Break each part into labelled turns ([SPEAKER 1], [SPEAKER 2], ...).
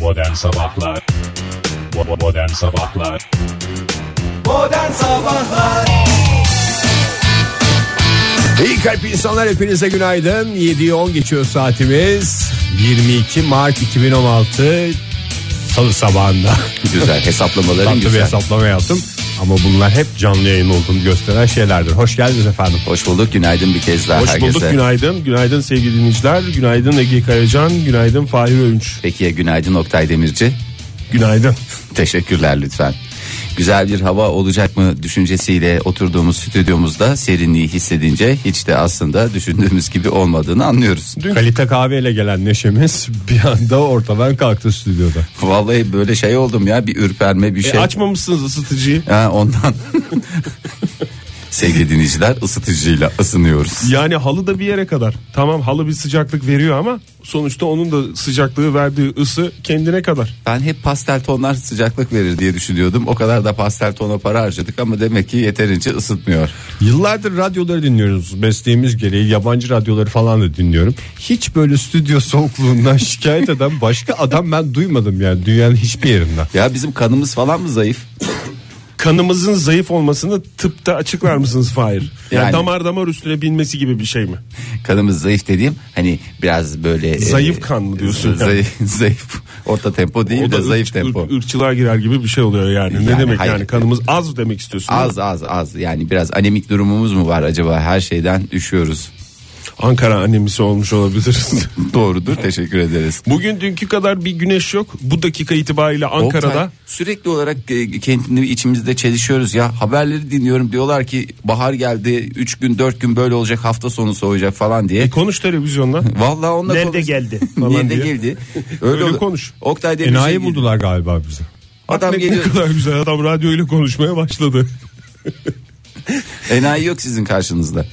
[SPEAKER 1] Modern Sabahlar Bo- Modern Sabahlar
[SPEAKER 2] Modern Sabahlar
[SPEAKER 3] İyi kalp insanlar hepinize günaydın. 7'yi 10 geçiyor saatimiz. 22 Mart 2016 Salı sabahında.
[SPEAKER 2] Güzel hesaplamaların
[SPEAKER 3] Tatlı bir
[SPEAKER 2] güzel
[SPEAKER 3] hesaplama yaptım. Ama bunlar hep canlı yayın olduğunu gösteren şeylerdir. Hoş geldiniz efendim.
[SPEAKER 2] Hoş bulduk günaydın bir kez daha
[SPEAKER 4] Hoş
[SPEAKER 2] herkese
[SPEAKER 4] bulduk günaydın. Günaydın sevgili dinleyiciler. Günaydın Ege Kayacan. Günaydın Fahir Öğünç.
[SPEAKER 2] Peki ya günaydın Oktay Demirci
[SPEAKER 4] Günaydın.
[SPEAKER 2] Teşekkürler lütfen Güzel bir hava olacak mı düşüncesiyle oturduğumuz stüdyomuzda serinliği hissedince hiç de aslında düşündüğümüz gibi olmadığını anlıyoruz.
[SPEAKER 3] Kalite kahveyle gelen neşemiz bir anda ortadan kalktı stüdyoda.
[SPEAKER 2] Vallahi böyle şey oldum ya bir ürperme bir şey.
[SPEAKER 4] E, açmamışsınız ısıtıcıyı.
[SPEAKER 2] Ha, ondan. Sevgili dinleyiciler ısıtıcıyla ısınıyoruz.
[SPEAKER 4] Yani halı da bir yere kadar. Tamam halı bir sıcaklık veriyor ama sonuçta onun da sıcaklığı verdiği ısı kendine kadar.
[SPEAKER 2] Ben hep pastel tonlar sıcaklık verir diye düşünüyordum. O kadar da pastel tona para harcadık ama demek ki yeterince ısıtmıyor.
[SPEAKER 3] Yıllardır radyoları dinliyoruz. Mesleğimiz gereği yabancı radyoları falan da dinliyorum. Hiç böyle stüdyo soğukluğundan şikayet eden başka adam ben duymadım yani dünyanın hiçbir yerinden.
[SPEAKER 2] Ya bizim kanımız falan mı zayıf?
[SPEAKER 4] Kanımızın zayıf olmasını tıpta açıklar mısınız Fahir? Yani,
[SPEAKER 2] Yani.
[SPEAKER 4] damar damar üstüne binmesi gibi bir şey mi?
[SPEAKER 2] Kanımız zayıf dediğim hani biraz böyle...
[SPEAKER 4] Zayıf kan mı diyorsun yani?
[SPEAKER 2] Zayıf, zayıf. Orta tempo değil de
[SPEAKER 4] ırk-
[SPEAKER 2] zayıf tempo.
[SPEAKER 4] ırk- ırkçılığa girer gibi bir şey oluyor yani.
[SPEAKER 2] Yani
[SPEAKER 4] ne demek
[SPEAKER 2] hayır.
[SPEAKER 4] yani kanımız az demek istiyorsun. değil mi?
[SPEAKER 2] Az az az yani biraz anemik durumumuz mu var acaba her şeyden üşüyoruz.
[SPEAKER 4] Ankara annemisi olmuş olabiliriz.
[SPEAKER 2] Doğrudur teşekkür ederiz.
[SPEAKER 4] Bugün dünkü kadar bir güneş yok. Bu dakika itibariyle
[SPEAKER 2] Oktay,
[SPEAKER 4] Ankara'da
[SPEAKER 2] sürekli olarak e, kendini içimizde çelişiyoruz ya haberleri dinliyorum diyorlar ki bahar geldi 3 gün 4 gün böyle olacak hafta sonu soğuyacak falan diye.
[SPEAKER 4] E, konuş televizyonla.
[SPEAKER 2] Vallahi onunla
[SPEAKER 4] Nerede
[SPEAKER 2] konuş-
[SPEAKER 4] geldi falan
[SPEAKER 2] Nerede
[SPEAKER 4] diye.
[SPEAKER 2] geldi?
[SPEAKER 4] Öyle
[SPEAKER 2] oldu.
[SPEAKER 4] konuş.
[SPEAKER 2] Oktay şey Demirci
[SPEAKER 3] Enayi buldular galiba bizi.
[SPEAKER 2] Adam
[SPEAKER 4] ne,
[SPEAKER 2] geliyor.
[SPEAKER 4] ne kadar güzel adam radyoyla konuşmaya başladı.
[SPEAKER 2] Enayi yok sizin karşınızda.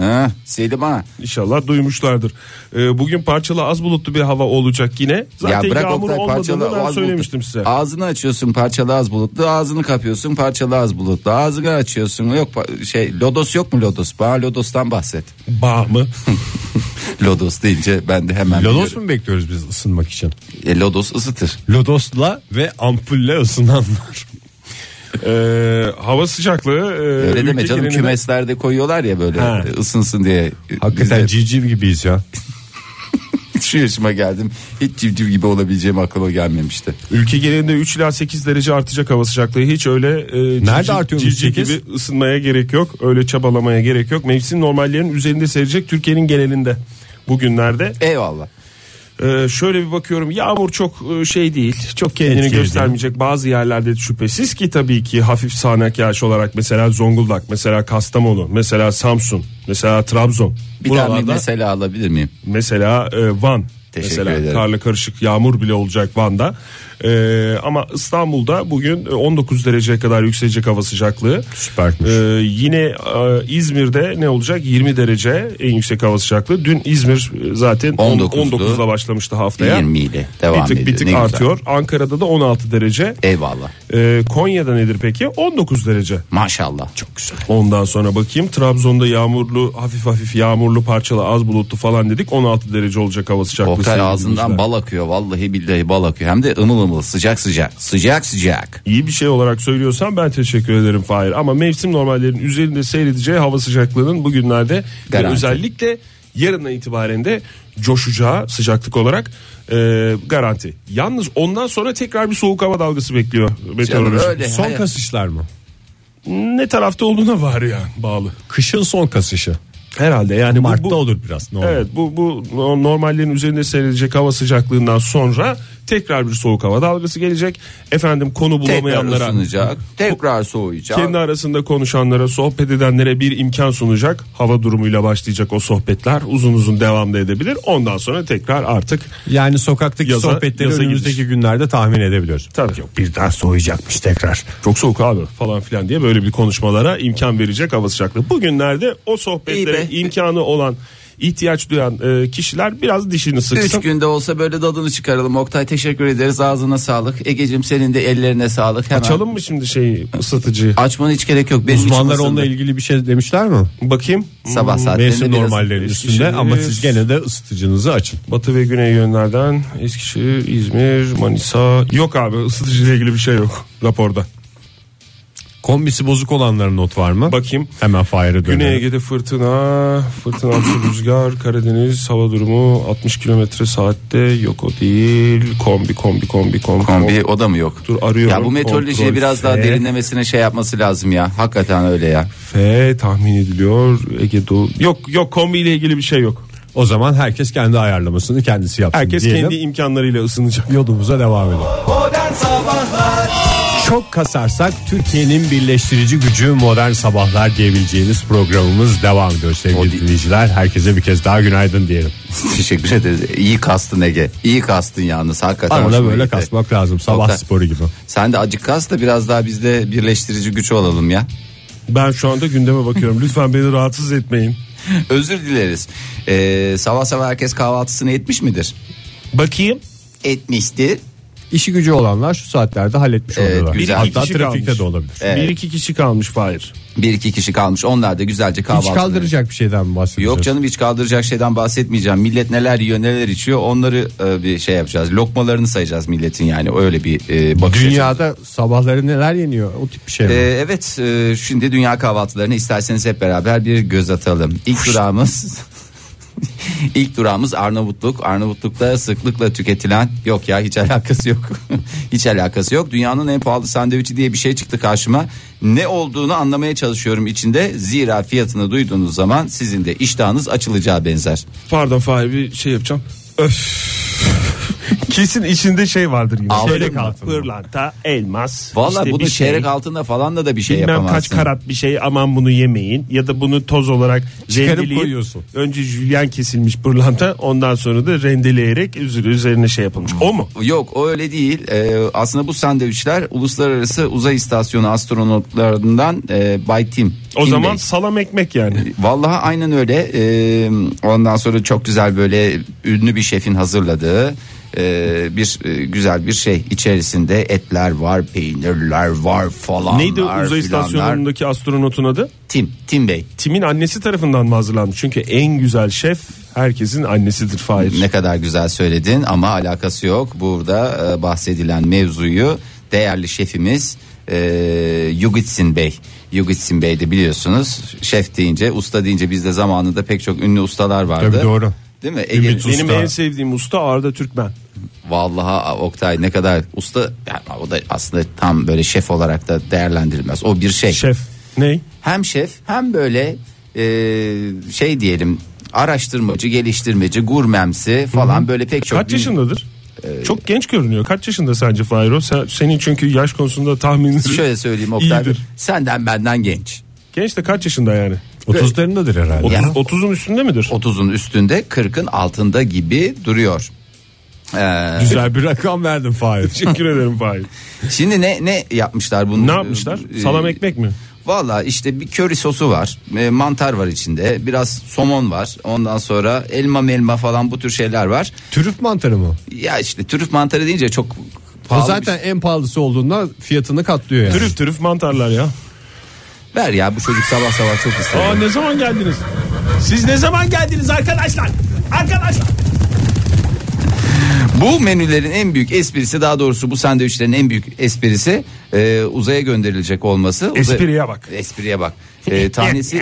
[SPEAKER 2] Ha, Selim ha.
[SPEAKER 4] İnşallah duymuşlardır. E, bugün parçalı az bulutlu bir hava olacak yine. Zaten yağmur
[SPEAKER 2] Oktay,
[SPEAKER 4] olmadığını ben
[SPEAKER 2] az
[SPEAKER 4] söylemiştim
[SPEAKER 2] bulutlu.
[SPEAKER 4] size.
[SPEAKER 2] Ağzını açıyorsun parçalı az bulutlu. Ağzını kapıyorsun parçalı az bulutlu. Ağzını açıyorsun. Yok pa- şey lodos yok mu lodos? Bana lodostan bahset.
[SPEAKER 4] Bağ mı?
[SPEAKER 2] Lodos deyince ben de hemen
[SPEAKER 3] Lodos
[SPEAKER 2] biliyorum.
[SPEAKER 3] mu bekliyoruz biz ısınmak için?
[SPEAKER 2] E, lodos ısıtır.
[SPEAKER 3] Lodosla ve ampulle ısınanlar.
[SPEAKER 4] E, hava sıcaklığı. e,
[SPEAKER 2] Öyle
[SPEAKER 4] ülke
[SPEAKER 2] deme canım
[SPEAKER 4] genelinde-
[SPEAKER 2] kümeslerde koyuyorlar ya böyle
[SPEAKER 4] Ha.
[SPEAKER 2] e, ısınsın diye. Biz
[SPEAKER 3] Hakikaten
[SPEAKER 2] de-
[SPEAKER 3] civciv gibiyiz ya.
[SPEAKER 2] şu yaşıma geldim. Hiç civciv gibi olabileceğim aklıma gelmemişti.
[SPEAKER 4] Ülke genelinde 3 ila 8 derece artıcak hava sıcaklığı. Hiç öyle e,
[SPEAKER 3] Nerede
[SPEAKER 4] cici-
[SPEAKER 3] artıyormuş
[SPEAKER 4] cici
[SPEAKER 3] sekiz?
[SPEAKER 4] gibi ısınmaya gerek yok. Öyle çabalamaya gerek yok. Mevsim normallerinin üzerinde serecek Türkiye'nin genelinde bugünlerde.
[SPEAKER 2] Eyvallah.
[SPEAKER 4] Ee, şöyle bir bakıyorum yağmur çok e, şey değil çok kendini
[SPEAKER 3] Etkili
[SPEAKER 4] göstermeyecek bazı yerlerde şüphesiz ki tabii ki hafif sağanak yağış olarak mesela Zonguldak mesela Kastamonu mesela Samsun mesela Trabzon
[SPEAKER 2] Bir tane
[SPEAKER 4] buralarda
[SPEAKER 2] mesele alabilir miyim?
[SPEAKER 4] mesela e, Van
[SPEAKER 2] Teşekkür
[SPEAKER 4] mesela
[SPEAKER 2] ederim.
[SPEAKER 4] karla karışık yağmur bile olacak Van'da Ee, ama İstanbul'da bugün e, 19 dereceye kadar yükselecek hava sıcaklığı
[SPEAKER 3] Süpermiş.
[SPEAKER 4] Ee, yine e, İzmir'de ne olacak 20 derece en yüksek hava sıcaklığı dün İzmir e, zaten
[SPEAKER 2] 19'du.
[SPEAKER 4] 19'la başlamıştı haftaya
[SPEAKER 2] 20 ile devam
[SPEAKER 4] bir tık,
[SPEAKER 2] ediyor.
[SPEAKER 4] bir tık
[SPEAKER 2] Ne güzel. E-
[SPEAKER 4] artıyor. Ankara'da da 16 derece.
[SPEAKER 2] Eyvallah.
[SPEAKER 4] Ee, Konya'da nedir peki? 19 derece.
[SPEAKER 2] Maşallah. Çok güzel.
[SPEAKER 4] Ondan sonra bakayım Trabzon'da yağmurlu hafif hafif yağmurlu parçalı az bulutlu falan dedik 16 derece olacak hava sıcaklığı.
[SPEAKER 2] Oktay
[SPEAKER 4] sevgili
[SPEAKER 2] ağzından
[SPEAKER 4] dinleyiciler.
[SPEAKER 2] bal akıyor. Vallahi billahi bal akıyor. Hem de ımıl ımıl sıcak sıcak. Sıcak sıcak.
[SPEAKER 4] İyi bir şey olarak söylüyorsan ben teşekkür ederim Fahir. Ama mevsim normallerinin üzerinde seyredeceği hava sıcaklığının bugünlerde ve
[SPEAKER 2] Garanti.
[SPEAKER 4] özellikle yarından itibaren de coşacağı sıcaklık olarak e, garanti. Yalnız ondan sonra tekrar bir soğuk hava dalgası bekliyor meteoroloji.
[SPEAKER 2] öyle.
[SPEAKER 3] Son
[SPEAKER 2] hayat-
[SPEAKER 3] kasışlar mı?
[SPEAKER 4] ne tarafta olduğuna var ya bağlı.
[SPEAKER 3] Kışın son kasışı.
[SPEAKER 4] Herhalde yani bu-
[SPEAKER 3] Mart'ta
[SPEAKER 4] bu,
[SPEAKER 3] olur biraz. Ne olur.
[SPEAKER 4] Evet bu bu no- normallerin üzerinde seyredecek hava sıcaklığından sonra tekrar bir soğuk hava dalgası gelecek. Efendim konu
[SPEAKER 2] Tekrar
[SPEAKER 4] bulamayanlara
[SPEAKER 2] ısınacak. Tekrar soğuyacak.
[SPEAKER 4] kendi arasında konuşanlara, sohbet edenlere bir imkan sunacak. Hava durumuyla başlayacak o sohbetler uzun uzun devam da edebilir. Ondan sonra tekrar artık
[SPEAKER 3] Yani sokaktaki
[SPEAKER 4] Yaza-
[SPEAKER 3] sohbetleri
[SPEAKER 4] yaza
[SPEAKER 3] önümüzdeki
[SPEAKER 4] gidiş.
[SPEAKER 3] günlerde tahmin edebiliyoruz.
[SPEAKER 4] Tabii.
[SPEAKER 3] Yok bir daha soğuyacakmış tekrar.
[SPEAKER 4] çok soğuk abi falan filan diye böyle bir konuşmalara imkan verecek hava sıcaklığı. Bugünlerde o sohbetlere
[SPEAKER 2] İyi be.
[SPEAKER 4] imkanı olan ihtiyaç duyan e, kişiler biraz dişini sıksın.
[SPEAKER 2] Üç günde olsa böyle dadını çıkaralım. Oktay teşekkür ederiz. Ağzına sağlık. Egecim senin de ellerine sağlık. Hemen.
[SPEAKER 4] Açalım mı şimdi şeyi ısıtıcıyı?
[SPEAKER 2] Açmanı hiç gerek yok. Benim
[SPEAKER 3] Uzmanlar
[SPEAKER 2] içim
[SPEAKER 3] onunla
[SPEAKER 2] ısındı.
[SPEAKER 3] ilgili bir şey demişler mi?
[SPEAKER 4] Bakayım.
[SPEAKER 2] Sabah saatlerinde
[SPEAKER 3] Mevsim
[SPEAKER 2] biraz
[SPEAKER 3] normallerin üstünde
[SPEAKER 4] Eskişehir-
[SPEAKER 3] ama siz gene de ısıtıcınızı açın.
[SPEAKER 4] Batı ve güney yönlerden Eskişehir, İzmir, Manisa. Yok abi ısıtıcıyla ilgili bir şey yok raporda.
[SPEAKER 3] Kombisi bozuk olanların not var mı?
[SPEAKER 4] Bakayım.
[SPEAKER 3] Hemen fire
[SPEAKER 4] Güney
[SPEAKER 3] dönelim.
[SPEAKER 4] Ege'de fırtına, fırtına altı rüzgar, Karadeniz hava durumu 60 kilometre saatte yok o değil. Kombi kombi kombi kombi.
[SPEAKER 2] Kombi o da mı yok?
[SPEAKER 4] Dur arıyorum.
[SPEAKER 2] Ya bu meteorolojiye
[SPEAKER 4] Kontrol
[SPEAKER 2] biraz daha
[SPEAKER 4] F.
[SPEAKER 2] derinlemesine şey yapması lazım ya. Hakikaten öyle ya.
[SPEAKER 4] F tahmin ediliyor. Ege Doğu. Yok yok kombi ile ilgili bir şey yok.
[SPEAKER 3] O zaman herkes kendi ayarlamasını kendisi yapsın
[SPEAKER 4] Herkes
[SPEAKER 3] diyelim.
[SPEAKER 4] kendi imkanlarıyla ısınacak.
[SPEAKER 3] yolumuza devam edelim. Çok kasarsak Türkiye'nin birleştirici gücü modern sabahlar diyebileceğiniz programımız devam ediyor sevgili dinleyiciler. Herkese bir kez daha günaydın diyelim.
[SPEAKER 2] Teşekkür ederiz. şey İyi kastın Ege. İyi kastın yalnız hakikaten.
[SPEAKER 3] Arada
[SPEAKER 2] hoşuma
[SPEAKER 3] böyle
[SPEAKER 2] gitti.
[SPEAKER 3] kasmak lazım sabah
[SPEAKER 2] Oktay.
[SPEAKER 3] sporu gibi.
[SPEAKER 2] Sen de acık kas da biraz daha bizde birleştirici güç olalım ya.
[SPEAKER 4] Ben şu anda gündeme bakıyorum. Lütfen beni rahatsız etmeyin.
[SPEAKER 2] Özür dileriz. Ee, sabah sabah herkes kahvaltısını etmiş midir?
[SPEAKER 4] Bakayım.
[SPEAKER 2] Etmiştir.
[SPEAKER 3] İşi gücü olanlar şu saatlerde halletmiş
[SPEAKER 2] Evet,
[SPEAKER 3] oluyorlar.
[SPEAKER 2] güzel.
[SPEAKER 3] Hatta
[SPEAKER 4] İki kişi
[SPEAKER 3] trafikte
[SPEAKER 4] kalmış.
[SPEAKER 3] de olabilir.
[SPEAKER 2] Evet.
[SPEAKER 4] Bir iki kişi kalmış Fahir.
[SPEAKER 2] Bir iki kişi kalmış. Onlar da güzelce
[SPEAKER 3] Hiç
[SPEAKER 2] kahvaltını.
[SPEAKER 3] kaldıracak bir şeyden mi bahsedeceğiz?
[SPEAKER 2] Yok canım hiç kaldıracak şeyden bahsetmeyeceğim. Millet neler yiyor neler içiyor onları e, bir şey yapacağız. Lokmalarını sayacağız milletin yani öyle bir e, bakış açısı.
[SPEAKER 3] Dünyada sabahları neler yeniyor o tip bir şey mi?
[SPEAKER 2] Ee, evet e, şimdi dünya kahvaltılarını isterseniz hep beraber bir göz atalım. İlk durağımız ilk durağımız Arnavutluk. Arnavutluk'ta sıklıkla tüketilen yok ya hiç alakası yok. hiç alakası yok. Dünyanın en pahalı sandviçi diye bir şey çıktı karşıma. Ne olduğunu anlamaya çalışıyorum içinde. Zira fiyatını duyduğunuz zaman sizin de iştahınız açılacağı benzer.
[SPEAKER 4] Pardon Fahir bir şey yapacağım. Öf. Kesin içinde şey vardır yine.
[SPEAKER 2] Altın
[SPEAKER 4] Çeyrek
[SPEAKER 2] mı?
[SPEAKER 4] altın. Pırlanta, elmas.
[SPEAKER 2] Valla
[SPEAKER 4] işte
[SPEAKER 2] bunun
[SPEAKER 4] bir şey.
[SPEAKER 2] çeyrek altında falan da da bir şey
[SPEAKER 4] Bilmem
[SPEAKER 2] yapamazsın.
[SPEAKER 4] kaç karat bir şey aman bunu yemeyin ya da bunu toz olarak
[SPEAKER 3] Çıkarıp
[SPEAKER 4] rendeleyip
[SPEAKER 3] koyuyorsun.
[SPEAKER 4] önce jülyen kesilmiş pırlanta ondan sonra da rendeleyerek üzeri üzerine şey yapılmış. O mu?
[SPEAKER 2] Yok o öyle değil. Ee, aslında bu sandviçler uluslararası uzay istasyonu astronotlarından e, Bay Tim.
[SPEAKER 4] O
[SPEAKER 2] Tim
[SPEAKER 4] zaman
[SPEAKER 2] Bey.
[SPEAKER 4] salam ekmek yani.
[SPEAKER 2] Vallahi aynen öyle. Ee, ondan sonra çok güzel böyle ünlü bir şefin hazırladığı e, bir e, güzel bir şey içerisinde etler var, peynirler var falan.
[SPEAKER 4] Neydi uzay istasyonundaki astronotun adı?
[SPEAKER 2] Tim, Tim Bey.
[SPEAKER 4] Tim'in annesi tarafından mı hazırlanmış? Çünkü en güzel şef herkesin annesidir Fahir.
[SPEAKER 2] Ne kadar güzel söyledin ama alakası yok. Burada e, bahsedilen mevzuyu değerli şefimiz e, Yugitsin Bey. Yugitsin Bey de biliyorsunuz şef deyince usta deyince bizde zamanında pek çok ünlü ustalar vardı.
[SPEAKER 3] Tabii doğru.
[SPEAKER 2] Değil mi?
[SPEAKER 3] Ümit
[SPEAKER 2] Ege,
[SPEAKER 3] Usta.
[SPEAKER 4] Benim en sevdiğim usta Arda Türkmen.
[SPEAKER 2] vallahi Oktay ne kadar usta yani o da aslında tam böyle şef olarak da değerlendirilmez. O bir şey.
[SPEAKER 4] Şef. Ney?
[SPEAKER 2] hem şef hem böyle e, şey diyelim araştırmacı, geliştirmeci, gurmemsi falan böyle pek çok
[SPEAKER 4] Kaç yaşındadır? Çok genç görünüyor. Kaç yaşında sence Fahir o? Sen, senin çünkü yaş konusunda tahminin
[SPEAKER 2] Şöyle söyleyeyim Oktay.
[SPEAKER 4] İyidir.
[SPEAKER 2] Senden benden genç.
[SPEAKER 4] Genç de kaç yaşında yani?
[SPEAKER 3] 30'larındadır herhalde.
[SPEAKER 2] Ya.
[SPEAKER 4] 30'un üstünde midir?
[SPEAKER 2] 30'un üstünde 40'ın altında gibi duruyor. Ee,
[SPEAKER 3] Güzel bir rakam verdim Fahir.
[SPEAKER 4] Teşekkür ederim Fahir.
[SPEAKER 2] şimdi ne ne yapmışlar bunu?
[SPEAKER 4] Ne yapmışlar?
[SPEAKER 2] Ee,
[SPEAKER 4] Salam ekmek mi?
[SPEAKER 2] Valla işte bir köri sosu var, e, mantar var içinde, biraz somon var, ondan sonra elma melma falan bu tür şeyler var.
[SPEAKER 3] Türüf mantarı mı?
[SPEAKER 2] Ya işte trüf mantarı deyince çok
[SPEAKER 3] O
[SPEAKER 2] pahalı bir
[SPEAKER 3] zaten en pahalısı olduğundan fiyatını katlıyor yani.
[SPEAKER 4] Türüf türüf mantarlar ya.
[SPEAKER 2] şey. Ver ya bu çocuk sabah sabah çok ister.
[SPEAKER 4] Aa ne zaman geldiniz? Siz ne zaman geldiniz arkadaşlar? Arkadaşlar.
[SPEAKER 2] E Bu menülerin en büyük esprisi daha doğrusu bu sandviçlerin en büyük esprisi e, uzaya gönderilecek olması. Uzay-
[SPEAKER 4] Espriye bak.
[SPEAKER 2] Espriye bak. E, tanesi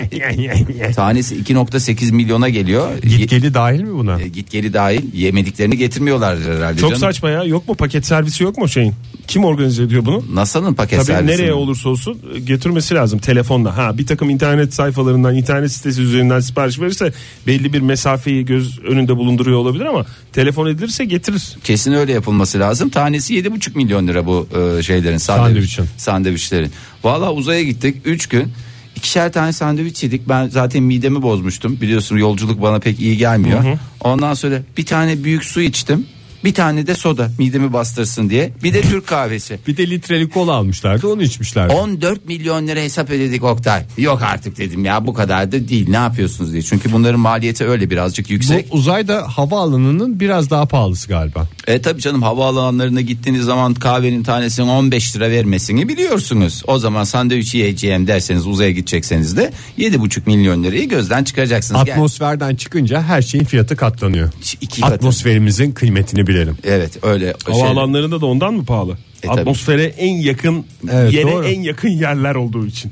[SPEAKER 2] tanesi 2.8 milyona geliyor.
[SPEAKER 3] Git geli dahil mi buna?
[SPEAKER 2] Ye- git geri dahil yemediklerini getirmiyorlar herhalde.
[SPEAKER 4] Çok
[SPEAKER 2] canım.
[SPEAKER 4] saçma ya. Yok mu paket servisi yok mu şeyin? Kim organize ediyor bunu?
[SPEAKER 2] NASA'nın paket
[SPEAKER 4] Tabii
[SPEAKER 2] servisi.
[SPEAKER 4] nereye
[SPEAKER 2] mi?
[SPEAKER 4] olursa olsun getirmesi lazım telefonla. Ha bir takım internet sayfalarından, internet sitesi üzerinden sipariş verirse belli bir mesafeyi göz önünde bulunduruyor olabilir ama telefon edilirse getirir.
[SPEAKER 2] Kesin öyle yapılması lazım. Tanesi 7,5 milyon lira bu e, şeylerin sandviç,
[SPEAKER 3] Sandviçin.
[SPEAKER 2] sandviçlerin. Valla uzaya gittik 3 gün. ikişer tane sandviç yedik. Ben zaten midemi bozmuştum. Biliyorsun yolculuk bana pek iyi gelmiyor. Ondan sonra bir tane büyük su içtim. Bir tane de soda midemi bastırsın diye. Bir de Türk kahvesi.
[SPEAKER 3] Bir de litrelik kola almışlardı onu içmişlerdi.
[SPEAKER 2] 14 milyon lira hesap ödedik Oktay. Yok artık dedim ya bu kadar da değil ne yapıyorsunuz diye. Çünkü bunların maliyeti öyle birazcık yüksek.
[SPEAKER 3] Bu uzayda havaalanının biraz daha pahalısı galiba.
[SPEAKER 2] E tabi canım havaalanlarına gittiğiniz zaman kahvenin tanesinin 15 lira vermesini biliyorsunuz. O zaman sandviç yiyeceğim derseniz uzaya gidecekseniz de 7,5 milyon lirayı gözden çıkaracaksınız. Gel-
[SPEAKER 3] Atmosferden çıkınca her şeyin fiyatı katlanıyor.
[SPEAKER 2] İki katı.
[SPEAKER 3] Atmosferimizin kıymetini bilelim.
[SPEAKER 2] Evet öyle. şey-
[SPEAKER 4] Havaalanlarında da ondan mı pahalı?
[SPEAKER 2] E, tabii.
[SPEAKER 4] Atmosfere en yakın
[SPEAKER 3] Evet,
[SPEAKER 4] yere
[SPEAKER 3] doğru.
[SPEAKER 4] en yakın yerler olduğu için.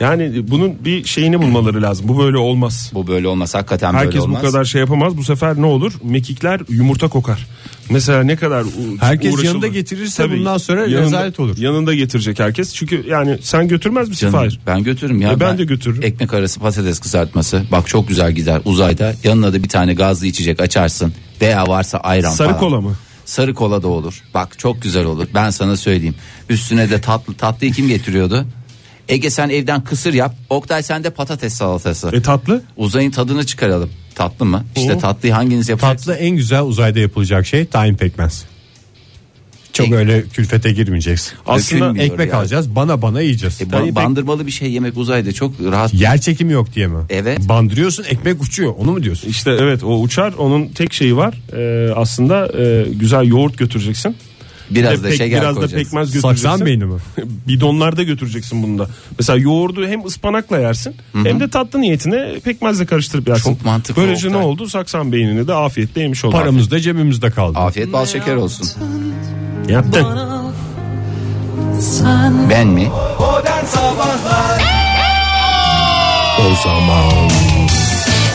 [SPEAKER 4] Yani bunun bir şeyini bulmaları lazım. Bu böyle olmaz.
[SPEAKER 2] Bu böyle olmaz hakikaten böyle
[SPEAKER 4] Herkes bu
[SPEAKER 2] olmaz.
[SPEAKER 4] kadar şey yapamaz. Bu sefer ne olur? Mekikler yumurta kokar. Mesela ne kadar u-
[SPEAKER 3] Herkes
[SPEAKER 4] uğraşılır.
[SPEAKER 3] yanında getirirse bundan sonra rezalet olur.
[SPEAKER 4] Yanında getirecek herkes. Çünkü yani sen götürmez misin
[SPEAKER 2] Canım,
[SPEAKER 4] Fahir?
[SPEAKER 2] ben götürürüm ya.
[SPEAKER 4] E, ben de götürürüm.
[SPEAKER 2] Ekmek arası patates kızartması. Bak çok güzel gider uzayda. Yanına da bir tane gazlı içecek açarsın. Veya varsa ayran
[SPEAKER 4] Sarı
[SPEAKER 2] falan.
[SPEAKER 4] kola mı?
[SPEAKER 2] Sarı kola da olur. Bak çok güzel olur. Ben sana söyleyeyim. Üstüne de tatlı. Tatlıyı kim getiriyordu? Ege sen evden kısır yap. Oktay sen de patates salatası.
[SPEAKER 4] E tatlı?
[SPEAKER 2] Uzayın tadını çıkaralım. Tatlı mı? İşte
[SPEAKER 4] Oo.
[SPEAKER 2] tatlıyı hanginiz yaparsın?
[SPEAKER 3] Tatlı en güzel uzayda yapılacak şey tahin pekmez. Çok
[SPEAKER 2] Peki.
[SPEAKER 3] öyle külfete girmeyeceksin.
[SPEAKER 4] Aslında
[SPEAKER 2] Dökülmüyor.
[SPEAKER 3] Ekmek
[SPEAKER 2] ya.
[SPEAKER 3] alacağız bana bana yiyeceğiz.
[SPEAKER 2] E, ba- bandırmalı bir şey yemek uzayda çok rahat.
[SPEAKER 3] Yer çekimi yok diye mi?
[SPEAKER 2] Evet.
[SPEAKER 3] Bandırıyorsun ekmek uçuyor onu mu diyorsun?
[SPEAKER 4] İşte evet o uçar. Onun tek şeyi var. Ee, aslında e, güzel yoğurt götüreceksin.
[SPEAKER 2] Biraz
[SPEAKER 4] Bir
[SPEAKER 2] da
[SPEAKER 4] pek-
[SPEAKER 2] şeker
[SPEAKER 4] biraz da
[SPEAKER 2] koyacaksın.
[SPEAKER 4] pekmez götüreceksin.
[SPEAKER 3] Saksan beyni mi?
[SPEAKER 4] Bidonlarda götüreceksin bunu da. Mesela yoğurdu hem ıspanakla yersin hem de tatlı niyetine pekmezle karıştırıp yersin.
[SPEAKER 2] Çok mantıklı
[SPEAKER 4] Böylece ne
[SPEAKER 2] Oktay.
[SPEAKER 4] oldu? Saksan beynini de afiyetle yemiş oldun.
[SPEAKER 3] Paramız da cebimizde kaldı.
[SPEAKER 2] Afiyet bal şeker olsun.
[SPEAKER 4] Yaptın.
[SPEAKER 2] Ben mi?
[SPEAKER 3] O zaman.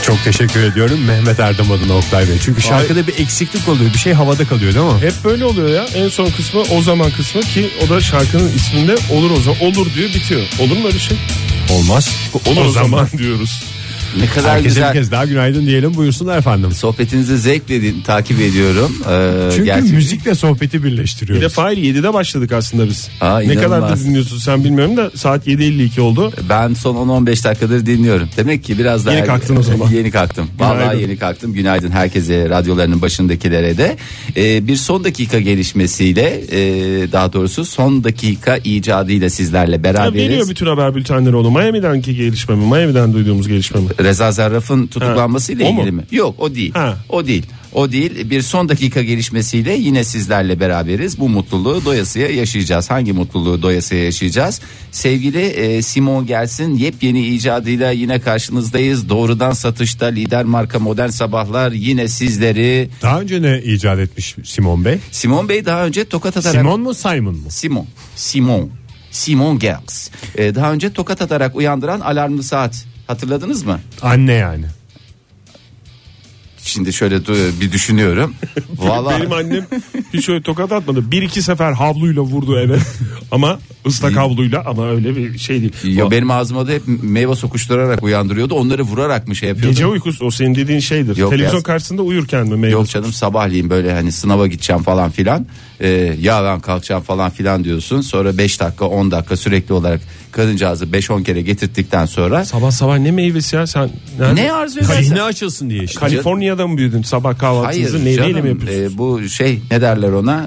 [SPEAKER 3] Çok teşekkür ediyorum Mehmet Erdem adına Oktay Bey. Çünkü şarkıda bir eksiklik oluyor. Bir şey havada kalıyor değil mi?
[SPEAKER 4] Hep böyle oluyor ya. En son kısmı o zaman kısmı ki o da şarkının isminde olur o zaman. Olur diyor bitiyor. Olur mu öyle şey?
[SPEAKER 3] Olmaz.
[SPEAKER 4] Olur o zaman diyoruz.
[SPEAKER 2] Ne kadar
[SPEAKER 3] Herkese
[SPEAKER 2] güzel.
[SPEAKER 3] bir kez daha günaydın diyelim. Buyursunlar efendim.
[SPEAKER 2] Sohbetinizi zevkle din- takip ediyorum. Ee,
[SPEAKER 3] Çünkü
[SPEAKER 2] gerçekten-
[SPEAKER 3] müzikle sohbeti
[SPEAKER 4] Bir
[SPEAKER 3] birleştiriyoruz.
[SPEAKER 4] de Fahir 7'de başladık aslında biz.
[SPEAKER 2] Aa,
[SPEAKER 4] ne
[SPEAKER 2] inanılmaz.
[SPEAKER 4] kadar da dinliyorsun sen bilmiyorum da saat 7.52 oldu.
[SPEAKER 2] Ben son 10-15 dakikadır dinliyorum. Demek ki biraz daha
[SPEAKER 4] Yeni kalktın o zaman.
[SPEAKER 2] Yeni kalktım. Vallahi
[SPEAKER 4] Günaydın.
[SPEAKER 2] yeni kalktım. Günaydın herkese, radyolarının başındakilere de. Ee, bir son dakika gelişmesiyle, e, daha doğrusu son dakika icadıyla sizlerle
[SPEAKER 4] Ya veriyor
[SPEAKER 2] beraberiz.
[SPEAKER 4] bütün haber bültenleri oğlum. Miami'denki gelişme mi? Miami'den duyduğumuz gelişme mi?
[SPEAKER 2] Reza Zarraf'ın tutuklanmasıyla
[SPEAKER 4] Ha, o mu?
[SPEAKER 2] ilgili mi? Yok, o değil.
[SPEAKER 4] Ha.
[SPEAKER 2] O değil. O değil. Bir son dakika gelişmesiyle yine sizlerle beraberiz. Bu mutluluğu doyasıya yaşayacağız. Hangi mutluluğu doyasıya yaşayacağız? Sevgili e, Simon Gelsin yepyeni icadıyla yine karşınızdayız. Doğrudan satışta lider marka Modern Sabahlar yine sizleri.
[SPEAKER 3] Daha önce ne icat etmiş Simon Bey?
[SPEAKER 2] Simon Bey daha önce tokat atarak...
[SPEAKER 3] Simon mu Simon mu?
[SPEAKER 2] Simon. Simon. Simon Gels. E, daha önce tokat atarak uyandıran alarmlı saat. Hatırladınız mı?
[SPEAKER 3] Anne yani.
[SPEAKER 2] Şimdi şöyle du- bir düşünüyorum. Vallahi
[SPEAKER 4] Benim annem hiç öyle tokat atmadı. Bir iki sefer havluyla vurdu eve. ama ıslak havluyla ama öyle bir şey değil.
[SPEAKER 2] Yo,
[SPEAKER 4] O
[SPEAKER 2] benim ağzıma da hep meyve sokuşturarak uyandırıyordu. Onları vurarak mı şey yapıyordu?
[SPEAKER 4] Gece uykusu o senin dediğin şeydir.
[SPEAKER 2] Yok
[SPEAKER 4] Televizyon
[SPEAKER 2] ya.
[SPEAKER 4] karşısında uyurken mi meyve?
[SPEAKER 2] Yok canım sabahleyin böyle hani sınava gideceğim falan filan. Ee, ya ben kalkacağım falan filan diyorsun. Sonra 5 dakika 10 dakika sürekli olarak kadıncağızı 5-10 kere getirttikten sonra
[SPEAKER 4] Sabah sabah ne meyvesi ya sen? nerede-
[SPEAKER 2] ne arzu edersen.
[SPEAKER 3] Kalihne açılsın diye işte.
[SPEAKER 4] Kaliforniya'da mı büyüdün sabah kahvaltınızı
[SPEAKER 2] Hayır
[SPEAKER 4] meyveyle
[SPEAKER 2] canım,
[SPEAKER 4] mi yapıyorsunuz?
[SPEAKER 2] e, bu şey ne derler ona?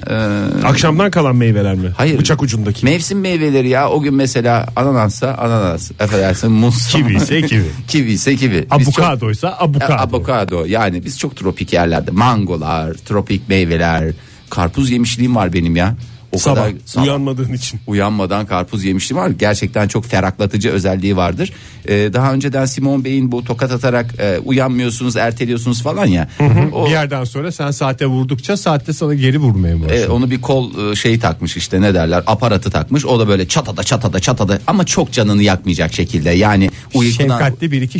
[SPEAKER 2] Ee,
[SPEAKER 4] Akşamdan kalan meyveler mi?
[SPEAKER 2] Hayır.
[SPEAKER 4] Bıçak ucundaki.
[SPEAKER 2] Mevsim meyveleri ya o gün mesela ananassa ananas affedersin muz
[SPEAKER 3] Kivi ise kivi.
[SPEAKER 2] kivi ise kivi. Biz çok-
[SPEAKER 3] Avokadoysa avokado.
[SPEAKER 2] E, Avokado yani biz çok tropik yerlerde mangolar, tropik meyveler, karpuz yemişliğim var benim ya. O
[SPEAKER 4] sabah,
[SPEAKER 2] kadar sabah
[SPEAKER 4] uyanmadığın için.
[SPEAKER 2] uyanmadan karpuz yemişliğim var. Gerçekten çok ferahlatıcı özelliği vardır. E, daha önceden Simon Bey'in bu tokat atarak e, uyanmıyorsunuz, erteliyorsunuz falan ya. O,
[SPEAKER 3] Bir yerden sonra sen saate vurdukça saatte sana geri vurmaya
[SPEAKER 2] e,
[SPEAKER 3] başlıyor.
[SPEAKER 2] onu bir kol e, şeyi takmış işte ne derler aparatı takmış. O da böyle çatada çatada çatada ama çok canını yakmayacak şekilde. Yani uykudan
[SPEAKER 3] Şefkatli bir iki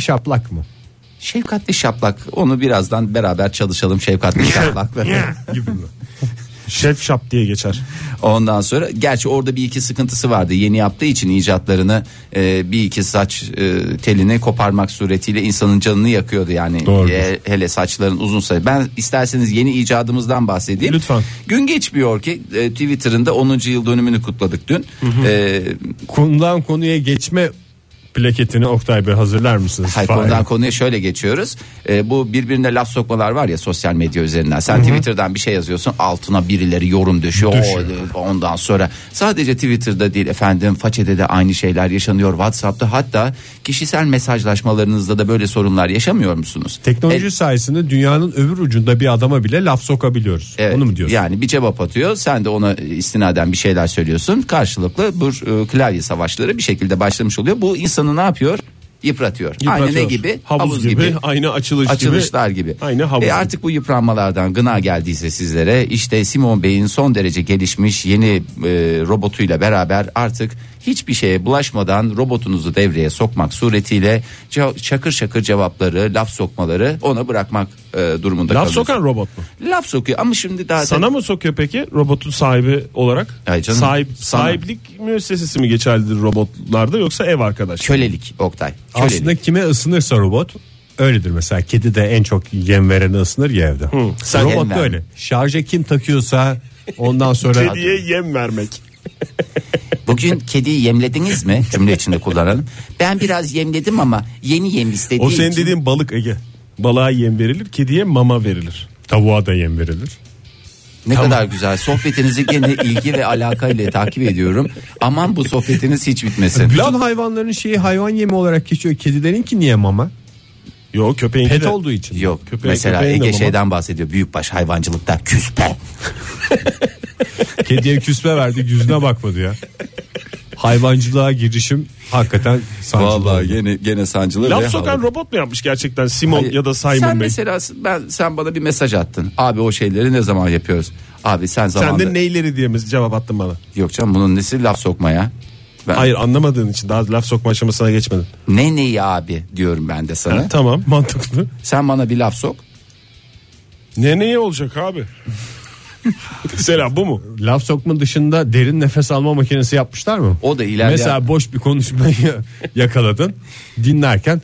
[SPEAKER 3] şaplak mı?
[SPEAKER 2] Şefkatli Şaplak onu birazdan beraber çalışalım Şefkatli Şaplak'la.
[SPEAKER 3] Gibi mi?
[SPEAKER 4] Şef şap diye geçer.
[SPEAKER 2] Ondan sonra gerçi orada bir iki sıkıntısı vardı. Yeni yaptığı için icatlarını e, bir iki saç e, telini koparmak suretiyle insanın canını yakıyordu yani.
[SPEAKER 3] Doğrudur.
[SPEAKER 2] E, hele saçların uzunsa. Ben isterseniz yeni icadımızdan bahsedeyim.
[SPEAKER 4] Lütfen.
[SPEAKER 2] Gün geçmiyor ki e, Twitter'ın da 10. yıl dönümünü kutladık dün. E,
[SPEAKER 3] Konudan konuya geçme plaketini Oktay Bey hazırlar mısınız?
[SPEAKER 2] Hayır,
[SPEAKER 3] Fahir?
[SPEAKER 2] konudan konuya şöyle geçiyoruz. Ee, bu birbirine laf sokmalar var ya sosyal medya üzerinden. Sen Twitter'dan bir şey yazıyorsun altına birileri yorum düşüyor. O- ondan sonra sadece Twitter'da değil efendim façede de aynı şeyler yaşanıyor. Whatsapp'ta hatta kişisel mesajlaşmalarınızda da böyle sorunlar yaşamıyor musunuz?
[SPEAKER 3] Teknoloji sayesinde dünyanın öbür ucunda bir adama bile laf sokabiliyoruz.
[SPEAKER 2] E, Evet,
[SPEAKER 3] Onu mu diyorsun?
[SPEAKER 2] Yani bir cevap atıyor. Sen de ona istinaden bir şeyler söylüyorsun. Karşılıklı bu e, klavye savaşları bir şekilde başlamış oluyor. Bu insanı ne yapıyor? Yıpratıyor. Aynı ne
[SPEAKER 4] Yıpratıyor.
[SPEAKER 2] gibi?
[SPEAKER 4] Havuz, gibi, aynı açılış
[SPEAKER 2] Açılışlar gibi.
[SPEAKER 4] Aynı havuz
[SPEAKER 2] E artık bu yıpranmalardan gına geldiyse sizlere işte Simon Bey'in son derece gelişmiş yeni e, robotuyla beraber artık hiçbir şeye bulaşmadan robotunuzu devreye sokmak suretiyle ce- şakır şakır cevapları, laf sokmaları ona bırakmak e, durumunda
[SPEAKER 4] gibi. Laf
[SPEAKER 2] kalıyorsun.
[SPEAKER 4] sokan robot mu?
[SPEAKER 2] Laf sokuyor ama şimdi daha
[SPEAKER 4] Sana mı sokuyor peki robotun sahibi olarak?
[SPEAKER 2] Hayır canım,
[SPEAKER 4] Sahip,
[SPEAKER 2] sana.
[SPEAKER 4] sahiplik müessesesi mi geçerlidir robotlarda yoksa ev arkadaş?
[SPEAKER 2] kölelik Oktay. Kölelik.
[SPEAKER 3] Aslında kime ısınırsa robot öyledir mesela kedi de en çok yem vereni ısınır ya evde.
[SPEAKER 2] Sen yem
[SPEAKER 3] robot da
[SPEAKER 2] ver.
[SPEAKER 3] öyle. Şarja kim takıyorsa ondan sonra
[SPEAKER 4] Kediye yem vermek.
[SPEAKER 2] Bugün kediyi yemlediniz mi? Cümle içinde kullanalım. Ben biraz yemledim ama yeni yem istediği
[SPEAKER 4] O senin
[SPEAKER 2] için-
[SPEAKER 4] dediğin balık Ege. Balığa yem verilir, kediye mama verilir.
[SPEAKER 3] tavuğa da yem verilir.
[SPEAKER 2] Ne kadar güzel. Sohbetinizi gene ilgi ve alakayla takip ediyorum. Aman bu sohbetiniz hiç bitmesin.
[SPEAKER 3] Bütün hayvanların şeyi hayvan yemi olarak geçiyor. Kedilerinki niye mama?
[SPEAKER 4] Yok köpeğin
[SPEAKER 3] Pet olduğu için.
[SPEAKER 2] Yok.
[SPEAKER 4] Köpeğe-
[SPEAKER 2] mesela
[SPEAKER 4] köpeğin de
[SPEAKER 2] Ege
[SPEAKER 4] mama.
[SPEAKER 2] şeyden bahsediyor. Büyükbaş hayvancılıkta küspe.
[SPEAKER 3] Kediye küsme verdi yüzüne bakmadı ya. Hayvancılığa girişim hakikaten sancılı. oldu.
[SPEAKER 2] gene gene sancılı.
[SPEAKER 4] Laf sokan robot mu yapmış gerçekten Simon ya da
[SPEAKER 2] sen
[SPEAKER 4] Simon Bey?
[SPEAKER 2] mesela ben sen bana bir mesaj attın. Abi o şeyleri ne zaman yapıyoruz? Abi sen
[SPEAKER 4] Sen
[SPEAKER 2] zamanında.
[SPEAKER 4] de neyleri diye mi cevap attın bana?
[SPEAKER 2] Yok canım bunun nesi laf sokmaya? Ben,
[SPEAKER 4] Hayır anlamadığın için daha laf sokma aşamasına geçmedin.
[SPEAKER 2] Ne neyi abi diyorum ben de sana.
[SPEAKER 4] Tamam mantıklı.
[SPEAKER 2] Sen bana bir laf sok.
[SPEAKER 4] Ne neye olacak abi? Selam bu mu?
[SPEAKER 3] Laf sokma dışında derin nefes alma makinesi yapmışlar mı?
[SPEAKER 2] O da ileride-
[SPEAKER 3] Mesela boş bir konuşmayı yakaladın. Dinlerken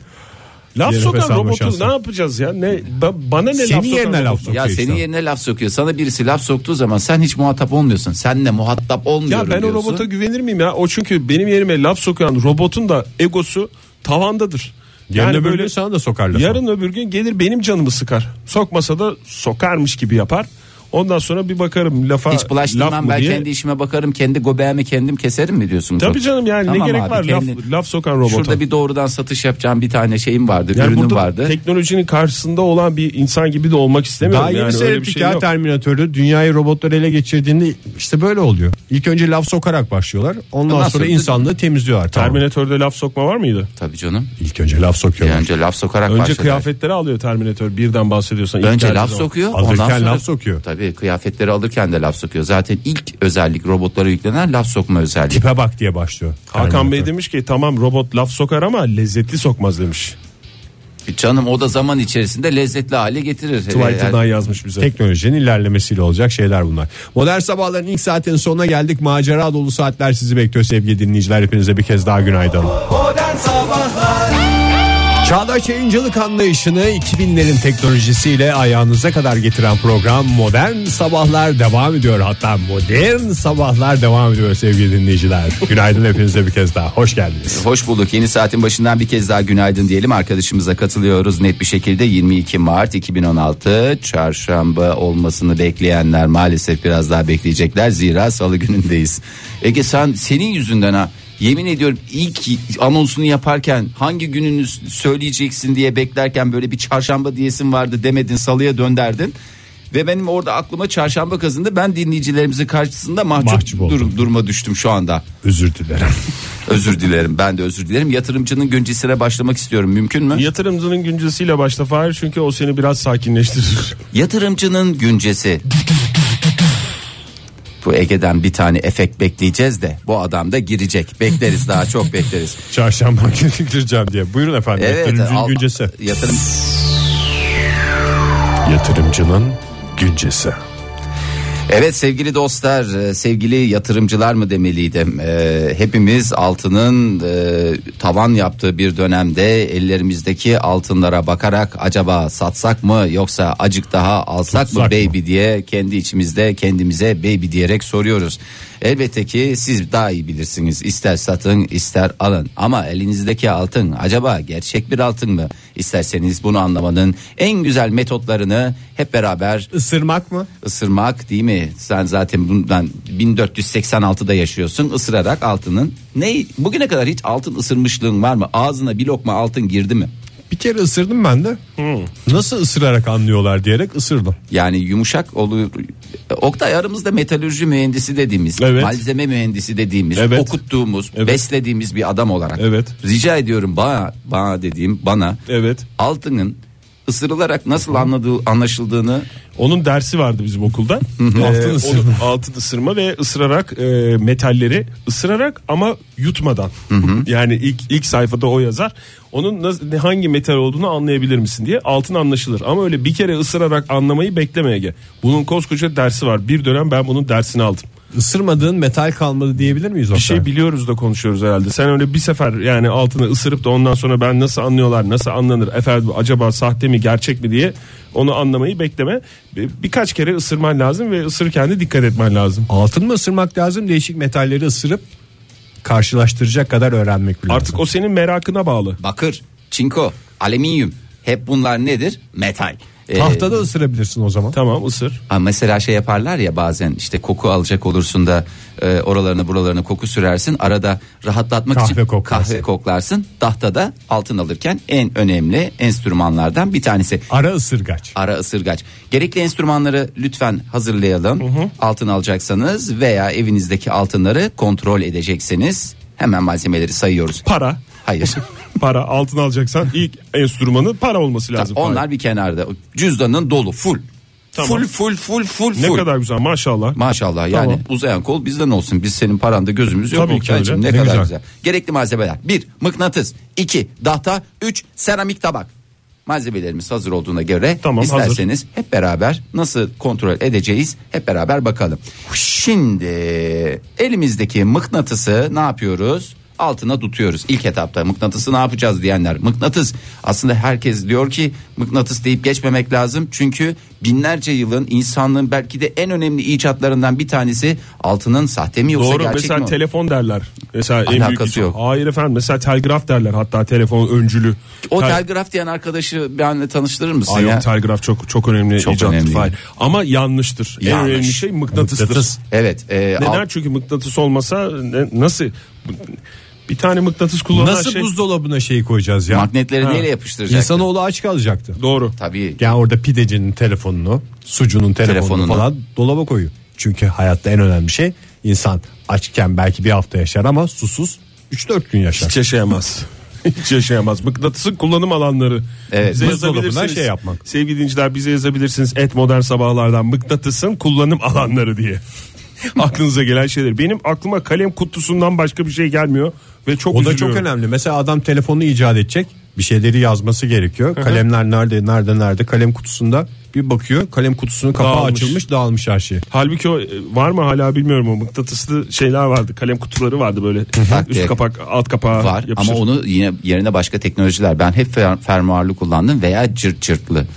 [SPEAKER 4] Laf
[SPEAKER 3] Yere nefes
[SPEAKER 4] sokan
[SPEAKER 3] alma
[SPEAKER 4] robotun
[SPEAKER 3] şansı.
[SPEAKER 4] ne yapacağız ya? Ne ba- bana ne
[SPEAKER 3] Senin
[SPEAKER 4] laf sokan
[SPEAKER 3] yerine laf
[SPEAKER 4] robotun?
[SPEAKER 3] sokuyor
[SPEAKER 2] Ya
[SPEAKER 3] işte.
[SPEAKER 2] senin yerine laf sokuyor. Sana birisi laf soktuğu zaman sen hiç muhatap olmuyorsun. Senle muhatap olmuyorum
[SPEAKER 4] Ya ben o
[SPEAKER 2] diyorsun.
[SPEAKER 4] robota güvenir miyim ya? O çünkü benim yerime laf sokan robotun da egosu tavandadır.
[SPEAKER 3] Yarın
[SPEAKER 4] Yani
[SPEAKER 3] öbür
[SPEAKER 4] böyle
[SPEAKER 3] gün sana da sokarlar.
[SPEAKER 4] yarın öbür gün gelir benim canımı sıkar. Sokmasa da sokarmış gibi yapar. Ondan sonra bir bakarım lafa
[SPEAKER 2] Hiç
[SPEAKER 4] laf
[SPEAKER 2] bulaştırmam
[SPEAKER 4] mı
[SPEAKER 2] ben
[SPEAKER 4] diye.
[SPEAKER 2] kendi işime bakarım kendi gobeğimi kendim keserim mi diyorsun?
[SPEAKER 4] Tabii
[SPEAKER 2] Çok-
[SPEAKER 4] canım yani
[SPEAKER 2] Tamam
[SPEAKER 4] ne gerek
[SPEAKER 2] abi,
[SPEAKER 4] var
[SPEAKER 2] kendi-
[SPEAKER 4] laf, laf sokan robota.
[SPEAKER 2] Şurada bir doğrudan satış yapacağım bir tane şeyim vardı
[SPEAKER 4] yani
[SPEAKER 2] ürünüm
[SPEAKER 4] burada
[SPEAKER 2] vardı.
[SPEAKER 4] teknolojinin karşısında olan bir insan gibi de olmak istemiyorum.
[SPEAKER 3] Daha yeni
[SPEAKER 4] yani öyle bir
[SPEAKER 3] seyrettik
[SPEAKER 4] şey
[SPEAKER 3] ya
[SPEAKER 4] yok.
[SPEAKER 3] Terminatör'ü dünyayı robotlar ele geçirdiğinde işte böyle oluyor. İlk önce laf sokarak başlıyorlar. Ondan
[SPEAKER 2] Ondan
[SPEAKER 3] sonra
[SPEAKER 2] sonra-
[SPEAKER 3] insanlığı temizliyorlar. Terminatör.
[SPEAKER 4] Terminatörde laf sokma var mıydı?
[SPEAKER 2] Tabii canım.
[SPEAKER 3] İlk önce laf
[SPEAKER 2] Bir
[SPEAKER 3] sokuyorlar.
[SPEAKER 2] önce laf sokarak
[SPEAKER 4] Önce
[SPEAKER 2] başladı.
[SPEAKER 4] kıyafetleri alıyor Terminatör birden bahsediyorsan. ilk
[SPEAKER 2] Önce
[SPEAKER 4] geldiği
[SPEAKER 2] laf
[SPEAKER 4] zaman.
[SPEAKER 2] sokuyor.
[SPEAKER 3] Alırken
[SPEAKER 2] ondan sonra,
[SPEAKER 3] laf sokuyor.
[SPEAKER 2] Tabii kıyafetleri alırken de laf sokuyor. Zaten ilk özellik robotlara yüklenen laf sokma özelliği.
[SPEAKER 3] Tipe bak diye başlıyor.
[SPEAKER 4] Hakan Bey
[SPEAKER 3] Terminatör.
[SPEAKER 4] demiş ki tamam robot laf sokar ama lezzetli sokmaz demiş.
[SPEAKER 2] Canım o da zaman içerisinde lezzetli hale getirir. Ee,
[SPEAKER 4] Twitter'dan yazmış bize.
[SPEAKER 3] Teknolojinin ilerlemesiyle olacak şeyler bunlar. Modern sabahların ilk saatinin sonuna geldik. Macera dolu saatler sizi bekliyor sevgili dinleyiciler. Hepinize bir kez daha günaydın. Çağdaş yayıncılık anlayışını 2000'lerin teknolojisiyle ayağınıza kadar getiren program Modern Sabahlar devam ediyor. Hatta Modern Sabahlar devam ediyor sevgili dinleyiciler. Günaydın hepinize bir kez daha. Hoş geldiniz.
[SPEAKER 2] Hoş bulduk. Yeni saatin başından bir kez daha günaydın diyelim. Arkadaşımıza katılıyoruz net bir şekilde. 22 Mart 2016 çarşamba olmasını bekleyenler maalesef biraz daha bekleyecekler. Zira salı günündeyiz. Ege sen senin yüzünden ha Yemin ediyorum ilk anonsunu yaparken hangi gününü söyleyeceksin diye beklerken böyle bir çarşamba diyesin vardı demedin salıya dönderdin. Ve benim orada aklıma çarşamba kazındı. Ben dinleyicilerimizin karşısında mahcup,
[SPEAKER 3] Mahcup oldum.
[SPEAKER 2] dur- duruma düştüm şu anda.
[SPEAKER 3] Özür dilerim.
[SPEAKER 2] Özür dilerim ben de özür dilerim. Yatırımcının güncesine başlamak istiyorum mümkün mü?
[SPEAKER 4] Yatırımcının güncesiyle başla Fahir çünkü o seni biraz sakinleştirir.
[SPEAKER 2] Yatırımcının güncesi. Bu Ege'den bir tane efekt bekleyeceğiz de bu adam da girecek. Bekleriz daha çok bekleriz.
[SPEAKER 3] Çarşamba günü gireceğim diye. Buyurun efendim. Yatırımcının
[SPEAKER 2] al-
[SPEAKER 3] güncesi.
[SPEAKER 2] Yatırım
[SPEAKER 3] Yatırımcının güncesi.
[SPEAKER 2] Evet sevgili dostlar, e, sevgili yatırımcılar mı demeliydim. E, hepimiz altının e, tavan yaptığı bir dönemde ellerimizdeki altınlara bakarak acaba satsak mı yoksa acık daha alsak mı
[SPEAKER 3] Tutsak mı?
[SPEAKER 2] baby diye kendi içimizde kendimize baby diyerek soruyoruz. Elbette ki siz daha iyi bilirsiniz. İster satın ister alın. Ama elinizdeki altın acaba gerçek bir altın mı? İsterseniz bunu anlamanın en güzel metotlarını hep beraber
[SPEAKER 3] Isırmak mı?
[SPEAKER 2] ısırmak değil mi? Sen zaten bundan 1486'da yaşıyorsun. Isırarak altının ne bugüne kadar hiç altın ısırmışlığın var mı? Ağzına bir lokma altın girdi mi?
[SPEAKER 3] Bir kere ısırdım ben de.
[SPEAKER 4] Hmm.
[SPEAKER 3] Nasıl ısırarak anlıyorlar diyerek ısırdım.
[SPEAKER 2] Yani yumuşak olur. Oktay aramızda metalürji mühendisi dediğimiz,
[SPEAKER 3] Evet.
[SPEAKER 2] malzeme mühendisi dediğimiz,
[SPEAKER 3] Evet.
[SPEAKER 2] okuttuğumuz, beslediğimiz bir adam olarak.
[SPEAKER 3] Evet.
[SPEAKER 2] Rica ediyorum bana bana dediğim bana
[SPEAKER 4] Evet.
[SPEAKER 2] altının ısırılarak nasıl anladığı anlaşıldığını
[SPEAKER 4] Onun dersi vardı bizim okulda.
[SPEAKER 3] Altın
[SPEAKER 4] Ee,
[SPEAKER 3] ısırma.
[SPEAKER 4] onu- altın ısırma ve ısırarak e, metalleri ısırarak ama yutmadan. yani ilk ilk sayfada o yazar. Onun nasıl, hangi metal olduğunu anlayabilir misin diye altın anlaşılır. Ama öyle bir kere ısırarak anlamayı bekleme Ege. Bunun koskoca dersi var. Bir dönem ben bunun dersini aldım.
[SPEAKER 3] Isırmadığın metal kalmadı diyebilir miyiz?
[SPEAKER 4] Bir şey biliyoruz da konuşuyoruz herhalde. Sen öyle bir sefer yani altını ısırıp da ondan sonra ben nasıl anlıyorlar, nasıl anlanır, efendim acaba sahte mi, gerçek mi diye onu anlamayı bekleme. Bir- Birkaç kere ısırman lazım ve ısırırken de dikkat etmen lazım.
[SPEAKER 3] Altın mı ısırmak lazım değişik metalleri ısırıp karşılaştıracak kadar öğrenmek lazım.
[SPEAKER 4] Artık o senin merakına bağlı.
[SPEAKER 2] bakır, çinko, alüminyum hep bunlar nedir? Metal. Ee,
[SPEAKER 3] tahtada ısırabilirsin o zaman.
[SPEAKER 4] Tamam ısır.
[SPEAKER 2] Ha, mesela şey yaparlar ya bazen işte koku alacak olursun da e, oralarını buralarını koku sürersin. Arada rahatlatmak
[SPEAKER 3] Kahve
[SPEAKER 2] için
[SPEAKER 3] koklarsın.
[SPEAKER 2] kahve koklarsın. Tahtada altın alırken en önemli enstrümanlardan bir tanesi.
[SPEAKER 3] Ara ısırgaç.
[SPEAKER 2] Ara ısırgaç. Gerekli enstrümanları lütfen hazırlayalım. Altın alacaksanız veya evinizdeki altınları kontrol edeceksiniz. Hemen malzemeleri sayıyoruz.
[SPEAKER 4] Para.
[SPEAKER 2] Hayır.
[SPEAKER 4] Para altın alacaksan ilk enstrümanı para olması lazım.
[SPEAKER 2] Onlar bir kenarda. Cüzdanın dolu full.
[SPEAKER 4] Tamam.
[SPEAKER 2] Full full full full
[SPEAKER 4] Ne
[SPEAKER 2] full.
[SPEAKER 4] kadar güzel maşallah.
[SPEAKER 2] Maşallah yani
[SPEAKER 4] Tamam.
[SPEAKER 2] uzayan kol bizden olsun. Biz senin paranda gözümüz yok.
[SPEAKER 4] Tabii ki
[SPEAKER 2] Oktaycığım.
[SPEAKER 4] öyle.
[SPEAKER 2] Ne,
[SPEAKER 4] Ne
[SPEAKER 2] kadar
[SPEAKER 3] güzel.
[SPEAKER 2] güzel. Gerekli malzemeler. 1. Mıknatıs. 2. Dahta. 3. Seramik tabak. Malzemelerimiz hazır olduğuna göre
[SPEAKER 4] Tamam, hazır.
[SPEAKER 2] isterseniz hep beraber nasıl kontrol edeceğiz hep beraber bakalım. Şimdi elimizdeki mıknatısı ne yapıyoruz? Altına tutuyoruz. İlk etapta mıknatısı ne yapacağız diyenler. Mıknatıs aslında herkes diyor ki mıknatıs deyip geçmemek lazım. Çünkü binlerce yılın insanlığın belki de en önemli icatlarından bir tanesi altının sahte mi yoksa
[SPEAKER 4] Doğru
[SPEAKER 2] gerçek
[SPEAKER 4] mesela
[SPEAKER 2] mi?
[SPEAKER 4] telefon derler. Mesela en büyük
[SPEAKER 2] Alakası yok.
[SPEAKER 4] Hayır efendim mesela telgraf derler hatta telefon öncülü.
[SPEAKER 2] o
[SPEAKER 4] Tel-
[SPEAKER 2] telgraf diyen arkadaşı benle tanıştırır mısın
[SPEAKER 4] Ay
[SPEAKER 2] ya?
[SPEAKER 4] yok, telgraf çok çok önemli
[SPEAKER 2] Çok
[SPEAKER 4] icattır
[SPEAKER 2] önemli.
[SPEAKER 4] Fahir. Ama yanlıştır. En
[SPEAKER 2] Yanlış.
[SPEAKER 4] önemli şey mıknatısdır.
[SPEAKER 3] Mıknatıs.
[SPEAKER 2] evet. e,
[SPEAKER 4] Neden?
[SPEAKER 2] alt-
[SPEAKER 4] Çünkü mıknatıs olmasa ne- nasıl bir tane mıknatıs kullanan
[SPEAKER 3] Nasıl
[SPEAKER 4] şey
[SPEAKER 3] buzdolabına şeyi koyacağız ya?
[SPEAKER 2] magnetleri
[SPEAKER 4] Ha.
[SPEAKER 2] neyle yapıştıracak?
[SPEAKER 3] İnsanoğlu aç kalacaktı.
[SPEAKER 4] doğru.
[SPEAKER 2] Tabii.
[SPEAKER 3] Yani orada pidecinin telefonunu, sucunun telefonunu,
[SPEAKER 2] Telefonunu.
[SPEAKER 3] falan dolaba koyuyor. Çünkü hayatta en önemli şey insan açken belki bir hafta yaşar ama susuz 3-4 gün yaşar.
[SPEAKER 4] Hiç yaşayamaz. Hiç yaşayamaz. Mıknatısın kullanım alanları.
[SPEAKER 2] Evet.
[SPEAKER 3] Buzdolabına şey yapmak.
[SPEAKER 4] Sevgili dinciler bize yazabilirsiniz. Et modern sabahlardan mıknatısın kullanım alanları diye. Aklınıza gelen şeyler. Benim aklıma kalem kutusundan başka bir şey gelmiyor ve çok
[SPEAKER 3] O da çok
[SPEAKER 4] üzülüyorum.
[SPEAKER 3] önemli. Mesela adam telefonu icat edecek. Bir şeyleri yazması gerekiyor. Kalemler nerede nerede nerede kalem kutusunda bir bakıyor. Kalem kutusunun kapağı
[SPEAKER 4] Dağılmış.
[SPEAKER 3] açılmış dağılmış her şey.
[SPEAKER 4] Halbuki o, e, var mı hala bilmiyorum o mıknatıslı şeyler vardı. Kalem kutuları vardı böyle.
[SPEAKER 2] Tak
[SPEAKER 4] Üst
[SPEAKER 2] diye.
[SPEAKER 4] kapak, alt kapağı
[SPEAKER 2] var
[SPEAKER 4] yapışır.
[SPEAKER 2] ama onu yine yerine başka teknolojiler. Ben hep fer- fermuarlı kullandım veya cırt cırtlı.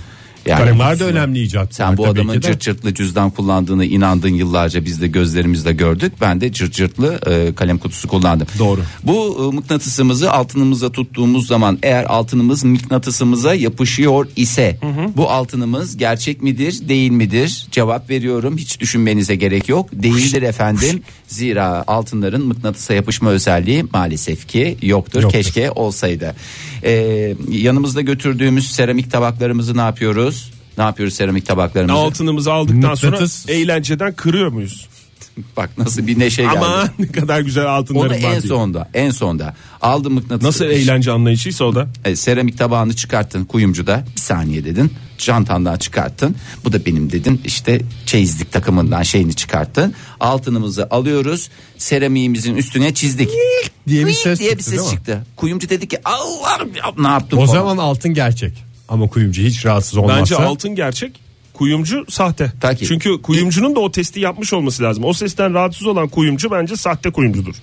[SPEAKER 2] Yani
[SPEAKER 3] Kalemler de önemli icat.
[SPEAKER 2] Sen bu adamın cırt cırtlı cüzdan kullandığını inandın yıllarca biz de gözlerimizle gördük. Ben de cırt cırtlı e, kalem kutusu kullandım.
[SPEAKER 3] Doğru.
[SPEAKER 2] Bu e, mıknatısımızı altınımıza tuttuğumuz zaman eğer altınımız mıknatısımıza yapışıyor ise bu altınımız gerçek midir değil midir? Cevap veriyorum hiç düşünmenize gerek yok. Değildir efendim. Zira altınların mıknatısa yapışma özelliği maalesef ki yoktur.
[SPEAKER 3] Yoktur.
[SPEAKER 2] Keşke olsaydı. Ee, yanımızda götürdüğümüz seramik tabaklarımızı ne yapıyoruz? Ne yapıyoruz seramik tabaklarımızı?
[SPEAKER 4] altınımızı aldıktan
[SPEAKER 3] Mıknatıs.
[SPEAKER 4] sonra eğlenceden kırıyor muyuz?
[SPEAKER 2] Bak nasıl bir neşe Şey geldi.
[SPEAKER 4] Ama ne kadar güzel altınlarım
[SPEAKER 2] Onu
[SPEAKER 4] var diye.
[SPEAKER 2] en sonda, en sonda aldım mıknatısı.
[SPEAKER 4] Nasıl eğlence anlayışıysa o da.
[SPEAKER 2] E, seramik tabağını çıkarttın kuyumcuda bir saniye dedin çantandan çıkarttın bu da benim dedin işte çeyizlik takımından şeyini çıkarttın altınımızı alıyoruz seramiğimizin üstüne çizdik
[SPEAKER 3] diye bir
[SPEAKER 2] Hıyık
[SPEAKER 3] ses
[SPEAKER 2] diye bir
[SPEAKER 3] çıktı,
[SPEAKER 2] ses
[SPEAKER 3] değil mi?
[SPEAKER 2] çıktı kuyumcu dedi ki Allah'ım ya, ne yaptın
[SPEAKER 3] O
[SPEAKER 2] falan.
[SPEAKER 3] zaman altın gerçek. Ama kuyumcu hiç rahatsız olmazsa.
[SPEAKER 4] Bence altın gerçek. Kuyumcu sahte.
[SPEAKER 2] Ta ki-
[SPEAKER 4] Çünkü kuyumcunun da o testi yapmış olması lazım. O sesten rahatsız olan kuyumcu bence sahte kuyumcudur.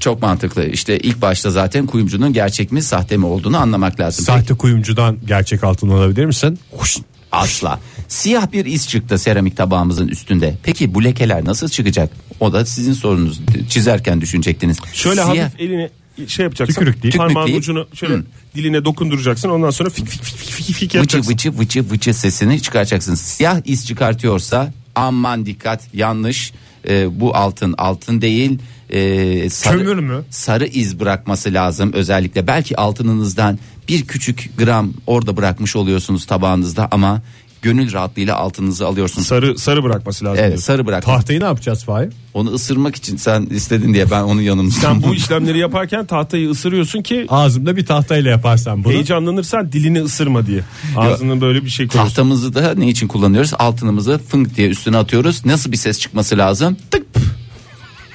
[SPEAKER 2] Çok mantıklı. İşte ilk başta zaten kuyumcunun gerçek mi sahte mi olduğunu anlamak lazım.
[SPEAKER 3] Sahte kuyumcudan gerçek altın alabilir misin?
[SPEAKER 2] Asla. Siyah bir iz çıktı seramik tabağımızın üstünde. Peki bu lekeler nasıl çıkacak? O da sizin sorunuz. Çizerken düşünecektiniz.
[SPEAKER 4] Şöyle
[SPEAKER 2] Siyah-
[SPEAKER 4] hafif elini şey yapacaksın.
[SPEAKER 3] Tükürük değil.
[SPEAKER 4] Parmağın
[SPEAKER 2] Tükürükleyip-
[SPEAKER 4] ucunu şöyle diline dokunduracaksın. Ondan sonra fik fik fik fik fik, fik
[SPEAKER 2] vıcı
[SPEAKER 4] yapacaksın.
[SPEAKER 2] vıcı vıcı vıcı sesini çıkartacaksın. Siyah iz çıkartıyorsa aman dikkat yanlış. Ee, bu altın altın değil. Ee, sarı,
[SPEAKER 3] Kömür mü?
[SPEAKER 2] Sarı iz bırakması lazım özellikle. Belki altınınızdan bir küçük gram orada bırakmış oluyorsunuz tabağınızda ama gönül rahatlığıyla altınınızı alıyorsunuz.
[SPEAKER 4] Sarı sarı bırakması lazım.
[SPEAKER 2] Evet sarı bırak.
[SPEAKER 3] Tahtayı ne yapacağız Fahir?
[SPEAKER 2] Onu ısırmak için sen istedin diye ben onun yanımda.
[SPEAKER 4] Sen bu işlemleri yaparken tahtayı ısırıyorsun ki
[SPEAKER 3] Ağzımda bir tahtayla yaparsan bunu.
[SPEAKER 4] heyecanlanırsan dilini ısırma diye. Ağzına böyle bir şey koyuyorsun.
[SPEAKER 2] tahtamızı da ne için kullanıyoruz? Altınımızı fınk diye üstüne atıyoruz. Nasıl bir ses çıkması lazım? Tık.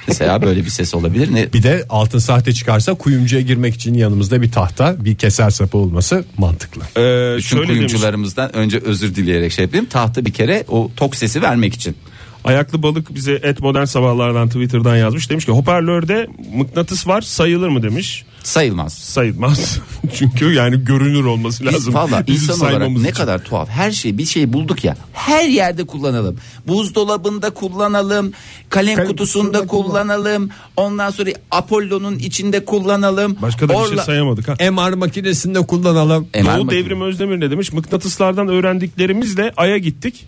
[SPEAKER 2] Mesela böyle bir ses olabilir. Ne?
[SPEAKER 3] Bir de altın sahte çıkarsa kuyumcuya girmek için yanımızda bir tahta bir keser sapı olması mantıklı.
[SPEAKER 4] Ee,
[SPEAKER 2] Bütün
[SPEAKER 4] şöyle demiş.
[SPEAKER 2] kuyumcularımızdan önce özür dileyerek şey yapayım. Tahta bir kere o tok sesi vermek için.
[SPEAKER 4] Ayaklı balık bize et modern sabahlardan Twitter'dan yazmış. Demiş ki hoparlörde mıknatıs var sayılır mı demiş.
[SPEAKER 2] Sayılmaz.
[SPEAKER 4] Sayılmaz. Çünkü yani görünür olması
[SPEAKER 2] Biz
[SPEAKER 4] lazım.
[SPEAKER 2] valla
[SPEAKER 4] Bizim
[SPEAKER 2] insan olarak
[SPEAKER 4] saymamız
[SPEAKER 2] ne
[SPEAKER 4] için.
[SPEAKER 2] kadar tuhaf. Her şey bir şey bulduk ya. Her yerde kullanalım. Buzdolabında kullanalım. Kalem, kutusunda kullanalım. Ondan sonra Apollo'nun içinde kullanalım.
[SPEAKER 4] Başka da bir şey
[SPEAKER 2] Orla-
[SPEAKER 4] sayamadık ha.
[SPEAKER 3] MR makinesinde kullanalım.
[SPEAKER 2] MR
[SPEAKER 4] Doğu
[SPEAKER 2] makinesi.
[SPEAKER 4] Devrim Özdemir ne demiş? Mıknatıslardan öğrendiklerimizle Ay'a gittik.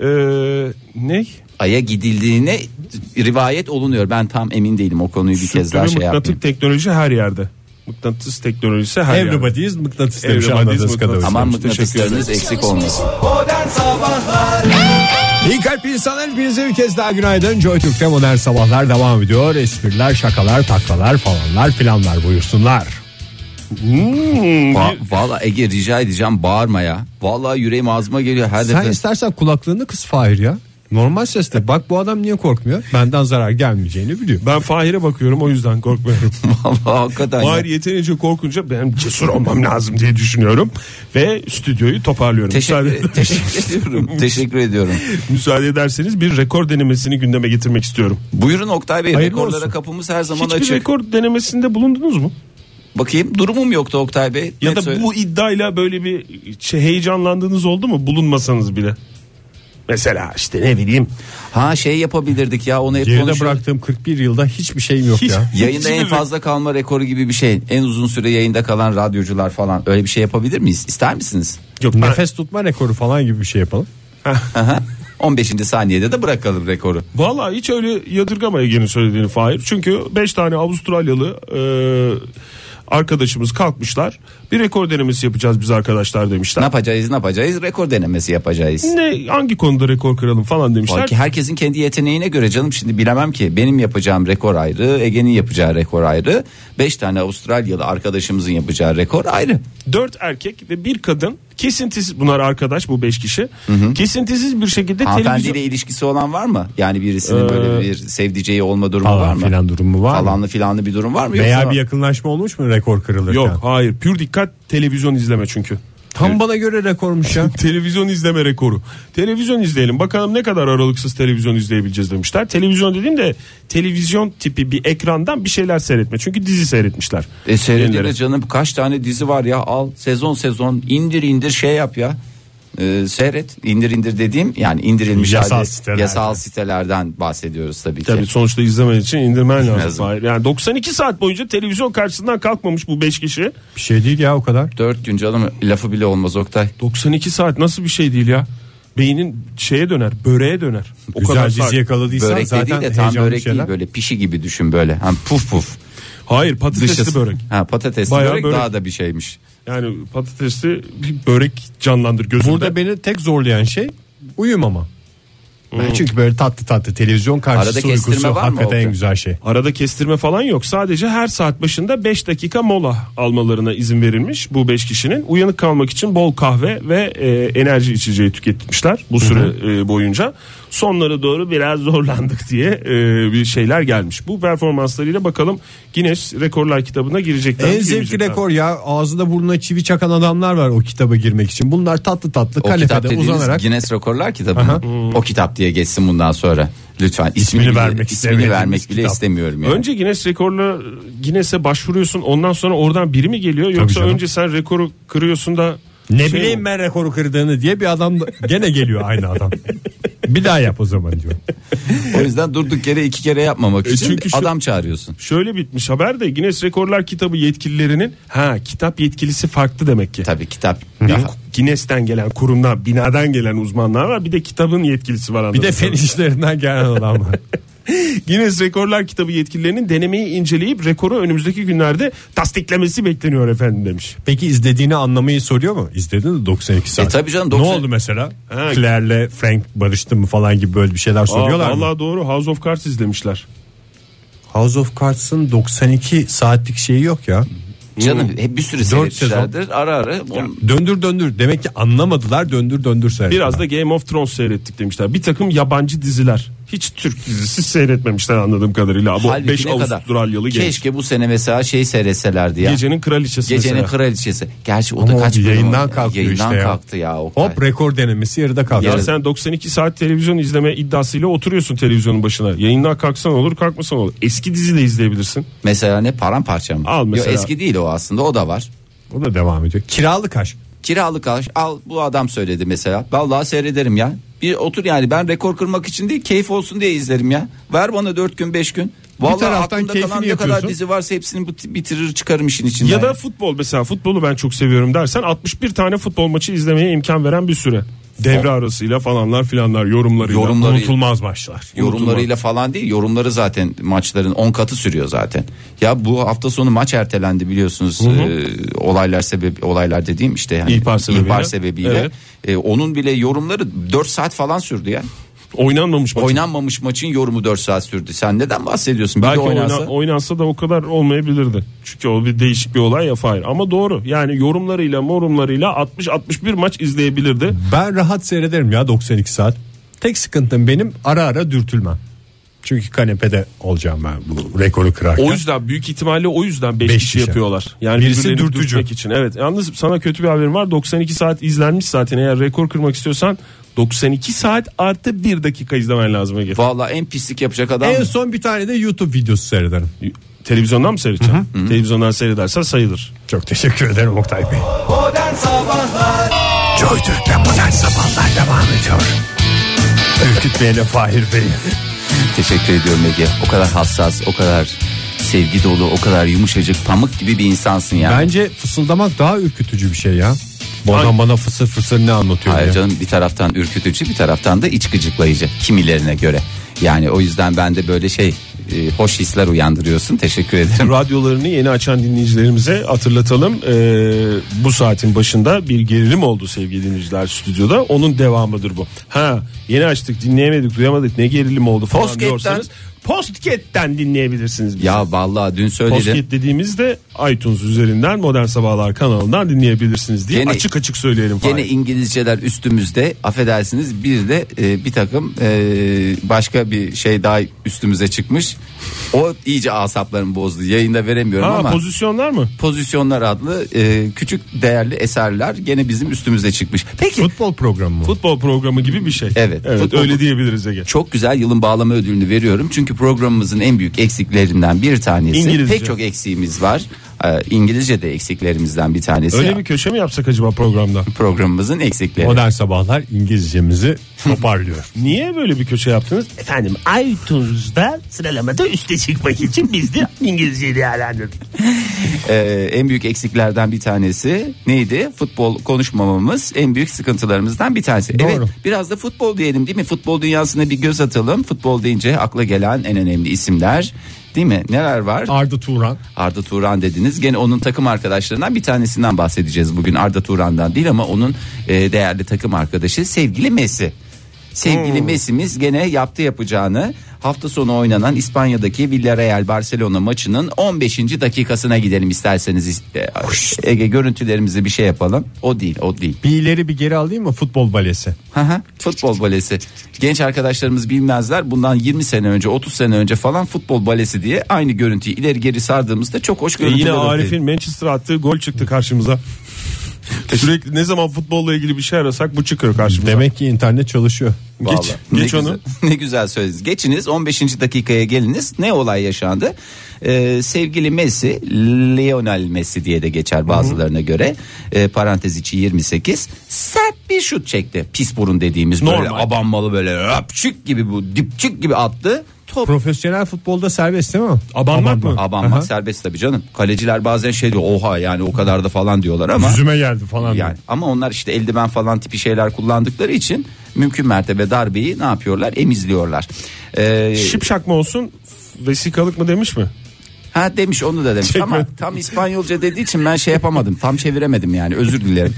[SPEAKER 4] Ee, ne?
[SPEAKER 2] Ay'a gidildiğine rivayet olunuyor. Ben tam emin değilim o konuyu bir kez daha
[SPEAKER 4] Türlü
[SPEAKER 2] şey
[SPEAKER 4] mıknatıs
[SPEAKER 2] yapmayayım.
[SPEAKER 4] teknoloji her yerde. Mıknatıs teknolojisi her yerde.
[SPEAKER 3] Everybody's mıknatıs demiş
[SPEAKER 4] Everybody's
[SPEAKER 3] anladığınız
[SPEAKER 4] mıknatıs.
[SPEAKER 3] kadarıyla.
[SPEAKER 2] Aman
[SPEAKER 4] Teşekkür
[SPEAKER 2] mıknatıslarınız eksik olmasın.
[SPEAKER 3] İyi kalp insanlar hepinize bir kez daha günaydın. Joy Türk'te modern sabahlar devam ediyor. Espriler, şakalar, taklalar falanlar filanlar buyursunlar.
[SPEAKER 2] Va- Valla Ege rica edeceğim bağırma ya. Valla yüreğim ağzıma geliyor her
[SPEAKER 3] Sen
[SPEAKER 2] defa.
[SPEAKER 3] istersen kulaklığını kıs Fahir ya. Normal sesle bak bu adam niye korkmuyor? Benden zarar gelmeyeceğini biliyor.
[SPEAKER 4] Ben Fahir'e bakıyorum o yüzden korkmuyorum.
[SPEAKER 2] Valla hakikaten. ya.
[SPEAKER 4] Fahir yeterince korkunca ben cesur olmam lazım diye düşünüyorum. Ve stüdyoyu toparlıyorum.
[SPEAKER 2] Teşekkür,
[SPEAKER 4] Müsaade-
[SPEAKER 2] teşekkür ediyorum. Teşekkür ediyorum.
[SPEAKER 4] Müsaade ederseniz bir rekor denemesini gündeme getirmek istiyorum.
[SPEAKER 2] Buyurun Oktay Bey
[SPEAKER 3] Hayırlı
[SPEAKER 2] rekorlara
[SPEAKER 3] olsun.
[SPEAKER 2] kapımız her zaman
[SPEAKER 4] Hiçbir
[SPEAKER 2] açık.
[SPEAKER 4] rekor denemesinde bulundunuz mu?
[SPEAKER 2] Bakayım durumum yoktu Oktay Bey.
[SPEAKER 4] Ya
[SPEAKER 2] Net
[SPEAKER 4] da
[SPEAKER 2] söyle-
[SPEAKER 4] bu iddiayla böyle bir şey, heyecanlandığınız oldu mu bulunmasanız bile? Mesela işte ne bileyim.
[SPEAKER 2] Ha şey yapabilirdik ya onu hep
[SPEAKER 3] Geride
[SPEAKER 2] konuşuyorduk.
[SPEAKER 3] bıraktığım 41 yılda hiçbir şeyim yok
[SPEAKER 4] Hiç-
[SPEAKER 3] ya.
[SPEAKER 2] Yayında en fazla kalma rekoru gibi bir şey. En uzun süre yayında kalan radyocular falan öyle bir şey yapabilir miyiz? İster misiniz?
[SPEAKER 4] Yok ben-
[SPEAKER 3] Nefes tutma rekoru falan gibi bir şey yapalım.
[SPEAKER 2] Aha. 15. saniyede de bırakalım rekoru.
[SPEAKER 4] Vallahi hiç öyle yadırgama Ege'nin söylediğini Fahir. Çünkü 5 tane Avustralyalı e, arkadaşımız kalkmışlar. Bir rekor denemesi yapacağız biz arkadaşlar
[SPEAKER 2] Ne
[SPEAKER 4] demişler.
[SPEAKER 2] yapacağız ne yapacağız rekor denemesi yapacağız.
[SPEAKER 4] Ne hangi konuda rekor kıralım falan demişler.
[SPEAKER 2] Belki herkesin kendi yeteneğine göre canım şimdi bilemem ki benim yapacağım rekor ayrı Ege'nin yapacağı rekor ayrı 5 tane Avustralyalı arkadaşımızın yapacağı rekor ayrı.
[SPEAKER 4] Dört erkek ve bir kadın kesintisiz bunlar arkadaş bu beş kişi. Kesintisiz bir şekilde televizyon
[SPEAKER 2] Hanımefendiyle ilişkisi olan var mı? Yani birisinin böyle bir sevdiceği olma durumu
[SPEAKER 3] Ee, falan
[SPEAKER 2] var mı?
[SPEAKER 3] filan durumu var mı?
[SPEAKER 2] Falanlı filanlı bir durum var mı?
[SPEAKER 3] Veya
[SPEAKER 2] Yoksa-
[SPEAKER 3] bir yakınlaşma olmuş mu rekor kırılırken?
[SPEAKER 4] Yok hayır pür dikkat televizyon izleme çünkü.
[SPEAKER 3] Tam bana göre rekormuş ya.
[SPEAKER 4] televizyon izleme rekoru. Televizyon izleyelim bakalım ne kadar aralıksız televizyon izleyebileceğiz demişler. Televizyon dediğim de televizyon tipi bir ekrandan bir şeyler seyretme. Çünkü dizi seyretmişler.
[SPEAKER 2] E seyredin
[SPEAKER 4] Kendileri.
[SPEAKER 2] canım kaç tane dizi var ya al sezon sezon indir indir şey yap ya. E, seyret indir indir dediğim yani indirilmiş
[SPEAKER 3] Yasal
[SPEAKER 2] halde-
[SPEAKER 3] sitelerden.
[SPEAKER 2] yasal sitelerden bahsediyoruz tabii,
[SPEAKER 4] Tabii
[SPEAKER 2] ki.
[SPEAKER 4] sonuçta izlemen için indirmen lazım.
[SPEAKER 2] Lazım.
[SPEAKER 4] Hayır, Yani 92 saat boyunca televizyon karşısından kalkmamış bu 5 kişi.
[SPEAKER 3] Bir şey değil ya o kadar.
[SPEAKER 2] 4 gün canım lafı bile olmaz Oktay.
[SPEAKER 4] 92 saat nasıl bir şey değil ya. Beynin şeye döner, böreğe döner. O
[SPEAKER 3] Güzel
[SPEAKER 4] kadar
[SPEAKER 3] dizi
[SPEAKER 4] saat.
[SPEAKER 3] yakaladıysan
[SPEAKER 2] Börek de
[SPEAKER 3] zaten
[SPEAKER 2] değil de tam
[SPEAKER 3] heyecanlı
[SPEAKER 2] börek
[SPEAKER 3] şeyler.
[SPEAKER 2] değil böyle pişi gibi düşün böyle. Hani puf puf.
[SPEAKER 4] Hayır patatesli
[SPEAKER 2] Dışısı-
[SPEAKER 4] börek.
[SPEAKER 2] Ha patatesli
[SPEAKER 4] Bayağı
[SPEAKER 2] börek,
[SPEAKER 4] börek.
[SPEAKER 2] daha da bir şeymiş.
[SPEAKER 4] Yani patatesli bir börek canlandır gözünde.
[SPEAKER 3] Burada beni tek zorlayan şey uyumama. Ben çünkü böyle tatlı tatlı televizyon karşısı
[SPEAKER 2] Hmm. Arada kestirme
[SPEAKER 3] uykusu
[SPEAKER 2] var mı
[SPEAKER 3] hakikaten
[SPEAKER 2] Oktay?
[SPEAKER 3] en güzel şey.
[SPEAKER 4] Arada kestirme falan yok. Sadece her saat başında 5 dakika mola almalarına izin verilmiş bu 5 kişinin. Uyanık kalmak için bol kahve ve e, enerji içeceği tüketmişler bu süre e, boyunca. sonlara doğru biraz zorlandık diye e, bir şeyler gelmiş. Bu performanslarıyla bakalım Guinness Rekorlar kitabına girecekler. mi,
[SPEAKER 3] En zevkli
[SPEAKER 4] girmeyecekler mi?
[SPEAKER 3] rekor ya ağzına burnuna çivi çakan adamlar var o kitaba girmek için. Bunlar tatlı tatlı
[SPEAKER 2] O kitap
[SPEAKER 3] kanepede
[SPEAKER 2] dediğiniz
[SPEAKER 3] uzanarak
[SPEAKER 2] Guinness Rekorlar kitabı. mı? O kitap diye geçsin bundan sonra. Lütfen ismini,
[SPEAKER 3] İsmini
[SPEAKER 2] bile-
[SPEAKER 3] vermek
[SPEAKER 2] ismini
[SPEAKER 3] istemediğimiz
[SPEAKER 2] vermek bile
[SPEAKER 3] kitap.
[SPEAKER 2] istemiyorum. Yani.
[SPEAKER 4] Önce Guinness rekorla Guinness'e başvuruyorsun ondan sonra oradan biri mi geliyor yoksa
[SPEAKER 3] canım.
[SPEAKER 4] önce sen rekoru kırıyorsun da
[SPEAKER 3] ne
[SPEAKER 4] şey
[SPEAKER 3] bileyim
[SPEAKER 4] mi?
[SPEAKER 3] ben rekoru kırdığını diye bir adam da- gene geliyor aynı adam. bir daha yap o zaman diyor.
[SPEAKER 2] O yüzden durduk yere iki kere yapmamak için
[SPEAKER 4] çünkü şu-
[SPEAKER 2] adam çağırıyorsun.
[SPEAKER 4] Şöyle bitmiş haber de Guinness Rekorlar Kitabı yetkililerinin ha kitap yetkilisi farklı demek ki.
[SPEAKER 2] Tabii kitap.
[SPEAKER 4] Ya,
[SPEAKER 2] Ya,
[SPEAKER 4] Guinness'ten gelen kurumdan binadan gelen uzmanlar var bir de kitabın yetkilisi var
[SPEAKER 3] Bir
[SPEAKER 4] anladın
[SPEAKER 3] de
[SPEAKER 4] mı?
[SPEAKER 3] fen işlerinden gelen adam var.
[SPEAKER 4] Guinness Rekorlar Kitabı yetkililerinin denemeyi inceleyip rekoru önümüzdeki günlerde tasdiklemesi bekleniyor efendim demiş.
[SPEAKER 3] Peki izlediğini anlamayı soruyor mu? İzledin de 92 saat.
[SPEAKER 2] E tabii canım, 90
[SPEAKER 3] Ne oldu mesela?
[SPEAKER 4] Ha.
[SPEAKER 3] Claire'le Frank barıştı mı falan gibi böyle bir şeyler soruyorlar
[SPEAKER 4] Aa,
[SPEAKER 3] mı?
[SPEAKER 4] vallahi doğru House of Cards izlemişler.
[SPEAKER 3] House of Cards'ın 92 saatlik şeyi yok ya.
[SPEAKER 2] canım hep bir sürü
[SPEAKER 3] Dört
[SPEAKER 2] seyretmişlerdir. Ara ara. on-
[SPEAKER 3] Döndür döndür. Demek ki anlamadılar döndür döndür seyrettiler.
[SPEAKER 4] Biraz da Game of Thrones seyrettik demişler. Bir takım yabancı diziler. Hiç Türk dizisi seyretmemişler anladığım kadarıyla. Bu
[SPEAKER 2] Halbuki
[SPEAKER 4] 5
[SPEAKER 2] ne kadar-
[SPEAKER 4] Avustralyalı genç.
[SPEAKER 2] Keşke bu sene mesela şey seyretselerdi ya.
[SPEAKER 4] Gecenin kraliçesi
[SPEAKER 2] Gecenin
[SPEAKER 4] mesela.
[SPEAKER 2] kraliçesi. Gerçi o da
[SPEAKER 3] Ama o
[SPEAKER 2] kaç bölüm
[SPEAKER 3] yayından
[SPEAKER 2] o-
[SPEAKER 3] kalkıyor
[SPEAKER 2] yayından
[SPEAKER 3] işte ya.
[SPEAKER 2] kalktı ya. o kadar.
[SPEAKER 3] Hop rekor denemesi yarıda kaldı.
[SPEAKER 4] Ya sen 92 saat televizyon izleme iddiasıyla oturuyorsun televizyonun başına. Yayından kalksan olur kalkmasan olur. Eski dizi de izleyebilirsin.
[SPEAKER 2] Mesela ne paramparça mı?
[SPEAKER 4] Al mesela.
[SPEAKER 2] Yo, eski değil o aslında o da var.
[SPEAKER 3] O da devam ediyor. Kiralık aşk.
[SPEAKER 2] Kiralık al, al bu adam söyledi mesela. Vallahi seyrederim ya. Bir otur yani ben rekor kırmak için değil keyif olsun diye izlerim ya. Ver bana 4 gün 5 gün. Vallahi
[SPEAKER 3] taraftan
[SPEAKER 2] aklımda
[SPEAKER 3] keyfini
[SPEAKER 2] kalan ne
[SPEAKER 3] yapıyorsun.
[SPEAKER 2] kadar dizi varsa hepsini bit- bitirir çıkarım işin içinden.
[SPEAKER 4] Ya da futbol mesela futbolu ben çok seviyorum dersen 61 tane futbol maçı izlemeye imkan veren bir süre. Devre arasıyla falanlar filanlar yorumlarıyla.
[SPEAKER 2] Yorum- Bunları-
[SPEAKER 3] Unutulmaz başlar.
[SPEAKER 2] yorumlarıyla falan değil. Yorumları zaten maçların 10 katı sürüyor zaten. Ya bu hafta sonu maç ertelendi biliyorsunuz. Ee, olaylar sebebi olaylar dediğim işte yani
[SPEAKER 4] İhbar sebebiyle.
[SPEAKER 2] sebebiyle.
[SPEAKER 4] Evet.
[SPEAKER 2] Ee, onun bile yorumları 4 saat falan sürdü ya.
[SPEAKER 4] Oynanmamış maç.
[SPEAKER 2] Oynanmamış maçın yorumu 4 saat sürdü. Sen neden bahsediyorsun? Bir
[SPEAKER 4] Belki
[SPEAKER 2] de oynansa.
[SPEAKER 4] oyna- oynansa da o kadar olmayabilirdi. Çünkü o bir değişik bir olay ya Fahir. Ama doğru yani yorumlarıyla morumlarıyla 60-61 maç izleyebilirdi.
[SPEAKER 3] Ben rahat seyrederim ya 92 saat. Tek sıkıntım benim ara ara dürtülmem. Çünkü kanepede olacağım ben bu rekoru kırarken.
[SPEAKER 4] O yüzden büyük ihtimalle o yüzden 5
[SPEAKER 3] Beş
[SPEAKER 4] kişi
[SPEAKER 3] kişi.
[SPEAKER 4] yapıyorlar. Yani
[SPEAKER 3] Birisi
[SPEAKER 4] birbirlerini
[SPEAKER 3] dürtücü.
[SPEAKER 4] dürtmek için. Evet. Yalnız sana kötü bir haberim var. 92 saat izlenmiş zaten. Eğer rekor kırmak istiyorsan 92 saat artı 1 dakika izlemen lazım Ege.
[SPEAKER 2] Vallahi en pislik yapacak adam.
[SPEAKER 3] En son bir tane de YouTube videosu seyrederim.
[SPEAKER 4] Televizyondan mı seyredeceksin? Televizyondan seyredersen sayılır.
[SPEAKER 3] Çok teşekkür ederim Oktay Bey. Modern Sabahlar Joy Türk'te Modern Sabahlar devam ediyor. Ürküt Bey'le Fahir Bey.
[SPEAKER 2] Teşekkür ediyorum Ege. O kadar hassas, o kadar sevgi dolu, o kadar yumuşacık, pamuk gibi bir insansın yani.
[SPEAKER 3] Bence fısıldamak daha ürkütücü bir şey ya. Bu adam bana fısır fısır ne anlatıyor
[SPEAKER 2] Hayır
[SPEAKER 3] diye.
[SPEAKER 2] canım bir taraftan ürkütücü bir taraftan da iç gıcıklayıcı kimilerine göre. Yani o yüzden ben de böyle şey e, hoş hisler uyandırıyorsun. Teşekkür ederim.
[SPEAKER 4] Radyolarını yeni açan dinleyicilerimize hatırlatalım. Ee, bu saatin başında bir gerilim oldu sevgili dinleyiciler stüdyoda. Onun devamıdır bu. Ha yeni açtık dinleyemedik duyamadık ne gerilim oldu falan
[SPEAKER 2] Postcat'ten-
[SPEAKER 4] diyorsanız. Postcat'ten dinleyebilirsiniz. bizi.
[SPEAKER 2] Ya vallahi dün söyledim.
[SPEAKER 4] Posket dediğimizde iTunes üzerinden Modern Sabahlar kanalından dinleyebilirsiniz diye
[SPEAKER 2] Gene-
[SPEAKER 4] açık açık söyleyelim. Fahir.
[SPEAKER 2] Gene İngilizceler üstümüzde affedersiniz bir de e, bir takım e, başka bir şey daha üstümüze çıkmış. O iyice asaplarımı bozdu. Yayında veremiyorum
[SPEAKER 4] ha,
[SPEAKER 2] ama.
[SPEAKER 4] pozisyonlar mı?
[SPEAKER 2] Pozisyonlar adlı e, küçük değerli eserler gene bizim üstümüze çıkmış. Peki
[SPEAKER 3] Futbol programı mı?
[SPEAKER 4] Futbol programı gibi bir şey.
[SPEAKER 2] Evet,
[SPEAKER 4] Evet
[SPEAKER 2] futbol-
[SPEAKER 4] öyle diyebiliriz Ege.
[SPEAKER 2] çok güzel yılın bağlama ödülünü veriyorum. Çünkü programımızın en büyük eksiklerinden bir tanesi.
[SPEAKER 4] İngilizce.
[SPEAKER 2] Pek çok eksiğimiz var. Ee, İngilizce de eksiklerimizden bir tanesi.
[SPEAKER 4] Öyle bir köşe mi yapsak acaba programda?
[SPEAKER 2] Programımızın eksikleri.
[SPEAKER 3] Modern Sabahlar İngilizcemizi toparlıyor.
[SPEAKER 4] Niye böyle bir köşe yaptınız?
[SPEAKER 5] Efendim iTunes'da sıralamada üste çıkmak için biz de İngilizceyi değerlendirdik.
[SPEAKER 2] Ee, en büyük eksiklerden bir tanesi neydi? Futbol konuşmamamız en büyük sıkıntılarımızdan bir tanesi.
[SPEAKER 3] Doğru.
[SPEAKER 2] Evet biraz da futbol diyelim değil mi? Futbol dünyasına bir göz atalım. Futbol deyince akla gelen en önemli isimler değil mi? Neler var?
[SPEAKER 3] Arda Turan.
[SPEAKER 2] Arda Turan dediniz. Gene onun takım arkadaşlarından bir tanesinden bahsedeceğiz bugün. Arda Turan'dan değil ama onun e,
[SPEAKER 4] Hmm.
[SPEAKER 2] değerli takım arkadaşı sevgili Messi. Sevgili Messi'miz gene yaptı yapacağını hafta sonu oynanan İspanya'daki Villarreal Barcelona maçının 15. dakikasına gidelim isterseniz. E, Ege görüntülerimizi bir şey yapalım. O değil, o değil.
[SPEAKER 3] Bir ileri bir geri alayım mı futbol balesi?
[SPEAKER 2] Hı hı, futbol balesi. Genç arkadaşlarımız bilmezler. Bundan 20 sene önce, 30 sene önce falan futbol balesi diye aynı görüntüyü ileri geri sardığımızda çok hoş
[SPEAKER 4] E
[SPEAKER 2] görüntüler.
[SPEAKER 4] yine
[SPEAKER 2] ortaya-
[SPEAKER 4] Arif'in Manchester attığı gol çıktı karşımıza. Sürekli ne zaman futbolla ilgili bir şey arasak bu çıkıyor karşımıza.
[SPEAKER 3] Demek ki internet çalışıyor.
[SPEAKER 4] Geç,
[SPEAKER 2] Vallahi.
[SPEAKER 4] geç
[SPEAKER 2] ne
[SPEAKER 4] onu.
[SPEAKER 2] Güzel, ne güzel söylediniz. Geçiniz 15. dakikaya geliniz. Ne olay yaşandı? Ee, sevgili Messi, Lionel Messi diye de geçer bazılarına göre. Ee, parantez içi 28. Sert bir şut çekti. Pis burun dediğimiz böyle
[SPEAKER 4] Normal.
[SPEAKER 2] abanmalı böyle öpçük gibi bu dipçik gibi attı. Top
[SPEAKER 3] Profesyonel futbolda serbest değil mi?
[SPEAKER 4] Abanmak mı?
[SPEAKER 2] abanmak
[SPEAKER 3] Aha.
[SPEAKER 2] serbest tabii canım. Kaleciler bazen şey diyor oha yani o kadar da falan diyorlar ama.
[SPEAKER 3] Yüzüme geldi falan.
[SPEAKER 2] Yani ama onlar işte eldiven falan tipi şeyler kullandıkları için mümkün mertebe darbeyi ne yapıyorlar? Emizliyorlar. Ee,
[SPEAKER 4] Şipşak mı olsun vesikalık mı demiş mi?
[SPEAKER 2] ha demiş onu da demiş ama tam İspanyolca dediği için ben şey yapamadım. Tam çeviremedim yani özür dilerim.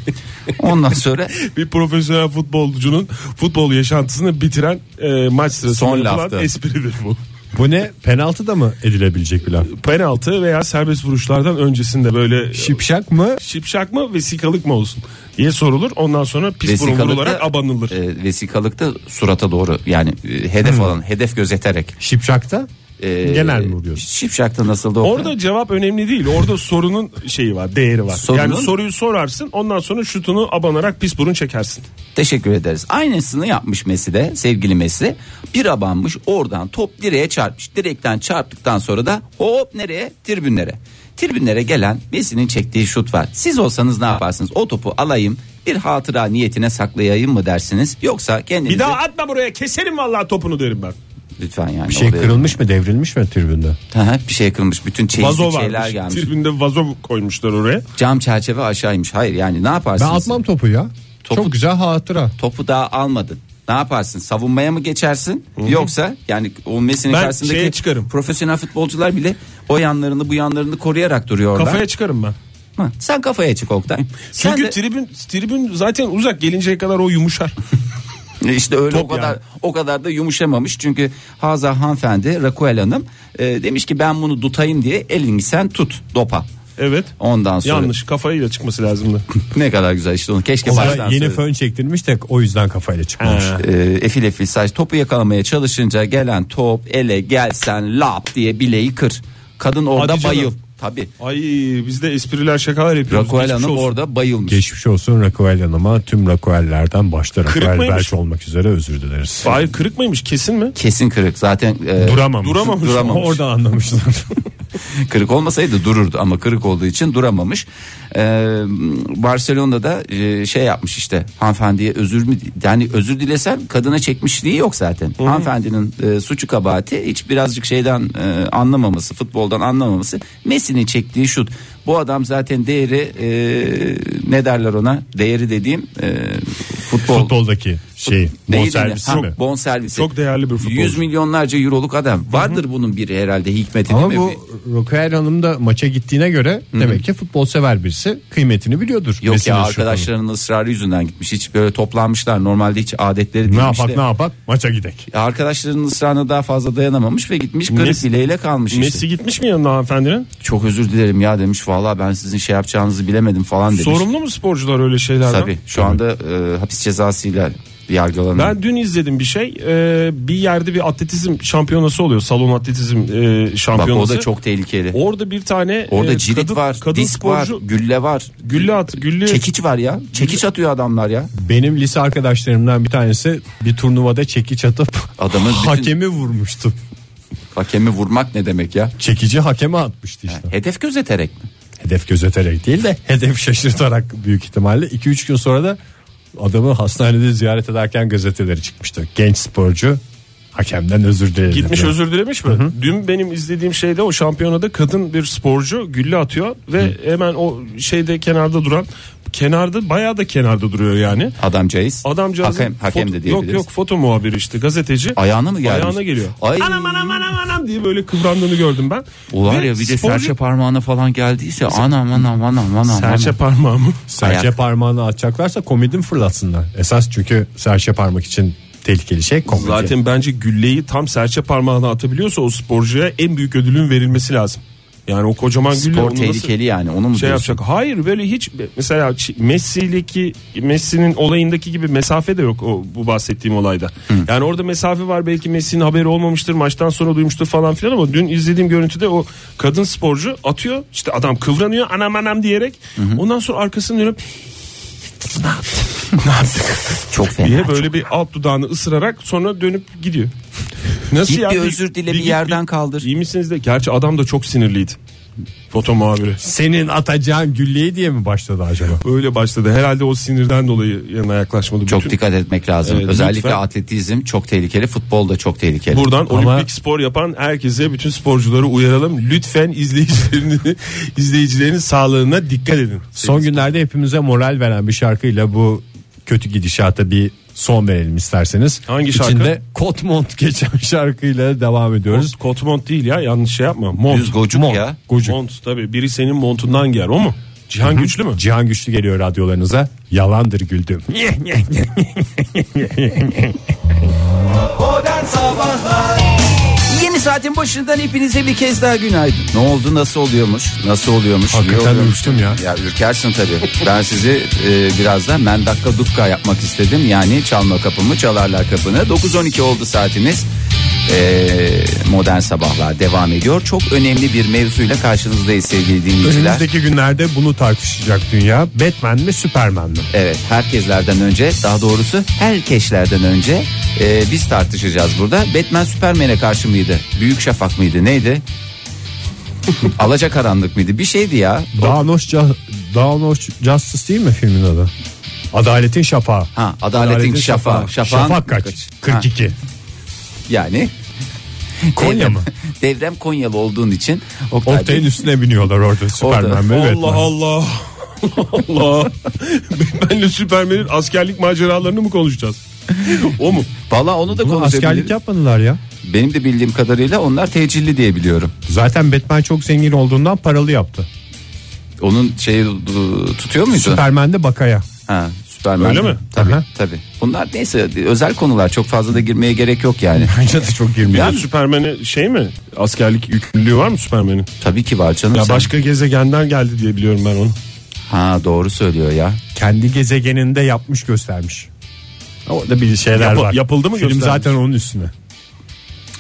[SPEAKER 2] Ondan sonra
[SPEAKER 4] Bir profesyonel futbolcunun futbol yaşantısını bitiren e, maç sırasında
[SPEAKER 2] Son
[SPEAKER 4] yapılan
[SPEAKER 2] laftı.
[SPEAKER 4] espridir bu.
[SPEAKER 3] Bu ne? Penaltı da mı edilebilecek bir laf?
[SPEAKER 4] Penaltı veya serbest vuruşlardan öncesinde böyle e,
[SPEAKER 3] Şipşak mı?
[SPEAKER 4] şipşak mı vesikalık mı olsun diye sorulur. Ondan sonra pis burun vurularak abanılır.
[SPEAKER 2] e, vesikalıkta surata doğru yani e, hedef olan hedef gözeterek.
[SPEAKER 3] Şipşakta?
[SPEAKER 2] E,
[SPEAKER 3] Genel mi vuruyorsun?
[SPEAKER 2] Şipşakta nasıl da
[SPEAKER 4] Orada cevap önemli değil. Orada sorunun şeyi var, değeri var.
[SPEAKER 2] Sorunun-
[SPEAKER 4] Yani soruyu sorarsın, ondan sonra şutunu abanarak pis burun çekersin.
[SPEAKER 2] Teşekkür ederiz. Aynısını yapmış Messi de sevgili Messi. Bir abanmış oradan top direğe çarpmış. Direkten çarptıktan sonra da hop nereye? Tribünlere. Tribünlere gelen Messi'nin çektiği şut var. Siz olsanız ne yaparsınız? O topu alayım bir hatıra niyetine saklayayım mı dersiniz? Yoksa kendinizi...
[SPEAKER 4] Bir daha atma buraya, keserim vallahi topunu derim ben.
[SPEAKER 2] Lütfen yani.
[SPEAKER 3] Bir şey
[SPEAKER 2] oraya-
[SPEAKER 3] kırılmış mı devrilmiş mi tribünde?
[SPEAKER 2] Hı hı, bir şey kırılmış. Bütün çeyizli
[SPEAKER 4] Vazo
[SPEAKER 2] şeyler
[SPEAKER 4] varmış.
[SPEAKER 2] gelmiş.
[SPEAKER 4] Tribünde vazo koymuşlar oraya.
[SPEAKER 2] Cam çerçeve aşağıymış. Hayır yani ne
[SPEAKER 3] Ben
[SPEAKER 2] yaparsınız?
[SPEAKER 3] atmam topu ya.
[SPEAKER 2] Topu-
[SPEAKER 3] Çok güzel hatıra.
[SPEAKER 2] Topu daha almadın. Ne yaparsın? Savunmaya mı geçersin? Yoksa yani o Messi'nin
[SPEAKER 4] Ben
[SPEAKER 2] karşısındaki
[SPEAKER 4] şeye çıkarım.
[SPEAKER 2] profesyonel futbolcular bile o yanlarını bu yanlarını koruyarak duruyorlar.
[SPEAKER 4] Kafaya çıkarım ben.
[SPEAKER 2] Ha, sen kafaya çık Oktay. Sen
[SPEAKER 4] Çünkü
[SPEAKER 2] de-
[SPEAKER 4] tribün tribün zaten uzak gelinceye kadar o yumuşar.
[SPEAKER 2] İşte E, öyle
[SPEAKER 4] Top
[SPEAKER 2] o kadar
[SPEAKER 4] yani.
[SPEAKER 2] o kadar da yumuşamamış. Çünkü Haza hanımefendi Rakuel Hanım e, demiş ki ben bunu tutayım diye elini sen tut dopa.
[SPEAKER 4] Evet.
[SPEAKER 2] Ondan sonra
[SPEAKER 4] Yanlış kafayla çıkması lazımdı.
[SPEAKER 2] ne kadar güzel işte onu keşke
[SPEAKER 3] Sonra
[SPEAKER 2] baştan
[SPEAKER 3] yeni
[SPEAKER 2] söyle-
[SPEAKER 3] fön çektirmiş de o yüzden kafayla çıkmamış.
[SPEAKER 2] e, efil efil saç topu yakalamaya çalışınca gelen top ele gelsen lap diye bileği kır. Kadın orada
[SPEAKER 4] Hadi canım.
[SPEAKER 2] bayıl. Tabi.
[SPEAKER 4] Ay bizde espriler şakalar yapıyoruz.
[SPEAKER 2] Rakuel
[SPEAKER 4] Geçmiş
[SPEAKER 2] Hanım
[SPEAKER 4] olsun.
[SPEAKER 2] orada bayılmış.
[SPEAKER 3] Geçmiş olsun Rakuel Hanım'a tüm Rakuel'lerden başta Rakuel
[SPEAKER 4] mıymış?
[SPEAKER 3] Belç olmak üzere özür dileriz.
[SPEAKER 4] Hayır kırık mıymış kesin mi?
[SPEAKER 2] Kesin kırık. Zaten e,
[SPEAKER 3] Duramamış.
[SPEAKER 4] Duramamış.
[SPEAKER 2] Duramamış.
[SPEAKER 3] Oradan anlamışlar.
[SPEAKER 2] kırık olmasaydı dururdu ama kırık olduğu için duramamış. E, Barcelona'da da e, şey yapmış işte hanımefendiye özür mü yani özür dilesen kadına çekmişliği yok zaten. Hanımefendinin e, suçu kabahati hiç birazcık şeyden e, anlamaması, futboldan anlamaması. Messi'nin çektiği şut. Bu adam zaten değeri e, ne derler ona? Değeri dediğim e, futbol
[SPEAKER 3] Futboldaki şey.
[SPEAKER 2] Değil
[SPEAKER 3] Bonservisi
[SPEAKER 2] mi?
[SPEAKER 3] mi?
[SPEAKER 2] Ha, bonservisi.
[SPEAKER 4] Çok değerli bir futbolcu.
[SPEAKER 2] 100 milyonlarca euroluk adam. Vardır bunun bir herhalde hikmeti
[SPEAKER 3] Ama
[SPEAKER 2] değil mi?
[SPEAKER 3] bu Rokuel Hanım da maça gittiğine göre demek ki futbol sever birisi kıymetini biliyordur.
[SPEAKER 2] Yok
[SPEAKER 3] Mesih'in
[SPEAKER 2] ya
[SPEAKER 3] şu konuda.
[SPEAKER 2] arkadaşlarının ısrarı yüzünden gitmiş. Hiç böyle toplanmışlar. Normalde hiç adetleri
[SPEAKER 3] Ne
[SPEAKER 2] değilmiş
[SPEAKER 3] yapak
[SPEAKER 2] de.
[SPEAKER 3] ne yapak maça gidek.
[SPEAKER 2] Arkadaşlarının ısrarına daha fazla dayanamamış ve gitmiş kırık
[SPEAKER 4] Messi-
[SPEAKER 2] bileğiyle kalmış işte.
[SPEAKER 4] Messi gitmiş mi yanına hanımefendinin?
[SPEAKER 2] Çok özür dilerim ya demiş. Vallahi ben sizin şey yapacağınızı bilemedim falan demiş.
[SPEAKER 4] Sorumlu mu sporcular öyle şeylerden?
[SPEAKER 2] şey. Tabii şu anda e, hapis cezasıyla yargılanan.
[SPEAKER 4] Ben dün izledim bir şey. Ee, bir yerde bir atletizm şampiyonası oluyor. Salon atletizm e,
[SPEAKER 2] Bak o
[SPEAKER 4] şampiyonası.
[SPEAKER 2] da çok tehlikeli.
[SPEAKER 4] Orada bir tane
[SPEAKER 2] Orada
[SPEAKER 4] e,
[SPEAKER 2] cirit
[SPEAKER 4] kadın-
[SPEAKER 2] var,
[SPEAKER 4] kadın
[SPEAKER 2] disk
[SPEAKER 4] sporcu
[SPEAKER 2] var, gülle var.
[SPEAKER 4] gülle at gülle
[SPEAKER 2] Çekiç var ya. Çekiç atıyor adamlar ya.
[SPEAKER 3] Benim lise arkadaşlarımdan bir tanesi bir turnuvada çekiç atıp
[SPEAKER 2] Adamın bütün-
[SPEAKER 3] hakemi vurmuştu.
[SPEAKER 2] Hakemi vurmak ne demek ya?
[SPEAKER 3] Çekici hakeme atmıştı işte.
[SPEAKER 2] Hedef gözeterek mi?
[SPEAKER 3] Hedef gözeterek değil de hedef şaşırtarak büyük ihtimalle 2-3 gün sonra da adamı hastanede ziyaret ederken gazeteleri çıkmıştı. Genç sporcu hakemden özür diledi.
[SPEAKER 4] Gitmiş
[SPEAKER 3] diyor.
[SPEAKER 4] özür dilemiş mi? Dün benim izlediğim şeyde o şampiyonada kadın bir sporcu gülle atıyor ve hemen o şeyde kenarda duran kenarda bayağı da kenarda duruyor yani.
[SPEAKER 2] Adamcağız.
[SPEAKER 4] Adamcağızın
[SPEAKER 2] hakem, hakem
[SPEAKER 4] foto-
[SPEAKER 2] de
[SPEAKER 4] yok
[SPEAKER 2] diyebiliriz.
[SPEAKER 4] yok foto muhabiri işte gazeteci.
[SPEAKER 2] Ayağına mı gelmiş?
[SPEAKER 4] Ayağına geliyor.
[SPEAKER 2] Ay.
[SPEAKER 4] Anam anam anam anam diye böyle kıvrandığını gördüm ben.
[SPEAKER 2] Ulan
[SPEAKER 4] Ve
[SPEAKER 2] ya bir de
[SPEAKER 4] sporcu-
[SPEAKER 2] serçe parmağına falan geldiyse anam anam anam anam.
[SPEAKER 4] serçe
[SPEAKER 2] anam.
[SPEAKER 4] parmağımı.
[SPEAKER 3] Serçe
[SPEAKER 2] Ayak.
[SPEAKER 3] parmağını atacaklarsa komedin fırlatsınlar. Esas çünkü serçe parmak için tehlikeli şey komedi.
[SPEAKER 4] Zaten bence gülleyi tam serçe parmağına atabiliyorsa o sporcuya en büyük ödülün verilmesi lazım. Yani o kocaman gülle onu
[SPEAKER 2] Spor
[SPEAKER 4] nasıl-
[SPEAKER 2] tehlikeli yani onu mu
[SPEAKER 4] şey
[SPEAKER 2] diyorsun?
[SPEAKER 4] yapacak. Hayır böyle hiç mesela Ç- Messi'deki Messi'nin olayındaki gibi mesafe de yok o bu bahsettiğim olayda. Yani orada mesafe var belki Messi'nin haberi olmamıştır maçtan sonra duymuştur falan filan ama dün izlediğim görüntüde o kadın sporcu atıyor işte adam kıvranıyor anam anam diyerek ondan sonra arkasını dönüp
[SPEAKER 2] Çok fena.
[SPEAKER 4] diye böyle bir alt dudağını ısırarak sonra dönüp gidiyor. Nasıl
[SPEAKER 2] Git bir özür dile, bir
[SPEAKER 4] git,
[SPEAKER 2] yerden kaldır.
[SPEAKER 4] İyi misiniz de gerçi adam da çok sinirliydi. Foto muhabiri.
[SPEAKER 3] Senin atacağın gülleyi diye mi başladı acaba?
[SPEAKER 4] Öyle başladı. Herhalde o sinirden dolayı yana yaklaşmadı.
[SPEAKER 2] Çok
[SPEAKER 4] Bütün-
[SPEAKER 2] dikkat etmek lazım.
[SPEAKER 4] Evet,
[SPEAKER 2] Özellikle
[SPEAKER 4] lütfen.
[SPEAKER 2] atletizm çok tehlikeli, futbol da çok tehlikeli.
[SPEAKER 4] Buradan
[SPEAKER 3] Ama-
[SPEAKER 4] olimpik spor yapan herkese bütün sporcuları uyaralım. Lütfen izleyicilerini izleyicilerin sağlığına dikkat edin.
[SPEAKER 3] Son günlerde hepimize moral veren bir şarkıyla bu kötü gidişata bir son verelim isterseniz.
[SPEAKER 4] Hangi şarkı?
[SPEAKER 3] İçinde Kotmont geçen şarkıyla devam ediyoruz.
[SPEAKER 4] Kot- kot mont değil ya yanlış şey yapma. Mont.
[SPEAKER 2] Düz gocuk
[SPEAKER 4] mont.
[SPEAKER 2] ya.
[SPEAKER 4] Gocuk. Mont tabii biri senin montundan giyer o mu? Cihan Güçlü mü?
[SPEAKER 3] Cihan Güçlü geliyor radyolarınıza. Yalandır güldüm.
[SPEAKER 2] Yeni saatin başından hepinize bir kez daha günaydın. Ne oldu nasıl oluyormuş? Nasıl oluyormuş?
[SPEAKER 3] Hakikaten
[SPEAKER 2] iyi oluyormuş.
[SPEAKER 3] ürktüm ya.
[SPEAKER 2] Ya ürkersin tabii. ben sizi e, birazdan mendakka dukka yapmak istedim. Yani çalma kapımı çalarlar kapını. 9.12 oldu saatimiz. E, modern sabahlar devam ediyor. Çok önemli bir mevzuyla karşınızdayız sevgili dinleyiciler.
[SPEAKER 3] Önümüzdeki günlerde bunu tartışacak dünya. Batman mi Superman mi?
[SPEAKER 2] Evet herkeslerden önce daha doğrusu herkeşlerden önce e, biz tartışacağız burada. Batman Superman'e karşı mıydı? Büyük Şafak mıydı? Neydi? Alacakaranlık mıydı? Bir şeydi ya.
[SPEAKER 3] Dawn of, Ju- Dawn of Justice değil mi filmin adı? Adaletin Şafağı.
[SPEAKER 2] Ha, Adaletin Şafağı. Şafağın-
[SPEAKER 3] Şafak kaç?
[SPEAKER 2] kaç?
[SPEAKER 3] 42.
[SPEAKER 2] Yani
[SPEAKER 3] Konya
[SPEAKER 2] devrem,
[SPEAKER 3] mı?
[SPEAKER 2] Devrem Konyalı olduğun için Oktay Bey-
[SPEAKER 3] Oktay'ın üstüne biniyorlar orada Superman ve Batman.
[SPEAKER 4] Allah Allah. Allah. Benle Süpermen'in askerlik maceralarını mı konuşacağız? o mu?
[SPEAKER 2] Valla onu da
[SPEAKER 3] Bunu
[SPEAKER 2] konuşabiliriz.
[SPEAKER 3] askerlik yapmadılar ya.
[SPEAKER 2] Benim de bildiğim kadarıyla onlar tecilli diye biliyorum.
[SPEAKER 3] Zaten Batman çok zengin olduğundan paralı yaptı.
[SPEAKER 2] Onun şeyi e, tutuyor muydu?
[SPEAKER 3] Superman de bakaya.
[SPEAKER 2] Ha, Süpermen.
[SPEAKER 4] Öyle mi?
[SPEAKER 2] Tabii,
[SPEAKER 3] Aha.
[SPEAKER 2] tabii. Bunlar neyse özel konular çok fazla da girmeye gerek yok yani.
[SPEAKER 3] Bence de çok
[SPEAKER 4] Bir
[SPEAKER 3] girmiyor.
[SPEAKER 4] de Süpermen'e şey mi? Askerlik yükümlülüğü var mı Süpermen'in?
[SPEAKER 2] Tabii ki var canım.
[SPEAKER 4] Ya
[SPEAKER 2] sen-
[SPEAKER 4] başka gezegenden geldi diye biliyorum ben onu.
[SPEAKER 2] Ha doğru söylüyor ya.
[SPEAKER 3] Kendi gezegeninde yapmış göstermiş. Orada bir şeyler
[SPEAKER 4] Yap-
[SPEAKER 3] var.
[SPEAKER 4] yapıldı mı
[SPEAKER 3] Film
[SPEAKER 4] göstermiş?
[SPEAKER 3] zaten onun üstüne.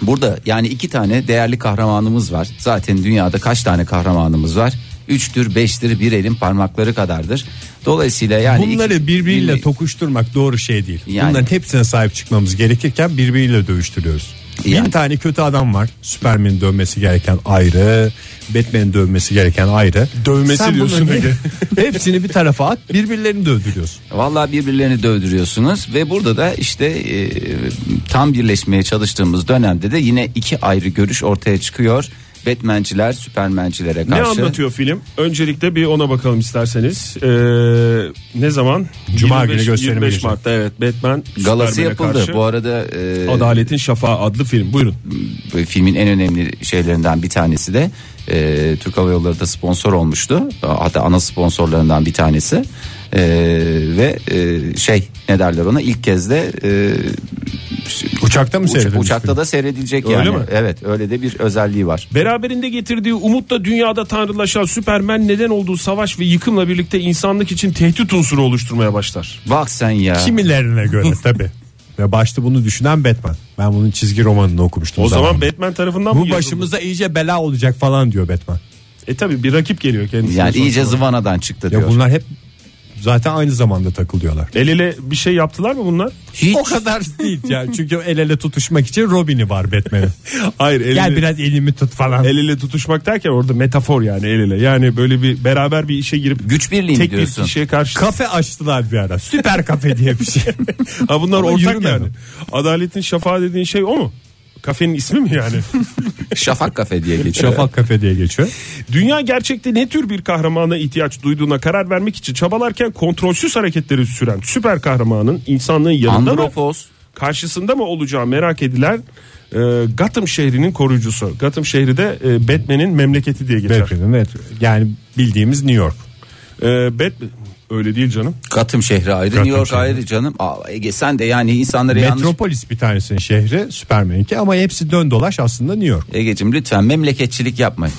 [SPEAKER 2] Burada yani iki tane değerli kahramanımız var. Zaten dünyada kaç tane kahramanımız var? Üçtür, beştir, bir elin parmakları kadardır. Dolayısıyla yani...
[SPEAKER 3] Bunları
[SPEAKER 2] Hani iki-
[SPEAKER 3] birbiriyle
[SPEAKER 2] bir-
[SPEAKER 3] tokuşturmak doğru şey değil.
[SPEAKER 2] Yani.
[SPEAKER 3] Bunların hepsine sahip çıkmamız gerekirken birbiriyle dövüştürüyoruz.
[SPEAKER 2] Yani.
[SPEAKER 3] Bin tane kötü adam var. Superman'in dövmesi gereken ayrı, Batman'in dövmesi gereken ayrı.
[SPEAKER 4] Dövmesi diyorsun
[SPEAKER 3] bunların
[SPEAKER 4] Ege.
[SPEAKER 3] Hepsini bir tarafa at, birbirlerini dövdürüyorsun.
[SPEAKER 2] Vallahi birbirlerini dövdürüyorsunuz ve burada da işte e, tam birleşmeye çalıştığımız dönemde de yine iki ayrı görüş ortaya çıkıyor. Batmanciler, Süpermencilere
[SPEAKER 4] Ne
[SPEAKER 2] karşı.
[SPEAKER 4] anlatıyor film? Öncelikle bir ona bakalım isterseniz. Ee, ne zaman?
[SPEAKER 3] Cuma günü gösterime
[SPEAKER 4] 25
[SPEAKER 3] girecek.
[SPEAKER 4] Mart'ta evet Batman
[SPEAKER 2] Galası
[SPEAKER 4] Superman'e
[SPEAKER 2] yapıldı.
[SPEAKER 4] karşı
[SPEAKER 2] Bu arada e,
[SPEAKER 4] Adaletin Şafağı adlı film. Buyurun.
[SPEAKER 2] Bu filmin en önemli şeylerinden bir tanesi de e, Türk Hava Yolları da sponsor olmuştu. E, Hatta ana sponsorlarından bir tanesi. E, ve e, şey ne derler ona ilk kez de e,
[SPEAKER 3] Uçakta mı
[SPEAKER 2] uça-
[SPEAKER 3] seyredilmiş
[SPEAKER 2] uçakta
[SPEAKER 3] film?
[SPEAKER 2] da seyredilecek
[SPEAKER 4] Öyle
[SPEAKER 2] yani.
[SPEAKER 4] mi?
[SPEAKER 2] Evet öyle de bir özelliği var.
[SPEAKER 4] Beraberinde getirdiği umutla dünyada tanrılaşan Süpermen neden olduğu savaş ve yıkımla birlikte insanlık için tehdit unsuru oluşturmaya başlar.
[SPEAKER 2] Bak sen ya.
[SPEAKER 3] Kimilerine göre tabi. Ve başta bunu düşünen Batman. Ben bunun çizgi romanını okumuştum.
[SPEAKER 4] O zaman
[SPEAKER 3] zamanında.
[SPEAKER 4] Batman tarafından mı
[SPEAKER 3] bu
[SPEAKER 4] yazıldı?
[SPEAKER 3] başımıza iyice bela olacak falan diyor Batman.
[SPEAKER 4] E tabi bir rakip geliyor kendisine.
[SPEAKER 2] Yani
[SPEAKER 4] sonra.
[SPEAKER 2] iyice zıvanadan çıktı
[SPEAKER 3] Ya
[SPEAKER 2] diyor.
[SPEAKER 3] bunlar hep zaten aynı zamanda takılıyorlar.
[SPEAKER 4] El ele bir şey yaptılar mı bunlar?
[SPEAKER 2] Hiç
[SPEAKER 3] O kadar değil yani çünkü el ele tutuşmak için Robin'i var Batman'in.
[SPEAKER 4] Hayır el
[SPEAKER 3] Gel
[SPEAKER 4] ele,
[SPEAKER 3] biraz elimi tut falan.
[SPEAKER 4] el ele tutuşmak derken orada metafor yani el ele. Yani böyle bir beraber bir işe girip
[SPEAKER 2] güç birliği mi
[SPEAKER 4] tek bir
[SPEAKER 2] diyorsun.
[SPEAKER 4] kişiye karşı.
[SPEAKER 3] Kafe açtılar bir ara. Süper kafe diye bir şey.
[SPEAKER 4] Ha bunlar
[SPEAKER 3] Ama
[SPEAKER 4] ortak
[SPEAKER 3] yürümedi.
[SPEAKER 4] yani. Adaletin şafağı dediğin şey o mu? Kafenin ismi mi yani?
[SPEAKER 2] Şafak kafe diye geçiyor.
[SPEAKER 3] Şafak kafe diye geçiyor.
[SPEAKER 4] Dünya gerçekte ne tür bir kahramana ihtiyaç duyduğuna karar vermek için çabalarken kontrolsüz hareketleri süren süper kahramanın insanlığın yanında mı
[SPEAKER 2] Andropos.
[SPEAKER 4] karşısında mı olacağı merak edilen e, Gotham şehrinin koruyucusu. Gotham şehri de e, Batman'in memleketi diye geçer.
[SPEAKER 3] Batman'in evet. Yani bildiğimiz New York.
[SPEAKER 4] E, Batman Öyle değil canım.
[SPEAKER 2] Katım şehri ayrı, New York
[SPEAKER 3] şehri.
[SPEAKER 2] ayrı canım. Aa, Ege sen de yani insanlara yanlış...
[SPEAKER 3] Metropolis bir tanesinin şehri Superman'inki ama hepsi dön dolaş aslında New York.
[SPEAKER 2] Ege'cim lütfen memleketçilik yapmayın.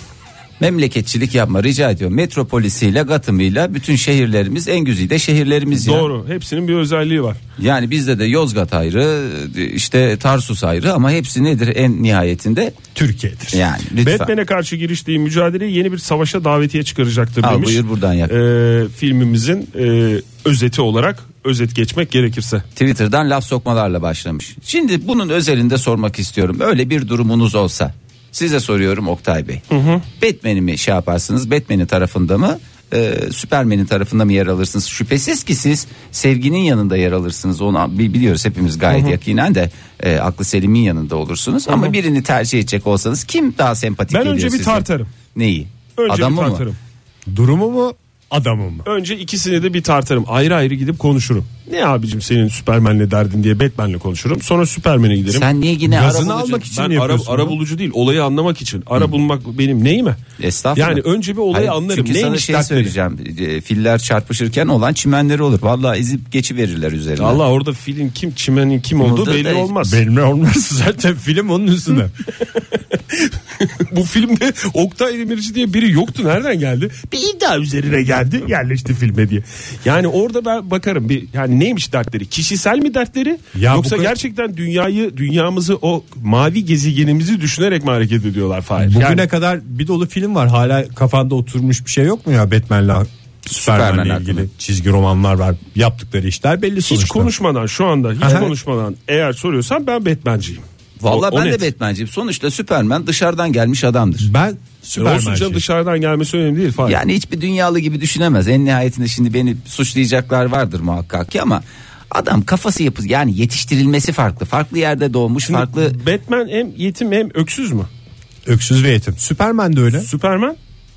[SPEAKER 2] Memleketçilik yapma rica ediyorum. Metropolisiyle, Gatım'ıyla bütün şehirlerimiz en güzide şehirlerimiz ya.
[SPEAKER 4] Doğru. Hepsinin bir özelliği var.
[SPEAKER 2] Yani bizde de Yozgat ayrı, işte Tarsus ayrı ama hepsi nedir en nihayetinde?
[SPEAKER 3] Türkiye'dir.
[SPEAKER 2] Yani lütfen.
[SPEAKER 4] Batman'e karşı giriştiği mücadeleyi yeni bir savaşa davetiye çıkaracaktır
[SPEAKER 2] Al
[SPEAKER 4] demiş.
[SPEAKER 2] buyur buradan yak.
[SPEAKER 4] Ee, filmimizin e, özeti olarak özet geçmek gerekirse.
[SPEAKER 2] Twitter'dan laf sokmalarla başlamış. Şimdi bunun özelinde sormak istiyorum. Öyle bir durumunuz olsa size soruyorum Oktay Bey. Batman'i mi şey yaparsınız? Batman'in tarafında mı? E, Superman'in tarafında mı yer alırsınız? Şüphesiz ki siz sevginin yanında yer alırsınız. Onu bi- biliyoruz hepimiz gayet yakinen de e, aklı selimin yanında olursunuz. Ama birini tercih edecek olsanız kim daha sempatik
[SPEAKER 4] Ben
[SPEAKER 2] geliyor
[SPEAKER 4] önce bir
[SPEAKER 2] size?
[SPEAKER 4] tartarım.
[SPEAKER 2] Neyi?
[SPEAKER 4] Önce
[SPEAKER 2] Adamı
[SPEAKER 4] bir
[SPEAKER 2] mı?
[SPEAKER 4] tartarım.
[SPEAKER 3] Durumu mu adamı mı?
[SPEAKER 4] Önce ikisini de bir tartarım. Ayrı ayrı gidip konuşurum. Ne abicim senin Superman'le derdin diye Batman'le konuşurum. Sonra Superman'e giderim.
[SPEAKER 2] Sen niye yine
[SPEAKER 3] Gazını
[SPEAKER 2] arabulucu-
[SPEAKER 3] almak için
[SPEAKER 4] ben
[SPEAKER 3] mi
[SPEAKER 4] ara,
[SPEAKER 3] yapıyorsun?
[SPEAKER 4] ara
[SPEAKER 3] bunu?
[SPEAKER 4] bulucu değil olayı anlamak için. Ara bulmak benim neyime?
[SPEAKER 2] Estağfurullah.
[SPEAKER 4] Yani önce bir olayı
[SPEAKER 2] Hayır,
[SPEAKER 4] anlarım.
[SPEAKER 2] Çünkü sana
[SPEAKER 4] Neymiş
[SPEAKER 2] şey
[SPEAKER 4] dertleri?
[SPEAKER 2] söyleyeceğim. E, Filler çarpışırken olan çimenleri olur. Vallahi ezip geçi verirler üzerine.
[SPEAKER 4] Allah orada filin kim çimenin kim olduğu
[SPEAKER 2] da
[SPEAKER 4] belli
[SPEAKER 2] değil.
[SPEAKER 4] olmaz.
[SPEAKER 3] Belme olmaz zaten film onun üstüne.
[SPEAKER 4] Bu filmde Oktay Demirci diye biri yoktu. Nereden geldi? Bir iddia üzerine geldi. Yerleşti filme diye. Yani orada ben bakarım bir yani neymiş dertleri? Kişisel mi dertleri?
[SPEAKER 3] Ya bu
[SPEAKER 4] Yoksa
[SPEAKER 3] kadar-
[SPEAKER 4] gerçekten dünyayı dünyamızı o mavi gezegenimizi düşünerek mi hareket ediyorlar Fahir?
[SPEAKER 3] Bugüne
[SPEAKER 4] Yani-
[SPEAKER 3] kadar bir dolu film var. Hala kafanda oturmuş bir şey yok mu ya Batman'la
[SPEAKER 2] Superman
[SPEAKER 3] Superman'le
[SPEAKER 2] hakkında.
[SPEAKER 3] ilgili çizgi romanlar var. Yaptıkları işler belli sonuçta.
[SPEAKER 4] Hiç konuşmadan şu anda hiç
[SPEAKER 3] Aha.
[SPEAKER 4] konuşmadan eğer soruyorsan ben Batman'ciyim.
[SPEAKER 2] Vallahi
[SPEAKER 4] O- o
[SPEAKER 2] ben
[SPEAKER 4] net.
[SPEAKER 2] de Batman'ciyim. Sonuçta Superman dışarıdan gelmiş adamdır.
[SPEAKER 3] Ben Superman
[SPEAKER 4] Olsun canım
[SPEAKER 3] şey.
[SPEAKER 4] dışarıdan gelmesi önemli değil Fahir.
[SPEAKER 2] Yani hiçbir dünyalı gibi düşünemez. En nihayetinde şimdi beni suçlayacaklar vardır muhakkak ki ama adam kafası yapı yani yetiştirilmesi farklı. Farklı yerde doğmuş, farklı
[SPEAKER 4] Batman hem yetim hem öksüz mü?
[SPEAKER 3] Öksüz ve yetim. Superman de öyle.
[SPEAKER 4] Superman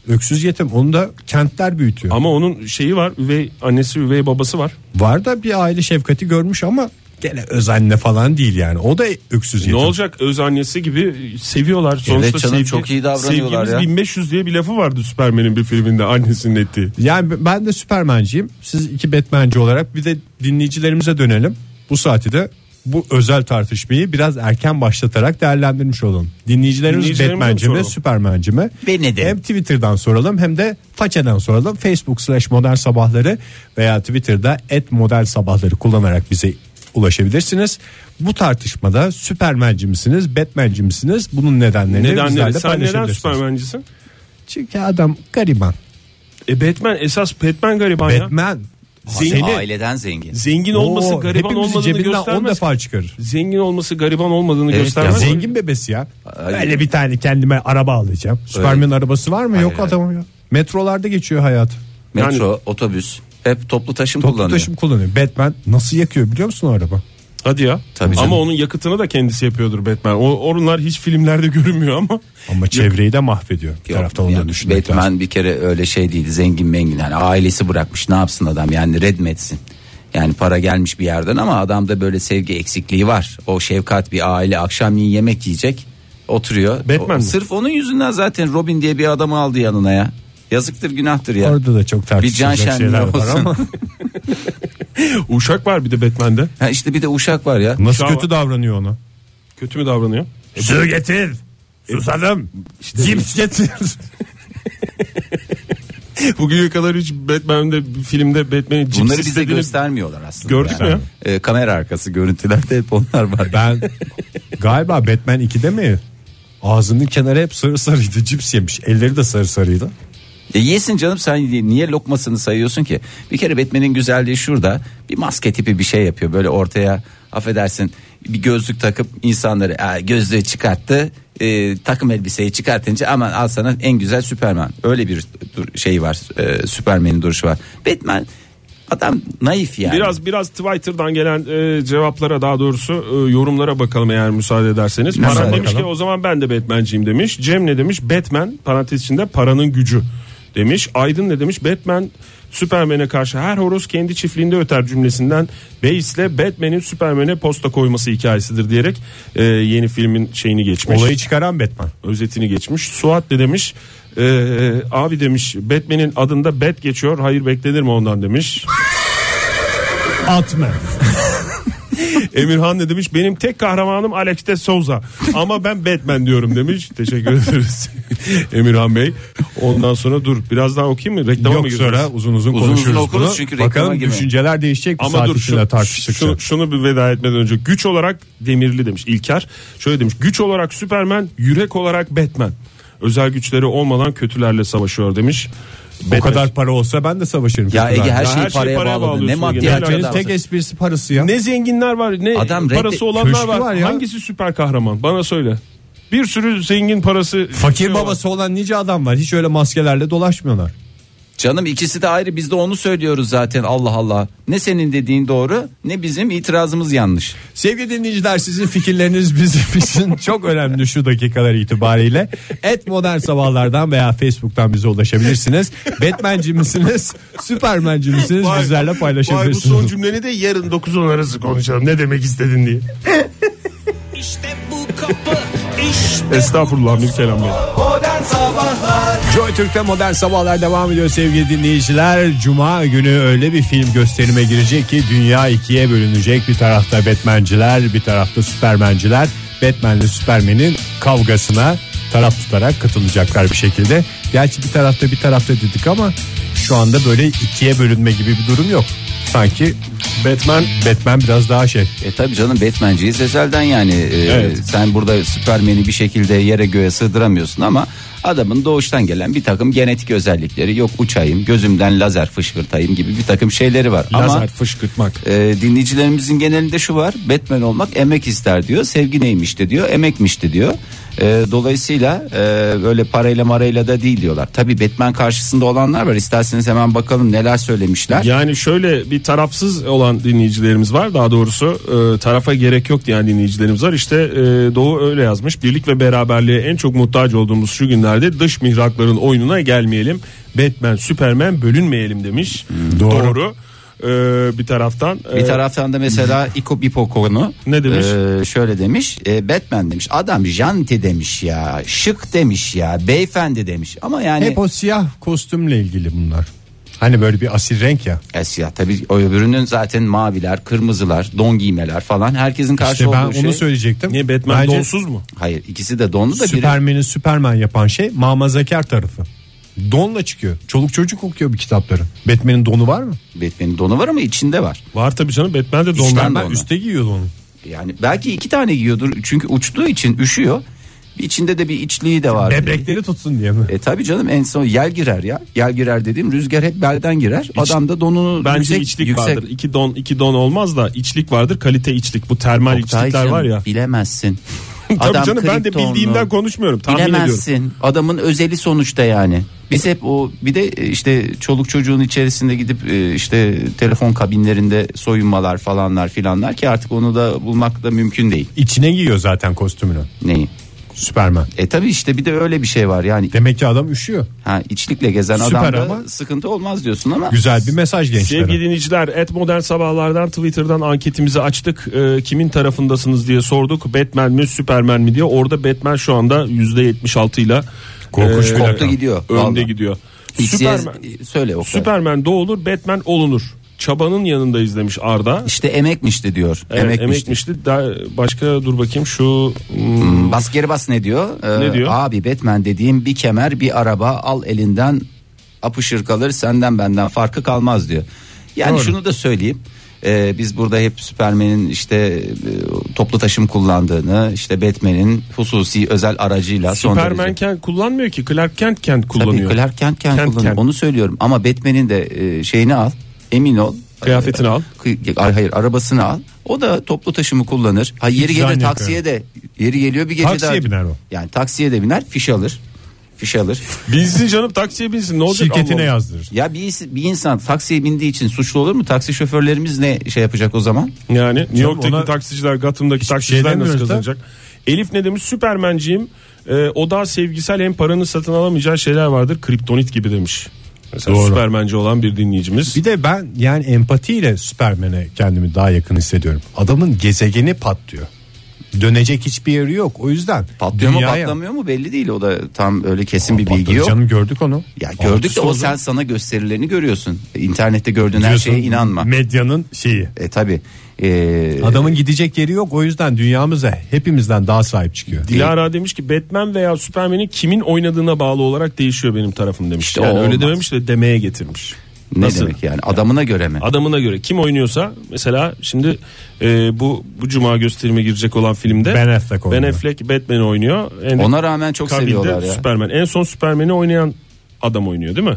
[SPEAKER 3] Öksüz yetim. Onu da kentler büyütüyor.
[SPEAKER 4] ama onun şeyi var üvey annesi üvey babası var.
[SPEAKER 3] Var da bir aile şefkati görmüş ama gene özenle falan değil yani. O da öksüz yetim.
[SPEAKER 4] Ne olacak öz annesi gibi seviyorlar. Sonuçta
[SPEAKER 2] canım,
[SPEAKER 4] sevgi-
[SPEAKER 2] çok iyi davranıyorlar
[SPEAKER 4] sevgimiz
[SPEAKER 2] ya.
[SPEAKER 4] 1500 diye bir lafı vardı Superman'in bir filminde annesinin ettiği.
[SPEAKER 3] Yani ben de Superman'ciyim. Siz iki Batman'ci olarak bir de dinleyicilerimize dönelim. Bu saati de bu özel tartışmayı biraz erken başlatarak değerlendirmiş olalım. Dinleyicilerimiz
[SPEAKER 4] Dinleyicilerimize mi
[SPEAKER 3] Batman'ci mi,
[SPEAKER 4] soralım?
[SPEAKER 3] Superman'ci mi?
[SPEAKER 2] Ve neden?
[SPEAKER 3] Hem Twitter'dan soralım hem de façadan soralım. Facebook slash modern sabahları veya Twitter'da et modern sabahları kullanarak bize ulaşabilirsiniz. Bu tartışmada Superman'ci misiniz, Batman'ci misiniz? Bunun nedenlerini
[SPEAKER 4] Nedenleri
[SPEAKER 3] bizlerle
[SPEAKER 4] sen neden
[SPEAKER 3] paylaşabilirsiniz.
[SPEAKER 4] Superman'cisin?
[SPEAKER 3] Çünkü adam gariban.
[SPEAKER 4] E Batman esas Batman gariban ya.
[SPEAKER 3] Batman.
[SPEAKER 4] Zengin-
[SPEAKER 3] Seni-
[SPEAKER 2] aileden zengin.
[SPEAKER 4] Zengin olması
[SPEAKER 3] Oo,
[SPEAKER 4] gariban
[SPEAKER 3] hepimizin
[SPEAKER 4] olmadığını
[SPEAKER 3] cebinden 10
[SPEAKER 4] göstermez.
[SPEAKER 3] defa çıkarır.
[SPEAKER 4] Zengin olması gariban olmadığını
[SPEAKER 2] Evet ya,
[SPEAKER 4] göstermez.
[SPEAKER 2] zengin-
[SPEAKER 3] Zengin bebesi ya.
[SPEAKER 2] Ay.
[SPEAKER 3] Öyle bir tane kendime araba alacağım. Superman arabası var mı? Yok
[SPEAKER 2] hayır.
[SPEAKER 3] adamım ya. Metrolarda geçiyor hayat.
[SPEAKER 4] Yani-
[SPEAKER 2] Metro, otobüs hep toplu taşım
[SPEAKER 3] Toplu
[SPEAKER 2] kullanıyor.
[SPEAKER 3] taşım kullanıyor. Batman nasıl yakıyor biliyor musun o araba?
[SPEAKER 4] Hadi ya.
[SPEAKER 2] Tabii canım.
[SPEAKER 4] ama onun yakıtını da kendisi yapıyordur Batman. O, onlar hiç filmlerde görünmüyor ama.
[SPEAKER 3] Ama çevreyi de mahvediyor. Bir
[SPEAKER 2] Yok,
[SPEAKER 3] tarafta onu da
[SPEAKER 2] yani
[SPEAKER 3] düşünmek
[SPEAKER 2] Batman
[SPEAKER 3] lazım.
[SPEAKER 2] bir kere öyle şey değil zengin mengin yani ailesi bırakmış ne yapsın adam yani redmetsin. Yani para gelmiş bir yerden ama adamda böyle sevgi eksikliği var. O şefkat bir aile akşamleyin yemek yiyecek oturuyor.
[SPEAKER 4] Batman
[SPEAKER 2] O-
[SPEAKER 4] mi?
[SPEAKER 2] sırf onun yüzünden zaten Robin diye bir adamı aldı yanına ya. Yazıktır günahtır ya.
[SPEAKER 3] Orada da çok
[SPEAKER 2] bir can
[SPEAKER 3] tartışılacak
[SPEAKER 2] şenliği
[SPEAKER 3] şeyler var
[SPEAKER 2] olsun.
[SPEAKER 3] ama
[SPEAKER 4] Uşak var bir de Batman'de.
[SPEAKER 2] ha işte bir de uşak var ya.
[SPEAKER 3] nasıl
[SPEAKER 4] Şu an-
[SPEAKER 3] kötü davranıyor ona?
[SPEAKER 4] Kötü mü davranıyor?
[SPEAKER 3] Su getir. Susadım. Cips getir.
[SPEAKER 4] Bugüne kadar hiç Batman'de bir filmde Batman'in cips
[SPEAKER 2] Bunları bize
[SPEAKER 4] istediğini-
[SPEAKER 2] göstermiyorlar aslında.
[SPEAKER 4] Gördük mü
[SPEAKER 2] Ee, kamera arkası görüntülerde hep onlar var.
[SPEAKER 3] ben galiba Batman 2'de mi? Ağzının kenarı hep sarı sarıydı. Cips yemiş. Elleri de sarı sarıydı.
[SPEAKER 2] E yesin canım sen niye lokmasını sayıyorsun ki? Bir kere Batman'in güzelliği şurada. Bir maske tipi bir şey yapıyor böyle ortaya affedersin bir gözlük takıp insanları "Aa, gözlüğü çıkarttı. E, takım elbiseyi çıkartınca aman al sana en güzel Superman. Öyle bir dur- şey var. E, Superman'in duruşu var. Batman adam naif yani.
[SPEAKER 4] Biraz biraz Twitter'dan gelen e, cevaplara daha doğrusu e, yorumlara bakalım eğer müsaade ederseniz.
[SPEAKER 2] Müsaade
[SPEAKER 4] Paran demiş ki
[SPEAKER 3] bakalım.
[SPEAKER 4] o zaman ben de Batman'ciyim demiş. Cem ne demiş? Batman parantez içinde paranın gücü demiş. Aydın ne demiş? Batman Superman'e karşı her horoz kendi çiftliğinde öter cümlesinden Bates'le Batman'in Superman'e posta koyması hikayesidir diyerek e, yeni filmin şeyini geçmiş.
[SPEAKER 3] Olayı çıkaran Batman.
[SPEAKER 4] özetini geçmiş. Suat de demiş e, abi demiş Batman'in adında Bat geçiyor. Hayır beklenir mi ondan demiş.
[SPEAKER 3] Atma.
[SPEAKER 4] Emirhan ne demiş? Benim tek kahramanım Alex de Souza. Ama ben Batman diyorum demiş. Teşekkür ederiz. Emirhan Bey. Ondan sonra dur biraz daha okuyayım mı? Reklama mı
[SPEAKER 3] Yok
[SPEAKER 4] gireceğiz?
[SPEAKER 3] sonra uzun uzun,
[SPEAKER 2] Uzun uzun
[SPEAKER 3] konuşuruz
[SPEAKER 2] okuruz
[SPEAKER 3] bunu.
[SPEAKER 2] çünkü reklama
[SPEAKER 3] Bakalım
[SPEAKER 2] girmeyin.
[SPEAKER 3] düşünceler değişecek mi?
[SPEAKER 4] Ama dur
[SPEAKER 3] şunu,
[SPEAKER 4] şunu,
[SPEAKER 3] tartışacak.
[SPEAKER 4] şunu, şunu bir veda etmeden önce güç olarak demirli demiş İlker. Şöyle demiş güç olarak Superman yürek olarak Batman. Özel güçleri olmadan kötülerle savaşıyor demiş.
[SPEAKER 3] o kadar para olsa ben de savaşırım.
[SPEAKER 2] Ya Ege her
[SPEAKER 4] Ya
[SPEAKER 2] şeyi
[SPEAKER 4] her şeyi
[SPEAKER 2] paraya,
[SPEAKER 4] paraya
[SPEAKER 2] bağladın. Ne
[SPEAKER 4] bağlıyorsun Ege.
[SPEAKER 2] maddiyatçı
[SPEAKER 4] Helal
[SPEAKER 3] Benim
[SPEAKER 4] olsun.
[SPEAKER 2] adamsın.
[SPEAKER 3] tek esprisi parası ya.
[SPEAKER 4] Ne zenginler var ne
[SPEAKER 2] Adam
[SPEAKER 4] parası
[SPEAKER 2] reddi-
[SPEAKER 4] olanlar
[SPEAKER 3] Köşkü
[SPEAKER 4] var.
[SPEAKER 3] var ya.
[SPEAKER 4] Hangisi süper kahraman? Bana söyle. Bir sürü zengin parası.
[SPEAKER 3] Fakir
[SPEAKER 4] şey olan-
[SPEAKER 3] babası olan nice adam var. Hiç öyle maskelerle dolaşmıyorlar.
[SPEAKER 2] Canım ikisi de ayrı biz de onu söylüyoruz zaten Allah Allah. Ne senin dediğin doğru ne bizim itirazımız yanlış.
[SPEAKER 3] Sevgili dinleyiciler sizin fikirleriniz bizim için çok önemli şu dakikalar itibariyle. Et modern sabahlardan veya Facebook'tan bize ulaşabilirsiniz. Batman'ci misiniz? Superman'ci misiniz?
[SPEAKER 4] Vay-
[SPEAKER 3] Bizlerle
[SPEAKER 4] Vay bu son
[SPEAKER 3] paylaşabilirsiniz.
[SPEAKER 4] cümleni de yarın 9-10 arası konuşalım. Ne demek istedin diye. Estağfurullah Mülkelam Bey.
[SPEAKER 3] Joy Türk'te modern sabahlar devam ediyor sevgili dinleyiciler. Cuma günü öyle bir film gösterime girecek ki dünya ikiye bölünecek. Bir tarafta Batman'ciler bir tarafta Superman'ciler. Batman'le Superman'in kavgasına taraf tutarak katılacaklar bir şekilde. Gerçi bir tarafta bir tarafta dedik ama şu anda böyle ikiye bölünme gibi bir durum yok. Sanki
[SPEAKER 4] Batman
[SPEAKER 3] Batman biraz daha şey.
[SPEAKER 2] E tabi canım Batman'ciyiz ezelden yani. E,
[SPEAKER 4] Evet.
[SPEAKER 2] Sen burada Superman'i bir şekilde yere göğe sığdıramıyorsun ama adamın doğuştan gelen bir takım genetik özellikleri yok uçayım gözümden lazer fışkırtayım gibi bir takım şeyleri var. ama
[SPEAKER 4] lazer fışkırtmak.
[SPEAKER 2] e, dinleyicilerimizin genelinde şu var Batman olmak emek ister diyor sevgi neymişti diyor emekmişti diyor. E, dolayısıyla e, böyle parayla marayla da değil diyorlar. Tabi Batman karşısında olanlar var isterseniz hemen bakalım neler söylemişler.
[SPEAKER 4] Yani şöyle bir tarafsız olan dinleyicilerimiz var. Daha doğrusu e, tarafa gerek yok diyen dinleyicilerimiz var. İşte e, Doğu öyle yazmış. Birlik ve beraberliğe en çok muhtaç olduğumuz şu günlerde dış mihrakların oyununa gelmeyelim. Batman, Superman bölünmeyelim demiş. Hmm, doğru. E, bir taraftan e,
[SPEAKER 2] Bir taraftan da mesela İko Bipokonu
[SPEAKER 4] Ne demiş?
[SPEAKER 2] e, şöyle demiş. e, Batman demiş. Adam janti demiş ya. Şık demiş ya. Beyefendi demiş. Ama yani
[SPEAKER 3] Hep o siyah kostümle ilgili bunlar. Hani böyle bir asil renk ya.
[SPEAKER 2] Esya tabii o öbürünün zaten maviler, kırmızılar, don giymeler falan herkesin karşı
[SPEAKER 3] İşte ben
[SPEAKER 2] olduğu
[SPEAKER 3] onu
[SPEAKER 2] şey.
[SPEAKER 3] söyleyecektim.
[SPEAKER 4] niye Batman
[SPEAKER 3] Bence-
[SPEAKER 4] donsuz mu?
[SPEAKER 2] Hayır, ikisi de donlu da biri
[SPEAKER 3] Süpermen'i Süpermen yapan şey mamazakar tarafı. Donla çıkıyor. Çoluk çocuk okuyor bir kitapları. Batman'in donu var mı?
[SPEAKER 2] Batman'in donu var ama içinde var.
[SPEAKER 4] Var tabii canım Batman de
[SPEAKER 2] İşten
[SPEAKER 4] donlar.
[SPEAKER 2] de
[SPEAKER 3] Superman
[SPEAKER 2] onu.
[SPEAKER 3] üste giyiyor donu.
[SPEAKER 2] Yani belki iki tane giyiyordur çünkü uçtuğu için üşüyor. Bir İçinde de bir içliği de var.
[SPEAKER 3] Bebrekleri tutsun diye mi?
[SPEAKER 2] E tabi canım en son yel girer ya. Yel girer dediğim rüzgar hep belden girer. Adam da donunu
[SPEAKER 4] Bence
[SPEAKER 2] yüksek,
[SPEAKER 4] içlik
[SPEAKER 2] yüksek
[SPEAKER 4] vardır. İki don, iki don olmaz da içlik vardır. Kalite içlik. Bu termal içlikler
[SPEAKER 2] Oktaycığım,
[SPEAKER 4] var ya.
[SPEAKER 2] Bilemezsin.
[SPEAKER 4] Tabii canım ben de
[SPEAKER 2] kriptonlu.
[SPEAKER 4] bildiğimden konuşmuyorum. Tahmin ediyorum.
[SPEAKER 2] Bilemezsin. Adamın özeli sonuçta yani. Biz hep o bir de e, işte çoluk çocuğun içerisinde gidip e, işte telefon kabinlerinde soyunmalar falanlar filanlar ki artık onu da bulmak da mümkün değil.
[SPEAKER 3] İçine giyiyor zaten kostümünü.
[SPEAKER 2] Neyi?
[SPEAKER 3] Superman.
[SPEAKER 2] E tabi işte bir de öyle bir şey var yani.
[SPEAKER 3] Demek ki adam üşüyor.
[SPEAKER 2] Ha içlikle gezen
[SPEAKER 3] Süper
[SPEAKER 2] adamda
[SPEAKER 3] ama.
[SPEAKER 2] sıkıntı olmaz diyorsun ama.
[SPEAKER 3] Güzel bir mesaj gençlere.
[SPEAKER 4] Sevgili dinleyiciler et modern sabahlardan Twitter'dan anketimizi açtık. Ee, kimin tarafındasınız diye sorduk. Batman mi Superman mi diye. Orada Batman şu anda %76 ile
[SPEAKER 3] Korkunç bir
[SPEAKER 4] e,
[SPEAKER 2] Koptu gidiyor.
[SPEAKER 4] önde
[SPEAKER 2] Vallahi.
[SPEAKER 4] gidiyor.
[SPEAKER 2] İkisi-
[SPEAKER 4] Superman,
[SPEAKER 2] söyle o
[SPEAKER 4] Superman doğulur Batman olunur. Çabanın yanında izlemiş Arda.
[SPEAKER 2] İşte emekmişti diyor.
[SPEAKER 4] Evet,
[SPEAKER 2] emekmişti.
[SPEAKER 4] emekmişti. Daha başka dur bakayım şu hmm,
[SPEAKER 2] Bas geri bas ne diyor? Ee,
[SPEAKER 4] Ne diyor?
[SPEAKER 2] Abi Batman dediğim bir kemer bir araba al elinden apışır kalır senden benden farkı kalmaz diyor. Yani şunu da söyleyeyim. Ee, biz burada hep Superman'in işte e, toplu taşım kullandığını işte Batman'in hususi özel aracıyla son derece-
[SPEAKER 4] Superman Kent kullanmıyor ki Clark Kent Kent
[SPEAKER 2] Tabii
[SPEAKER 4] kullanıyor.
[SPEAKER 2] Clark Kent Kent
[SPEAKER 4] Kent
[SPEAKER 2] kullanıyor.
[SPEAKER 4] Kent.
[SPEAKER 2] Onu söylüyorum ama Batman'in de e, şeyini al emin ol.
[SPEAKER 4] Kıyafetini al.
[SPEAKER 2] Kı- Ay hayır arabasını al. O da toplu taşımı kullanır. Ha yeri
[SPEAKER 3] İkizan
[SPEAKER 2] gelir
[SPEAKER 3] yapıyor.
[SPEAKER 2] taksiye de yeri geliyor bir gece
[SPEAKER 3] Taksiye
[SPEAKER 2] daha-
[SPEAKER 3] biner o.
[SPEAKER 2] Yani taksiye de biner fiş alır. Fiş alır.
[SPEAKER 4] Binsin canım taksiye binsin ne olacak?
[SPEAKER 3] Şirketine
[SPEAKER 4] Allah Allah.
[SPEAKER 3] yazdırır.
[SPEAKER 2] ya bir, is- bir insan taksiye bindiği için suçlu olur mu? Taksi şoförlerimiz ne şey yapacak o zaman?
[SPEAKER 4] Yani New York'taki
[SPEAKER 3] ona-
[SPEAKER 4] taksiciler, Gotham'daki
[SPEAKER 3] Hiçbir şey
[SPEAKER 4] taksiciler nasıl
[SPEAKER 3] demiyoruz da.
[SPEAKER 4] kazanacak? Elif ne demiş? Süpermenciyim. Ee, o daha sevgisel hem paranın satın alamayacağı şeyler vardır. Kriptonit gibi demiş. Mesela
[SPEAKER 3] Doğru.
[SPEAKER 4] süpermence olan bir dinleyicimiz.
[SPEAKER 3] Bir de ben yani empatiyle Superman'e kendimi daha yakın hissediyorum. Adamın gezegeni patlıyor. Dönecek hiçbir yeri yok. O yüzden
[SPEAKER 2] Patlıyor mu
[SPEAKER 3] dünyaya-
[SPEAKER 2] patlamıyor mu belli değil o da tam öyle kesin bir
[SPEAKER 3] Patladı
[SPEAKER 2] bilgi yok.
[SPEAKER 3] Canım gördük onu.
[SPEAKER 2] Ya gördük de o
[SPEAKER 3] Altüst
[SPEAKER 2] sen
[SPEAKER 3] oldu.
[SPEAKER 2] sana gösterilerini görüyorsun. İnternette gördüğün her
[SPEAKER 3] Diyorsun,
[SPEAKER 2] şeye inanma.
[SPEAKER 3] Medyanın şeyi.
[SPEAKER 2] E tabi. E,
[SPEAKER 3] Adamın gidecek yeri yok. O yüzden dünyamıza hepimizden daha sahip çıkıyor.
[SPEAKER 4] Dilara demiş ki Batman veya Superman'in kimin oynadığına bağlı olarak değişiyor benim tarafım demiş.
[SPEAKER 2] İşte
[SPEAKER 4] yani
[SPEAKER 2] o
[SPEAKER 4] öyle
[SPEAKER 2] olmaz.
[SPEAKER 4] dememiş de demeye getirmiş.
[SPEAKER 2] ne
[SPEAKER 4] Nasıl?
[SPEAKER 2] demek yani adamına göre mi?
[SPEAKER 4] Adamına göre kim oynuyorsa mesela şimdi e, bu bu cuma gösterime girecek olan filmde
[SPEAKER 3] Ben Affleck oynuyor.
[SPEAKER 4] Ben Affleck Batman oynuyor. En
[SPEAKER 2] Ona rağmen çok
[SPEAKER 4] Kabil'de
[SPEAKER 2] seviyorlar ya.
[SPEAKER 4] Superman. En son Superman'i oynayan adam oynuyor değil mi?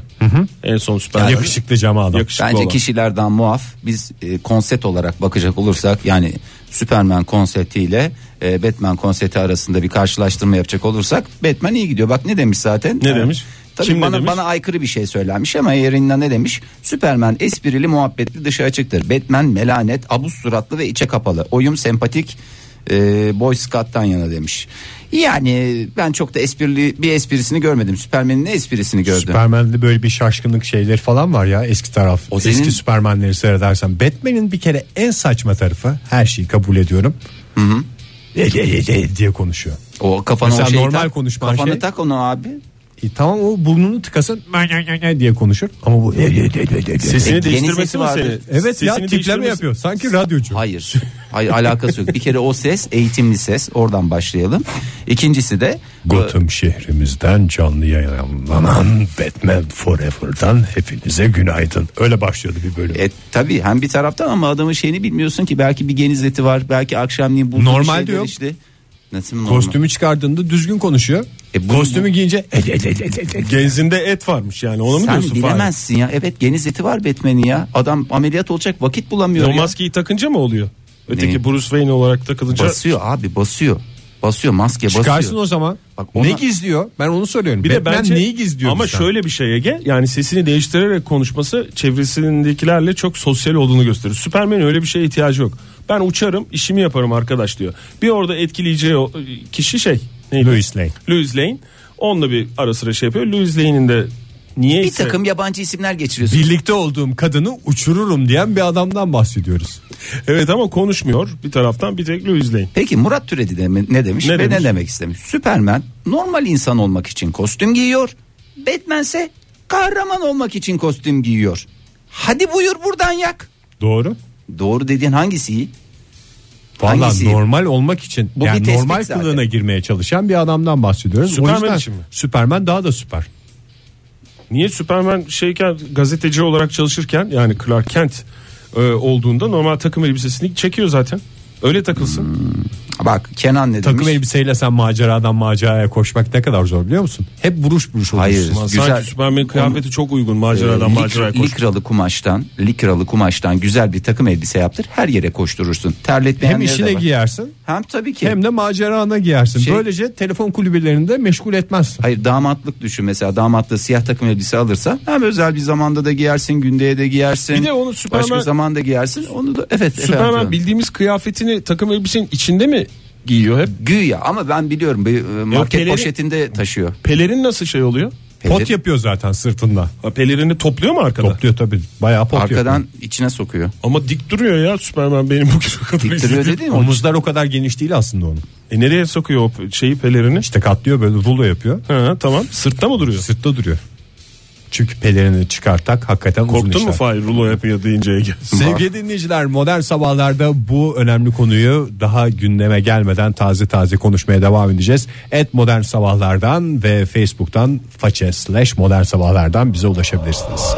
[SPEAKER 4] En son Superman.
[SPEAKER 3] Yakışıklı cama adam.
[SPEAKER 4] Yakışıklı
[SPEAKER 2] Bence
[SPEAKER 4] olan.
[SPEAKER 2] kişilerden muaf biz e, konsept olarak bakacak olursak yani Superman konseptiyle e, Batman konsepti arasında bir karşılaştırma yapacak olursak Batman iyi gidiyor. Bak ne demiş zaten? E,
[SPEAKER 4] Ne demiş?
[SPEAKER 2] Tabii
[SPEAKER 4] Kim ne
[SPEAKER 2] bana
[SPEAKER 4] demiş?
[SPEAKER 2] bana aykırı bir şey söylenmiş ama yerinden ne demiş? Superman esprili, muhabbetli, dışa açıktır. Batman melanet, abuz suratlı ve içe kapalı. Oyum sempatik e, Boy Scott'tan yana demiş. Yani ben çok da esprili bir esprisini görmedim. Superman'in ne esprisini gördüm?
[SPEAKER 3] Superman'de böyle bir şaşkınlık şeyleri falan var ya eski taraf.
[SPEAKER 2] O
[SPEAKER 3] eski
[SPEAKER 2] senin-
[SPEAKER 3] Superman'leri seyredersen. Batman'in bir kere en saçma tarafı her şeyi kabul ediyorum. diye konuşuyor.
[SPEAKER 2] O kafana
[SPEAKER 3] Mesela
[SPEAKER 2] o şeyi
[SPEAKER 3] normal
[SPEAKER 2] tak.
[SPEAKER 3] konuşman
[SPEAKER 2] Kafanı
[SPEAKER 3] şey-
[SPEAKER 2] tak onu abi.
[SPEAKER 3] E, tamam o burnunu tıkasın diye konuşur ama bu
[SPEAKER 4] Sesini
[SPEAKER 2] Yeni
[SPEAKER 4] değiştirmesi
[SPEAKER 2] sesi
[SPEAKER 4] mi
[SPEAKER 2] vardı.
[SPEAKER 4] seni?
[SPEAKER 3] evet ya
[SPEAKER 4] Sesini
[SPEAKER 3] tipleme
[SPEAKER 4] değiştirmesi-
[SPEAKER 3] yapıyor sanki radyocu.
[SPEAKER 2] Hayır. Hayır alakası yok. Bir kere o ses eğitimli ses. Oradan başlayalım. İkincisi de
[SPEAKER 3] Gotham şehrimizden canlı yayınlanan Batman Forever'dan hepinize günaydın. Öyle başlıyordu bir bölüm.
[SPEAKER 2] e, tabii hem bir taraftan ama adamın şeyini bilmiyorsun ki belki bir genizleti var. Belki akşamleyin bulduğu
[SPEAKER 3] Normal
[SPEAKER 2] şeyler
[SPEAKER 3] diyor.
[SPEAKER 2] işte. Nasıl normal?
[SPEAKER 3] Kostümü çıkardığında düzgün konuşuyor.
[SPEAKER 2] E, bu-
[SPEAKER 3] Kostümü giyince
[SPEAKER 4] Genzinde et varmış yani ona mı
[SPEAKER 2] Sen
[SPEAKER 4] diyorsun? Fahir?
[SPEAKER 2] bilemezsin ya. Evet genizleti var Batman'in ya. Adam ameliyat olacak vakit bulamıyor
[SPEAKER 4] O
[SPEAKER 2] ya.
[SPEAKER 4] maskeyi takınca mı oluyor? Öteki
[SPEAKER 2] Neyi?
[SPEAKER 4] Bruce Wayne olarak takılınca
[SPEAKER 2] Basıyor abi basıyor. Basıyor maske
[SPEAKER 3] Çıkarsın
[SPEAKER 2] basıyor.
[SPEAKER 3] o zaman.
[SPEAKER 2] Bak ona-
[SPEAKER 3] Ne gizliyor? Ben onu soruyorum.
[SPEAKER 4] Bir de
[SPEAKER 3] Batman
[SPEAKER 4] bence
[SPEAKER 3] neyi gizliyor?
[SPEAKER 4] Ama
[SPEAKER 3] bizden?
[SPEAKER 4] şöyle bir şey Ege yani sesini değiştirerek konuşması çevresindekilerle çok sosyal olduğunu gösterir. Superman'in öyle bir şeye ihtiyacı yok. Ben uçarım işimi yaparım arkadaş diyor. Bir orada etkileyici o- kişi şey neydi?
[SPEAKER 3] Louis Lane.
[SPEAKER 4] Louis Lane. Onunla bir ara sıra şey yapıyor. Louis Lane'in de niye
[SPEAKER 2] Bir takım yabancı isimler geçiriyorsun.
[SPEAKER 3] Birlikte olduğum kadını uçururum diyen bir adamdan bahsediyoruz.
[SPEAKER 4] Evet ama konuşmuyor bir taraftan bir tek Louis Lane.
[SPEAKER 2] Peki Murat Türedi de mi- ne demiş
[SPEAKER 4] Ne
[SPEAKER 2] ve
[SPEAKER 4] demiş?
[SPEAKER 2] ne demek istemiş? Süpermen normal insan olmak için kostüm giyiyor. Batman ise kahraman olmak için kostüm giyiyor. Hadi buyur buradan yak.
[SPEAKER 3] Doğru.
[SPEAKER 2] Doğru dediğin hangisi iyi?
[SPEAKER 3] Valla
[SPEAKER 2] Hangisi?
[SPEAKER 3] normal olmak için
[SPEAKER 2] Bu bir
[SPEAKER 3] yani
[SPEAKER 2] tespit
[SPEAKER 3] normal
[SPEAKER 2] zaten.
[SPEAKER 3] kılığına girmeye çalışan bir adamdan bahsediyoruz.
[SPEAKER 4] Superman
[SPEAKER 3] o yüzden
[SPEAKER 4] için mi?
[SPEAKER 3] Superman daha da süper.
[SPEAKER 4] Niye Superman şeyken gazeteci olarak çalışırken yani Clark Kent e, olduğunda normal takım elbisesini çekiyor zaten. Öyle takılsın.
[SPEAKER 2] Bak Kenan ne
[SPEAKER 3] Takım
[SPEAKER 2] demiş?
[SPEAKER 3] elbiseyle sen maceradan maceraya koşmak ne kadar zor biliyor musun? Hep buruş buruş
[SPEAKER 2] Hayır.
[SPEAKER 3] oluyorsun.
[SPEAKER 4] Ama
[SPEAKER 2] Güzel.
[SPEAKER 4] Sanki Superman kıyafeti çok uygun maceradan
[SPEAKER 2] Ee, lik-
[SPEAKER 4] maceraya koş.
[SPEAKER 2] likralı kumaştan, likralı kumaştan güzel bir takım elbise yaptır. Her yere koşturursun.
[SPEAKER 3] Hem
[SPEAKER 2] Terletmeyenleri de
[SPEAKER 3] işine
[SPEAKER 2] var.
[SPEAKER 3] giyersin
[SPEAKER 2] Hem tabii ki.
[SPEAKER 3] hem de macerana giyersin.
[SPEAKER 2] Şey-
[SPEAKER 3] Böylece telefon kulübelerinde meşgul etmez.
[SPEAKER 2] Hayır damatlık düşün mesela damatlığı siyah takım elbise alırsa hem özel bir zamanda da giyersin gündeye de giyersin.
[SPEAKER 4] Bir de onu Superman-
[SPEAKER 2] başka zamanda giyersin onu da evet. efendim
[SPEAKER 4] Superman
[SPEAKER 2] canım.
[SPEAKER 4] bildiğimiz kıyafetini takım elbisenin içinde mi giyiyor hep?
[SPEAKER 2] Güya ama ben biliyorum bir, e, market
[SPEAKER 4] pelerin-
[SPEAKER 2] poşetinde taşıyor.
[SPEAKER 4] Pelerin nasıl şey oluyor?
[SPEAKER 3] Pot yapıyor zaten sırtında.
[SPEAKER 4] Ha, pelerini topluyor mu arkada?
[SPEAKER 3] Topluyor tabii. Bayağı pot
[SPEAKER 2] Arkadan
[SPEAKER 3] yapıyor.
[SPEAKER 2] içine sokuyor.
[SPEAKER 4] Ama dik duruyor ya Superman benim bugüne kadar
[SPEAKER 2] Diktiriyor
[SPEAKER 4] izlediğim.
[SPEAKER 2] dedi mi?
[SPEAKER 3] Omuzlar o kadar geniş değil aslında onun.
[SPEAKER 4] E nereye sokuyor o pe- şeyi pelerini?
[SPEAKER 3] İşte katlıyor böyle rulo yapıyor.
[SPEAKER 4] Ha, tamam sırtta mı duruyor?
[SPEAKER 3] Sırtta duruyor. Çünkü pelerini çıkartak hakikaten uzun
[SPEAKER 4] Korktun mu
[SPEAKER 3] işler.
[SPEAKER 4] Fahir rulo yapıyor deyince Ege?
[SPEAKER 3] Sevgili dinleyiciler modern sabahlarda bu önemli konuyu daha gündeme gelmeden taze taze konuşmaya devam edeceğiz. Et modern sabahlardan ve Facebook'tan façe slash modern sabahlardan bize ulaşabilirsiniz.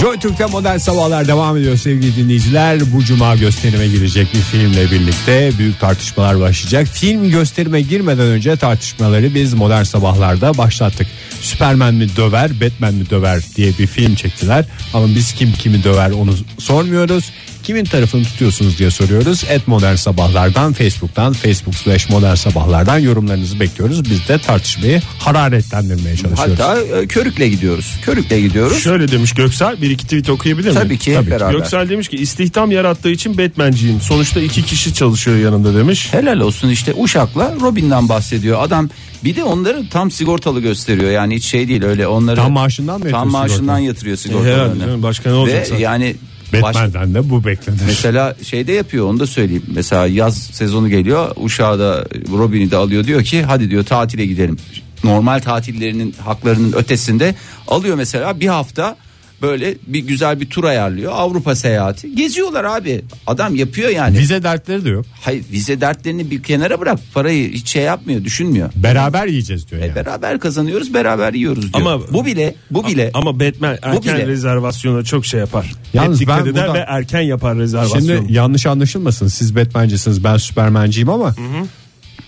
[SPEAKER 3] Joy Türk'te modern sabahlar devam ediyor sevgili dinleyiciler. Bu cuma gösterime girecek bir filmle birlikte büyük tartışmalar başlayacak. Film gösterime girmeden önce tartışmaları biz modern sabahlarda başlattık. Superman mi döver, Batman mi döver diye bir film çektiler. Ama biz kim kimi döver onu sormuyoruz. Kimin tarafını tutuyorsunuz diye soruyoruz. Et Modern Sabahlardan, Facebook'tan, Facebook slash Modern Sabahlardan yorumlarınızı bekliyoruz. Biz de tartışmayı hararetlendirmeye çalışıyoruz.
[SPEAKER 2] Hatta e, körükle gidiyoruz. Körükle gidiyoruz.
[SPEAKER 4] Şöyle demiş Göksel bir iki tweet okuyabilir miyim?
[SPEAKER 2] Tabii ki hep beraber.
[SPEAKER 4] Göksel demiş ki istihdam yarattığı için Batman'ciyim. Sonuçta iki kişi çalışıyor yanında demiş.
[SPEAKER 2] Helal olsun işte Uşak'la Robin'den bahsediyor. Adam bir de onları tam sigortalı gösteriyor. Yani hiç şey değil öyle onları
[SPEAKER 3] Tam maaşından mı
[SPEAKER 2] tam
[SPEAKER 3] yatıyor
[SPEAKER 2] maaşından
[SPEAKER 3] sigorta?
[SPEAKER 2] yatırıyor
[SPEAKER 4] E, Herhalde
[SPEAKER 2] sigortalarını.
[SPEAKER 4] canım, başka ne olacak
[SPEAKER 2] Ve
[SPEAKER 4] zaten?
[SPEAKER 2] yani baş-
[SPEAKER 3] Batman'den de bu beklenir.
[SPEAKER 2] Mesela şeyde yapıyor onu da söyleyeyim. Mesela yaz sezonu geliyor. Uşağı da Robin'i de alıyor diyor ki hadi diyor tatile gidelim. Normal tatillerinin haklarının ötesinde alıyor mesela bir hafta böyle bir güzel bir tur ayarlıyor. Avrupa seyahati. Geziyorlar abi. Adam yapıyor yani.
[SPEAKER 3] Vize dertleri de yok.
[SPEAKER 2] Hayır vize dertlerini bir kenara bırak. Parayı hiç şey yapmıyor, düşünmüyor.
[SPEAKER 3] Beraber yiyeceğiz diyor yani.
[SPEAKER 2] Beraber kazanıyoruz, beraber yiyoruz diyor.
[SPEAKER 4] Ama-
[SPEAKER 2] bu bile E, bu bile
[SPEAKER 4] Ama Batman erken
[SPEAKER 2] bile.
[SPEAKER 4] rezervasyona çok şey yapar.
[SPEAKER 3] Yalnız
[SPEAKER 4] Hep dikkat
[SPEAKER 3] ben
[SPEAKER 4] eder
[SPEAKER 3] buradan-
[SPEAKER 4] ve erken yapar rezervasyonu.
[SPEAKER 3] Şimdi yanlış anlaşılmasın. Siz Batman'cisiniz ben Superman'ciyim ama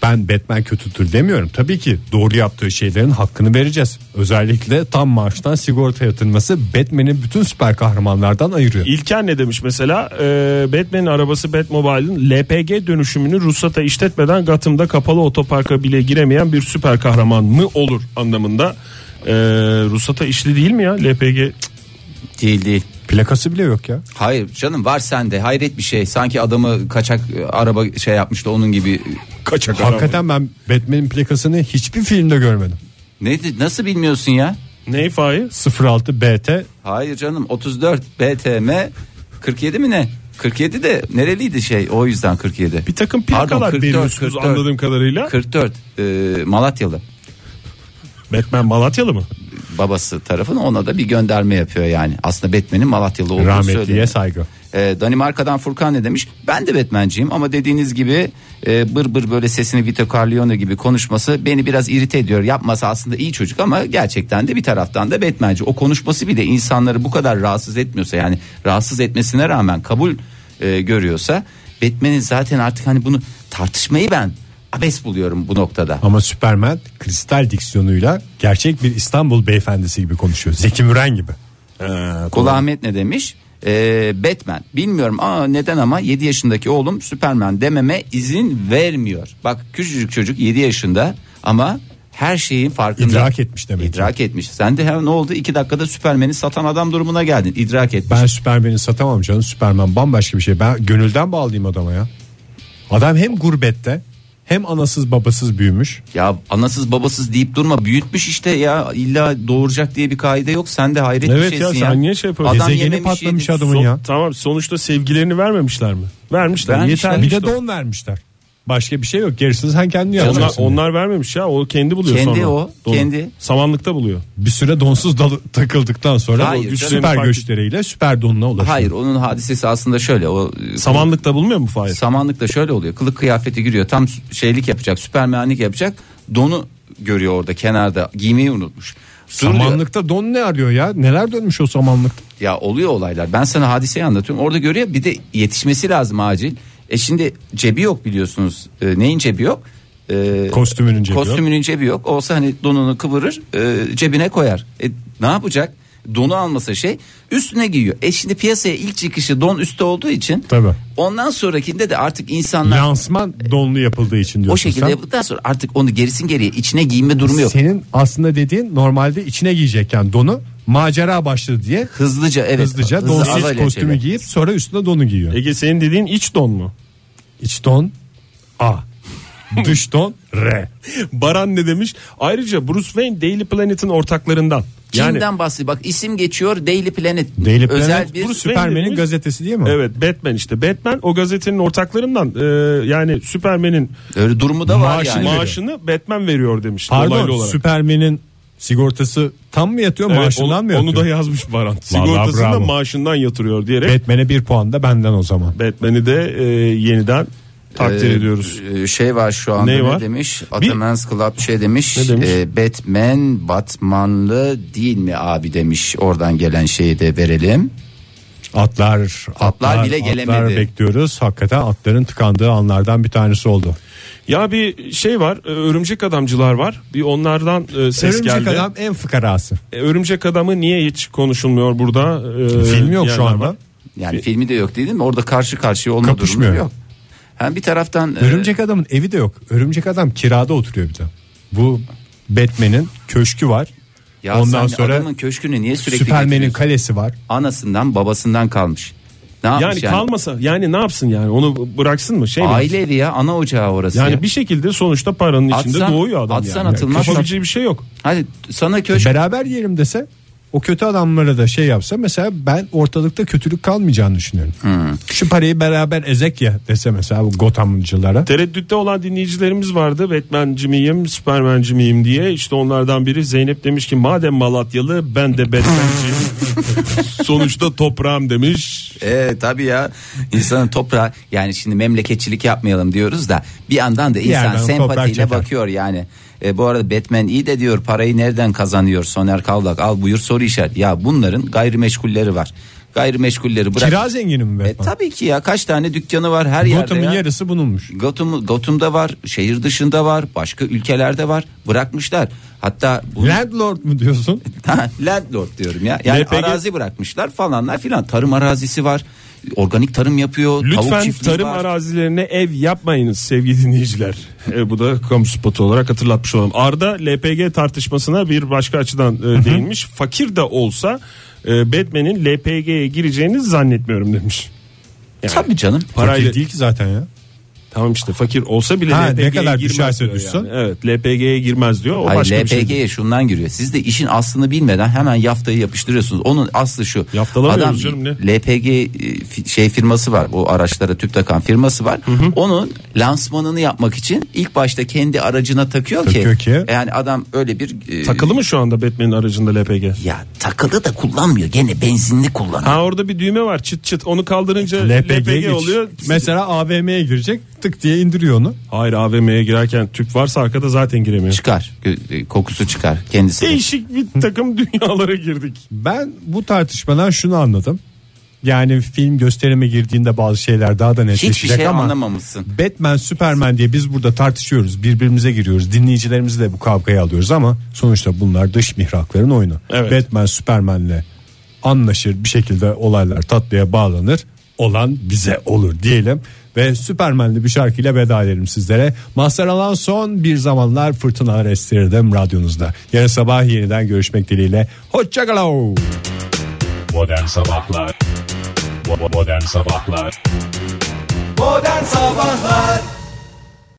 [SPEAKER 3] ben Batman kötüdür demiyorum. Tabii ki doğru yaptığı şeylerin hakkını vereceğiz. Özellikle tam maaştan sigorta yatırması Batman'i bütün süper kahramanlardan ayırıyor.
[SPEAKER 4] İlker ne demiş mesela? Ee, Batman'in arabası Batmobile'ın LPG dönüşümünü ruhsata işletmeden Gotham'da kapalı otoparka bile giremeyen bir süper kahraman mı olur anlamında. Ee, ruhsata işli değil mi ya LPG?
[SPEAKER 2] değil değil.
[SPEAKER 3] Plakası bile yok ya.
[SPEAKER 2] Hayır canım var sende. Hayret bir şey. Sanki adamı kaçak e, araba şey yapmıştı onun gibi.
[SPEAKER 4] Kaçak araba.
[SPEAKER 3] Hakikaten ben Batman'in plakasını hiçbir filmde görmedim.
[SPEAKER 2] Neydi? Nasıl bilmiyorsun ya?
[SPEAKER 4] Ney fahi?
[SPEAKER 3] 06 BT
[SPEAKER 2] Hayır canım 34 BTM 47 mi ne? 47 de nereliydi şey? O yüzden 47.
[SPEAKER 4] Bir takım
[SPEAKER 2] Pardon,
[SPEAKER 4] plakalar
[SPEAKER 2] 44,
[SPEAKER 4] veriyorsunuz
[SPEAKER 2] 44.
[SPEAKER 4] anladığım kadarıyla.
[SPEAKER 2] 44 e, Malatyalı
[SPEAKER 4] Batman Malatyalı mı?
[SPEAKER 2] babası tarafın ona da bir gönderme yapıyor yani. Aslında Batman'in Malatyalı olduğunu
[SPEAKER 3] rahmetliye
[SPEAKER 2] söylüyor.
[SPEAKER 3] saygı.
[SPEAKER 2] Ee, Danimarka'dan Furkan ne demiş? Ben de Batman'ciyim ama dediğiniz gibi e, bır bır böyle sesini Vito Corleone gibi konuşması beni biraz irite ediyor. Yapması aslında iyi çocuk ama gerçekten de bir taraftan da Batman'ci. O konuşması bile insanları bu kadar rahatsız etmiyorsa yani rahatsız etmesine rağmen kabul e, görüyorsa Batman'in zaten artık hani bunu tartışmayı ben abes buluyorum bu noktada.
[SPEAKER 3] Ama Superman kristal diksiyonuyla gerçek bir İstanbul beyefendisi gibi konuşuyor. Zeki Müren gibi.
[SPEAKER 2] Kul Ahmet ne demiş? Ee, Batman. Bilmiyorum aa neden ama 7 yaşındaki oğlum Superman dememe izin vermiyor. Bak küçücük çocuk 7 yaşında ama her şeyin farkında.
[SPEAKER 3] İdrak etmiş demek ki.
[SPEAKER 2] İdrak etmiş. Sen de he- ne oldu? 2 dakikada Süpermen'i satan adam durumuna geldin. İdrak etmiş.
[SPEAKER 3] Ben Superman'i satamam canım. Superman bambaşka bir şey. Ben gönülden bağlıyım adama ya. Adam hem gurbette hem anasız babasız büyümüş.
[SPEAKER 2] Ya anasız babasız deyip durma. Büyütmüş işte ya. İlla doğuracak diye bir kaide yok. Sen de hayret
[SPEAKER 4] Evet
[SPEAKER 2] bir
[SPEAKER 4] ya,
[SPEAKER 2] şeysin ya.
[SPEAKER 4] sen niye şey yapıyorsun?
[SPEAKER 2] Adam
[SPEAKER 3] Gezegeni
[SPEAKER 2] yememiş,
[SPEAKER 3] patlamış
[SPEAKER 2] yedi.
[SPEAKER 3] adamın
[SPEAKER 4] Son-
[SPEAKER 3] ya.
[SPEAKER 4] Tamam sonuçta sevgilerini vermemişler mi? Vermişler.
[SPEAKER 2] Vermişler.
[SPEAKER 4] Yeter.
[SPEAKER 3] Bir de
[SPEAKER 4] işte.
[SPEAKER 3] don vermişler. Başka bir şey yok. Gerisini sen kendin
[SPEAKER 4] Onlar,
[SPEAKER 3] yapacaksın.
[SPEAKER 4] onlar vermemiş ya o kendi buluyor
[SPEAKER 2] Kendi
[SPEAKER 4] sonra.
[SPEAKER 2] o,
[SPEAKER 4] Doğru.
[SPEAKER 2] kendi.
[SPEAKER 4] Samanlıkta buluyor.
[SPEAKER 3] Bir süre donsuz dalı- takıldıktan sonra
[SPEAKER 2] Hayır,
[SPEAKER 3] o güç-
[SPEAKER 2] canım.
[SPEAKER 3] süper
[SPEAKER 4] Fark-
[SPEAKER 3] göçleriyle süper donuna ulaşıyor.
[SPEAKER 2] Hayır onun hadisesi aslında şöyle. O e,
[SPEAKER 4] Samanlıkta bulmuyor mu Fahir?
[SPEAKER 2] Samanlıkta şöyle oluyor. Kılık kıyafeti giriyor. Tam şeylik yapacak. Süpermenlik yapacak. Donu görüyor orada kenarda. Giymeyi unutmuş. Duruyor.
[SPEAKER 3] Samanlıkta don ne arıyor ya? Neler dönmüş o samanlıkta?
[SPEAKER 2] Ya oluyor olaylar. Ben sana hadiseyi anlatıyorum. Orada görüyor. Bir de yetişmesi lazım acil. E şimdi cebi yok biliyorsunuz. E, neyin cebi yok? E,
[SPEAKER 3] Kostümünün cebi yok.
[SPEAKER 2] kostümünün cebi yok. Olsa hani donunu kıvırır e, cebine koyar. E, ne yapacak? Donu almasa şey üstüne giyiyor. E şimdi piyasaya ilk çıkışı don üstte olduğu için.
[SPEAKER 3] Tabii.
[SPEAKER 2] Ondan sonrakinde de artık insanlar
[SPEAKER 3] Yansıman donlu yapıldığı için diyorsun
[SPEAKER 2] O şekilde
[SPEAKER 3] sen.
[SPEAKER 2] yapıldıktan sonra artık onu gerisin geriye içine giyme durumu yok.
[SPEAKER 3] Senin aslında dediğin normalde içine giyecekken donu macera başladı diye
[SPEAKER 2] Hızlıca evet.
[SPEAKER 3] hızlıca
[SPEAKER 2] hızlı E,
[SPEAKER 3] donsuz
[SPEAKER 2] alayla
[SPEAKER 3] kostümü
[SPEAKER 2] şeyler.
[SPEAKER 3] giyip sonra üstüne donu giyiyor.
[SPEAKER 4] Ege senin dediğin iç don mu?
[SPEAKER 3] İç don A. Dış don R.
[SPEAKER 4] Baran ne demiş? Ayrıca Bruce Wayne Daily Planet'in ortaklarından.
[SPEAKER 2] Kimden bahsediyor? Bak isim geçiyor Daily Planet.
[SPEAKER 3] Daily Planet
[SPEAKER 2] Özel bir
[SPEAKER 4] Bruce Wayne
[SPEAKER 3] Superman'in
[SPEAKER 4] dediğimiz-
[SPEAKER 3] gazetesi değil mi?
[SPEAKER 4] Evet Batman işte. Batman o gazetenin ortaklarından e, yani Superman'in
[SPEAKER 2] öyle e, durumu da var
[SPEAKER 3] Maaşı-
[SPEAKER 2] yani.
[SPEAKER 3] Maaş-
[SPEAKER 4] maaşını Batman veriyor demiş. dolaylı
[SPEAKER 3] Pardon
[SPEAKER 4] olarak.
[SPEAKER 3] Superman'in sigortası tam mı yatıyor
[SPEAKER 4] Evet,
[SPEAKER 3] maaşından
[SPEAKER 4] onu,
[SPEAKER 3] mı yatıyor?
[SPEAKER 4] onu da yazmış Baran. Sigortasını da
[SPEAKER 3] bravo.
[SPEAKER 4] maaşından yatırıyor diyerek
[SPEAKER 3] Batman'e bir puan da benden o zaman.
[SPEAKER 4] Batman'i de e, yeniden takdir
[SPEAKER 2] Ee,
[SPEAKER 4] ediyoruz.
[SPEAKER 2] e, Şey var şu anda
[SPEAKER 4] Ney
[SPEAKER 2] ne
[SPEAKER 4] var?
[SPEAKER 2] demiş?
[SPEAKER 4] Bir-
[SPEAKER 2] Ataman's Club şey demiş.
[SPEAKER 4] Ne demiş?
[SPEAKER 2] e, Batman Batmanlı değil mi abi demiş. Oradan gelen şeyi de verelim.
[SPEAKER 3] Atlar, atlar,
[SPEAKER 2] bile gelemedi.
[SPEAKER 3] Atlar bekliyoruz. Hakikaten atların tıkandığı anlardan bir tanesi oldu.
[SPEAKER 4] Ya bir şey var. e, Örümcek adamcılar var. Bir onlardan e, ses
[SPEAKER 3] Örümcek
[SPEAKER 4] geldi.
[SPEAKER 3] adam en fıkarası.
[SPEAKER 4] E, Örümcek adamı niye hiç konuşulmuyor burada? E,
[SPEAKER 3] Film yok şu
[SPEAKER 4] diyenler
[SPEAKER 3] anda.
[SPEAKER 4] var.
[SPEAKER 2] Yani filmi de yok değil mi? Orada karşı karşıya olma
[SPEAKER 3] Kapışmıyor.
[SPEAKER 2] durumu yok. Hem bir taraftan e,
[SPEAKER 3] Örümcek adamın evi de yok. Örümcek adam kirada oturuyor bir de. Bu Batman'in köşkü var.
[SPEAKER 2] ya
[SPEAKER 3] Ondan
[SPEAKER 2] sen
[SPEAKER 3] sonra
[SPEAKER 2] adamın köşkünü niye sürekli
[SPEAKER 3] Süpermen'in
[SPEAKER 2] getiriyorsun?
[SPEAKER 3] kalesi var.
[SPEAKER 2] anasından babasından kalmış. Ne yapmış
[SPEAKER 4] Yani
[SPEAKER 2] yani?
[SPEAKER 4] kalmasa yani ne yapsın yani onu bıraksın mı şey mi?
[SPEAKER 2] Aile evi ya ana ocağı orası.
[SPEAKER 4] Yani
[SPEAKER 2] ya.
[SPEAKER 4] bir şekilde sonuçta paranın içinde
[SPEAKER 2] Atsan-
[SPEAKER 4] doğuyor adam
[SPEAKER 2] atsan
[SPEAKER 4] yani.
[SPEAKER 2] atılmaz.
[SPEAKER 4] Yapabileceği bir şey yok.
[SPEAKER 2] Hadi sana köşk
[SPEAKER 3] Beraber yiyelim dese o kötü adamlara da şey yapsa mesela ben ortalıkta kötülük kalmayacağını düşünüyorum.
[SPEAKER 2] Hmm.
[SPEAKER 3] Şu parayı beraber ezek ya dese mesela bu Gotham'cılara.
[SPEAKER 4] Tereddütte olan dinleyicilerimiz vardı. Batman'ci miyim, Superman'ci miyim diye. İşte onlardan biri Zeynep demiş ki madem Malatyalı ben de Batman'ciyim. Sonuçta toprağım demiş.
[SPEAKER 2] Ee, tabii ya insanın toprağı yani şimdi memleketçilik yapmayalım diyoruz da bir yandan da insan
[SPEAKER 3] yerden toprak
[SPEAKER 2] sempatiyle
[SPEAKER 3] çeker.
[SPEAKER 2] bakıyor yani. E, bu arada Batman iyi de diyor parayı nereden kazanıyor Soner Kavlak al buyur soru işaret. Ya bunların gayrimeşgulleri var. Gayrimeşgulleri bırak.
[SPEAKER 3] Kira zengini mi
[SPEAKER 2] E,
[SPEAKER 3] Batman?
[SPEAKER 2] tabii ki ya kaç tane dükkanı var her yerde
[SPEAKER 3] Gotham'ın
[SPEAKER 2] ya.
[SPEAKER 3] yarısı bununmuş.
[SPEAKER 2] Gotham, Gotham'da var, şehir dışında var, başka ülkelerde var. Bırakmışlar. Hatta bu
[SPEAKER 3] Landlord mu
[SPEAKER 2] E,
[SPEAKER 3] diyorsun?
[SPEAKER 2] Ha, landlord diyorum ya. Yani
[SPEAKER 4] LPG
[SPEAKER 2] arazi bırakmışlar falanlar filan. Tarım arazisi var. Organik tarım yapıyor. tavuk
[SPEAKER 4] Lütfen
[SPEAKER 2] çiftliği
[SPEAKER 4] tarım
[SPEAKER 2] var.
[SPEAKER 4] arazilerine ev yapmayınız sevgili dinleyiciler. E, bu da kamu spotu olarak hatırlatmış olalım. Arda LPG tartışmasına bir başka açıdan e, değinmiş. Fakir de olsa e, Batman'in LPG'ye gireceğini zannetmiyorum demiş.
[SPEAKER 2] E, Tabii canım.
[SPEAKER 4] Parayla
[SPEAKER 3] Fakir değil ki zaten ya.
[SPEAKER 4] Tamam işte fakir olsa bile
[SPEAKER 3] Ha,
[SPEAKER 4] LPG'ye
[SPEAKER 3] ne kadar
[SPEAKER 4] girmez
[SPEAKER 3] düşerse
[SPEAKER 4] diyor
[SPEAKER 3] düşsün.
[SPEAKER 4] yani. Evet LPG'ye girmez diyor. O
[SPEAKER 2] Hayır,
[SPEAKER 4] başka bir şey.
[SPEAKER 2] LPG'ye şundan giriyor. Siz de işin aslını bilmeden hemen yaftayı yapıştırıyorsunuz. Onun aslı şu.
[SPEAKER 4] Yaftalamıyoruz
[SPEAKER 2] Adam
[SPEAKER 4] canım, ne?
[SPEAKER 2] LPG e, fi- şey firması var. Bu araçlara tüp takan firması var. Onun lansmanını yapmak için ilk başta kendi aracına takıyor,
[SPEAKER 3] Takıyor ki.
[SPEAKER 2] Yani adam öyle bir e,
[SPEAKER 4] Takılı mı şu anda Batman'in aracında LPG?
[SPEAKER 2] ya takılı da kullanmıyor. Gene benzinli kullanıyor.
[SPEAKER 4] Ha orada bir düğme var çıt çıt onu kaldırınca LPG,
[SPEAKER 3] LPG, geç.
[SPEAKER 4] oluyor.
[SPEAKER 3] Mesela AVM'ye girecek tık diye indiriyor onu.
[SPEAKER 4] Hayır AVM'ye girerken tüp varsa arkada zaten giremiyor.
[SPEAKER 2] Çıkar. Gö- e, Kokusu çıkar kendisi. de.
[SPEAKER 4] Değişik bir takım dünyalara girdik.
[SPEAKER 3] Ben bu tartışmadan şunu anladım. Yani film gösterime girdiğinde bazı şeyler daha da netleşecek
[SPEAKER 2] Hiçbir şey
[SPEAKER 3] ama
[SPEAKER 2] anlamamışsın.
[SPEAKER 3] Batman, Superman diye biz burada tartışıyoruz. Birbirimize giriyoruz. Dinleyicilerimizi de bu kavgaya alıyoruz ama sonuçta bunlar dış mihrakların oyunu.
[SPEAKER 4] Evet.
[SPEAKER 3] Batman, Superman'le anlaşır bir şekilde olaylar tatlıya bağlanır. Olan bize olur diyelim. Ve Superman'li bir şarkıyla veda edelim sizlere. Mahsar alan son bir zamanlar fırtınalar estirirdim radyonuzda. Yarın sabah yeniden görüşmek dileğiyle. Hoşçakalın.
[SPEAKER 1] Modern Sabahlar Bo- Modern Sabahlar
[SPEAKER 6] Modern Sabahlar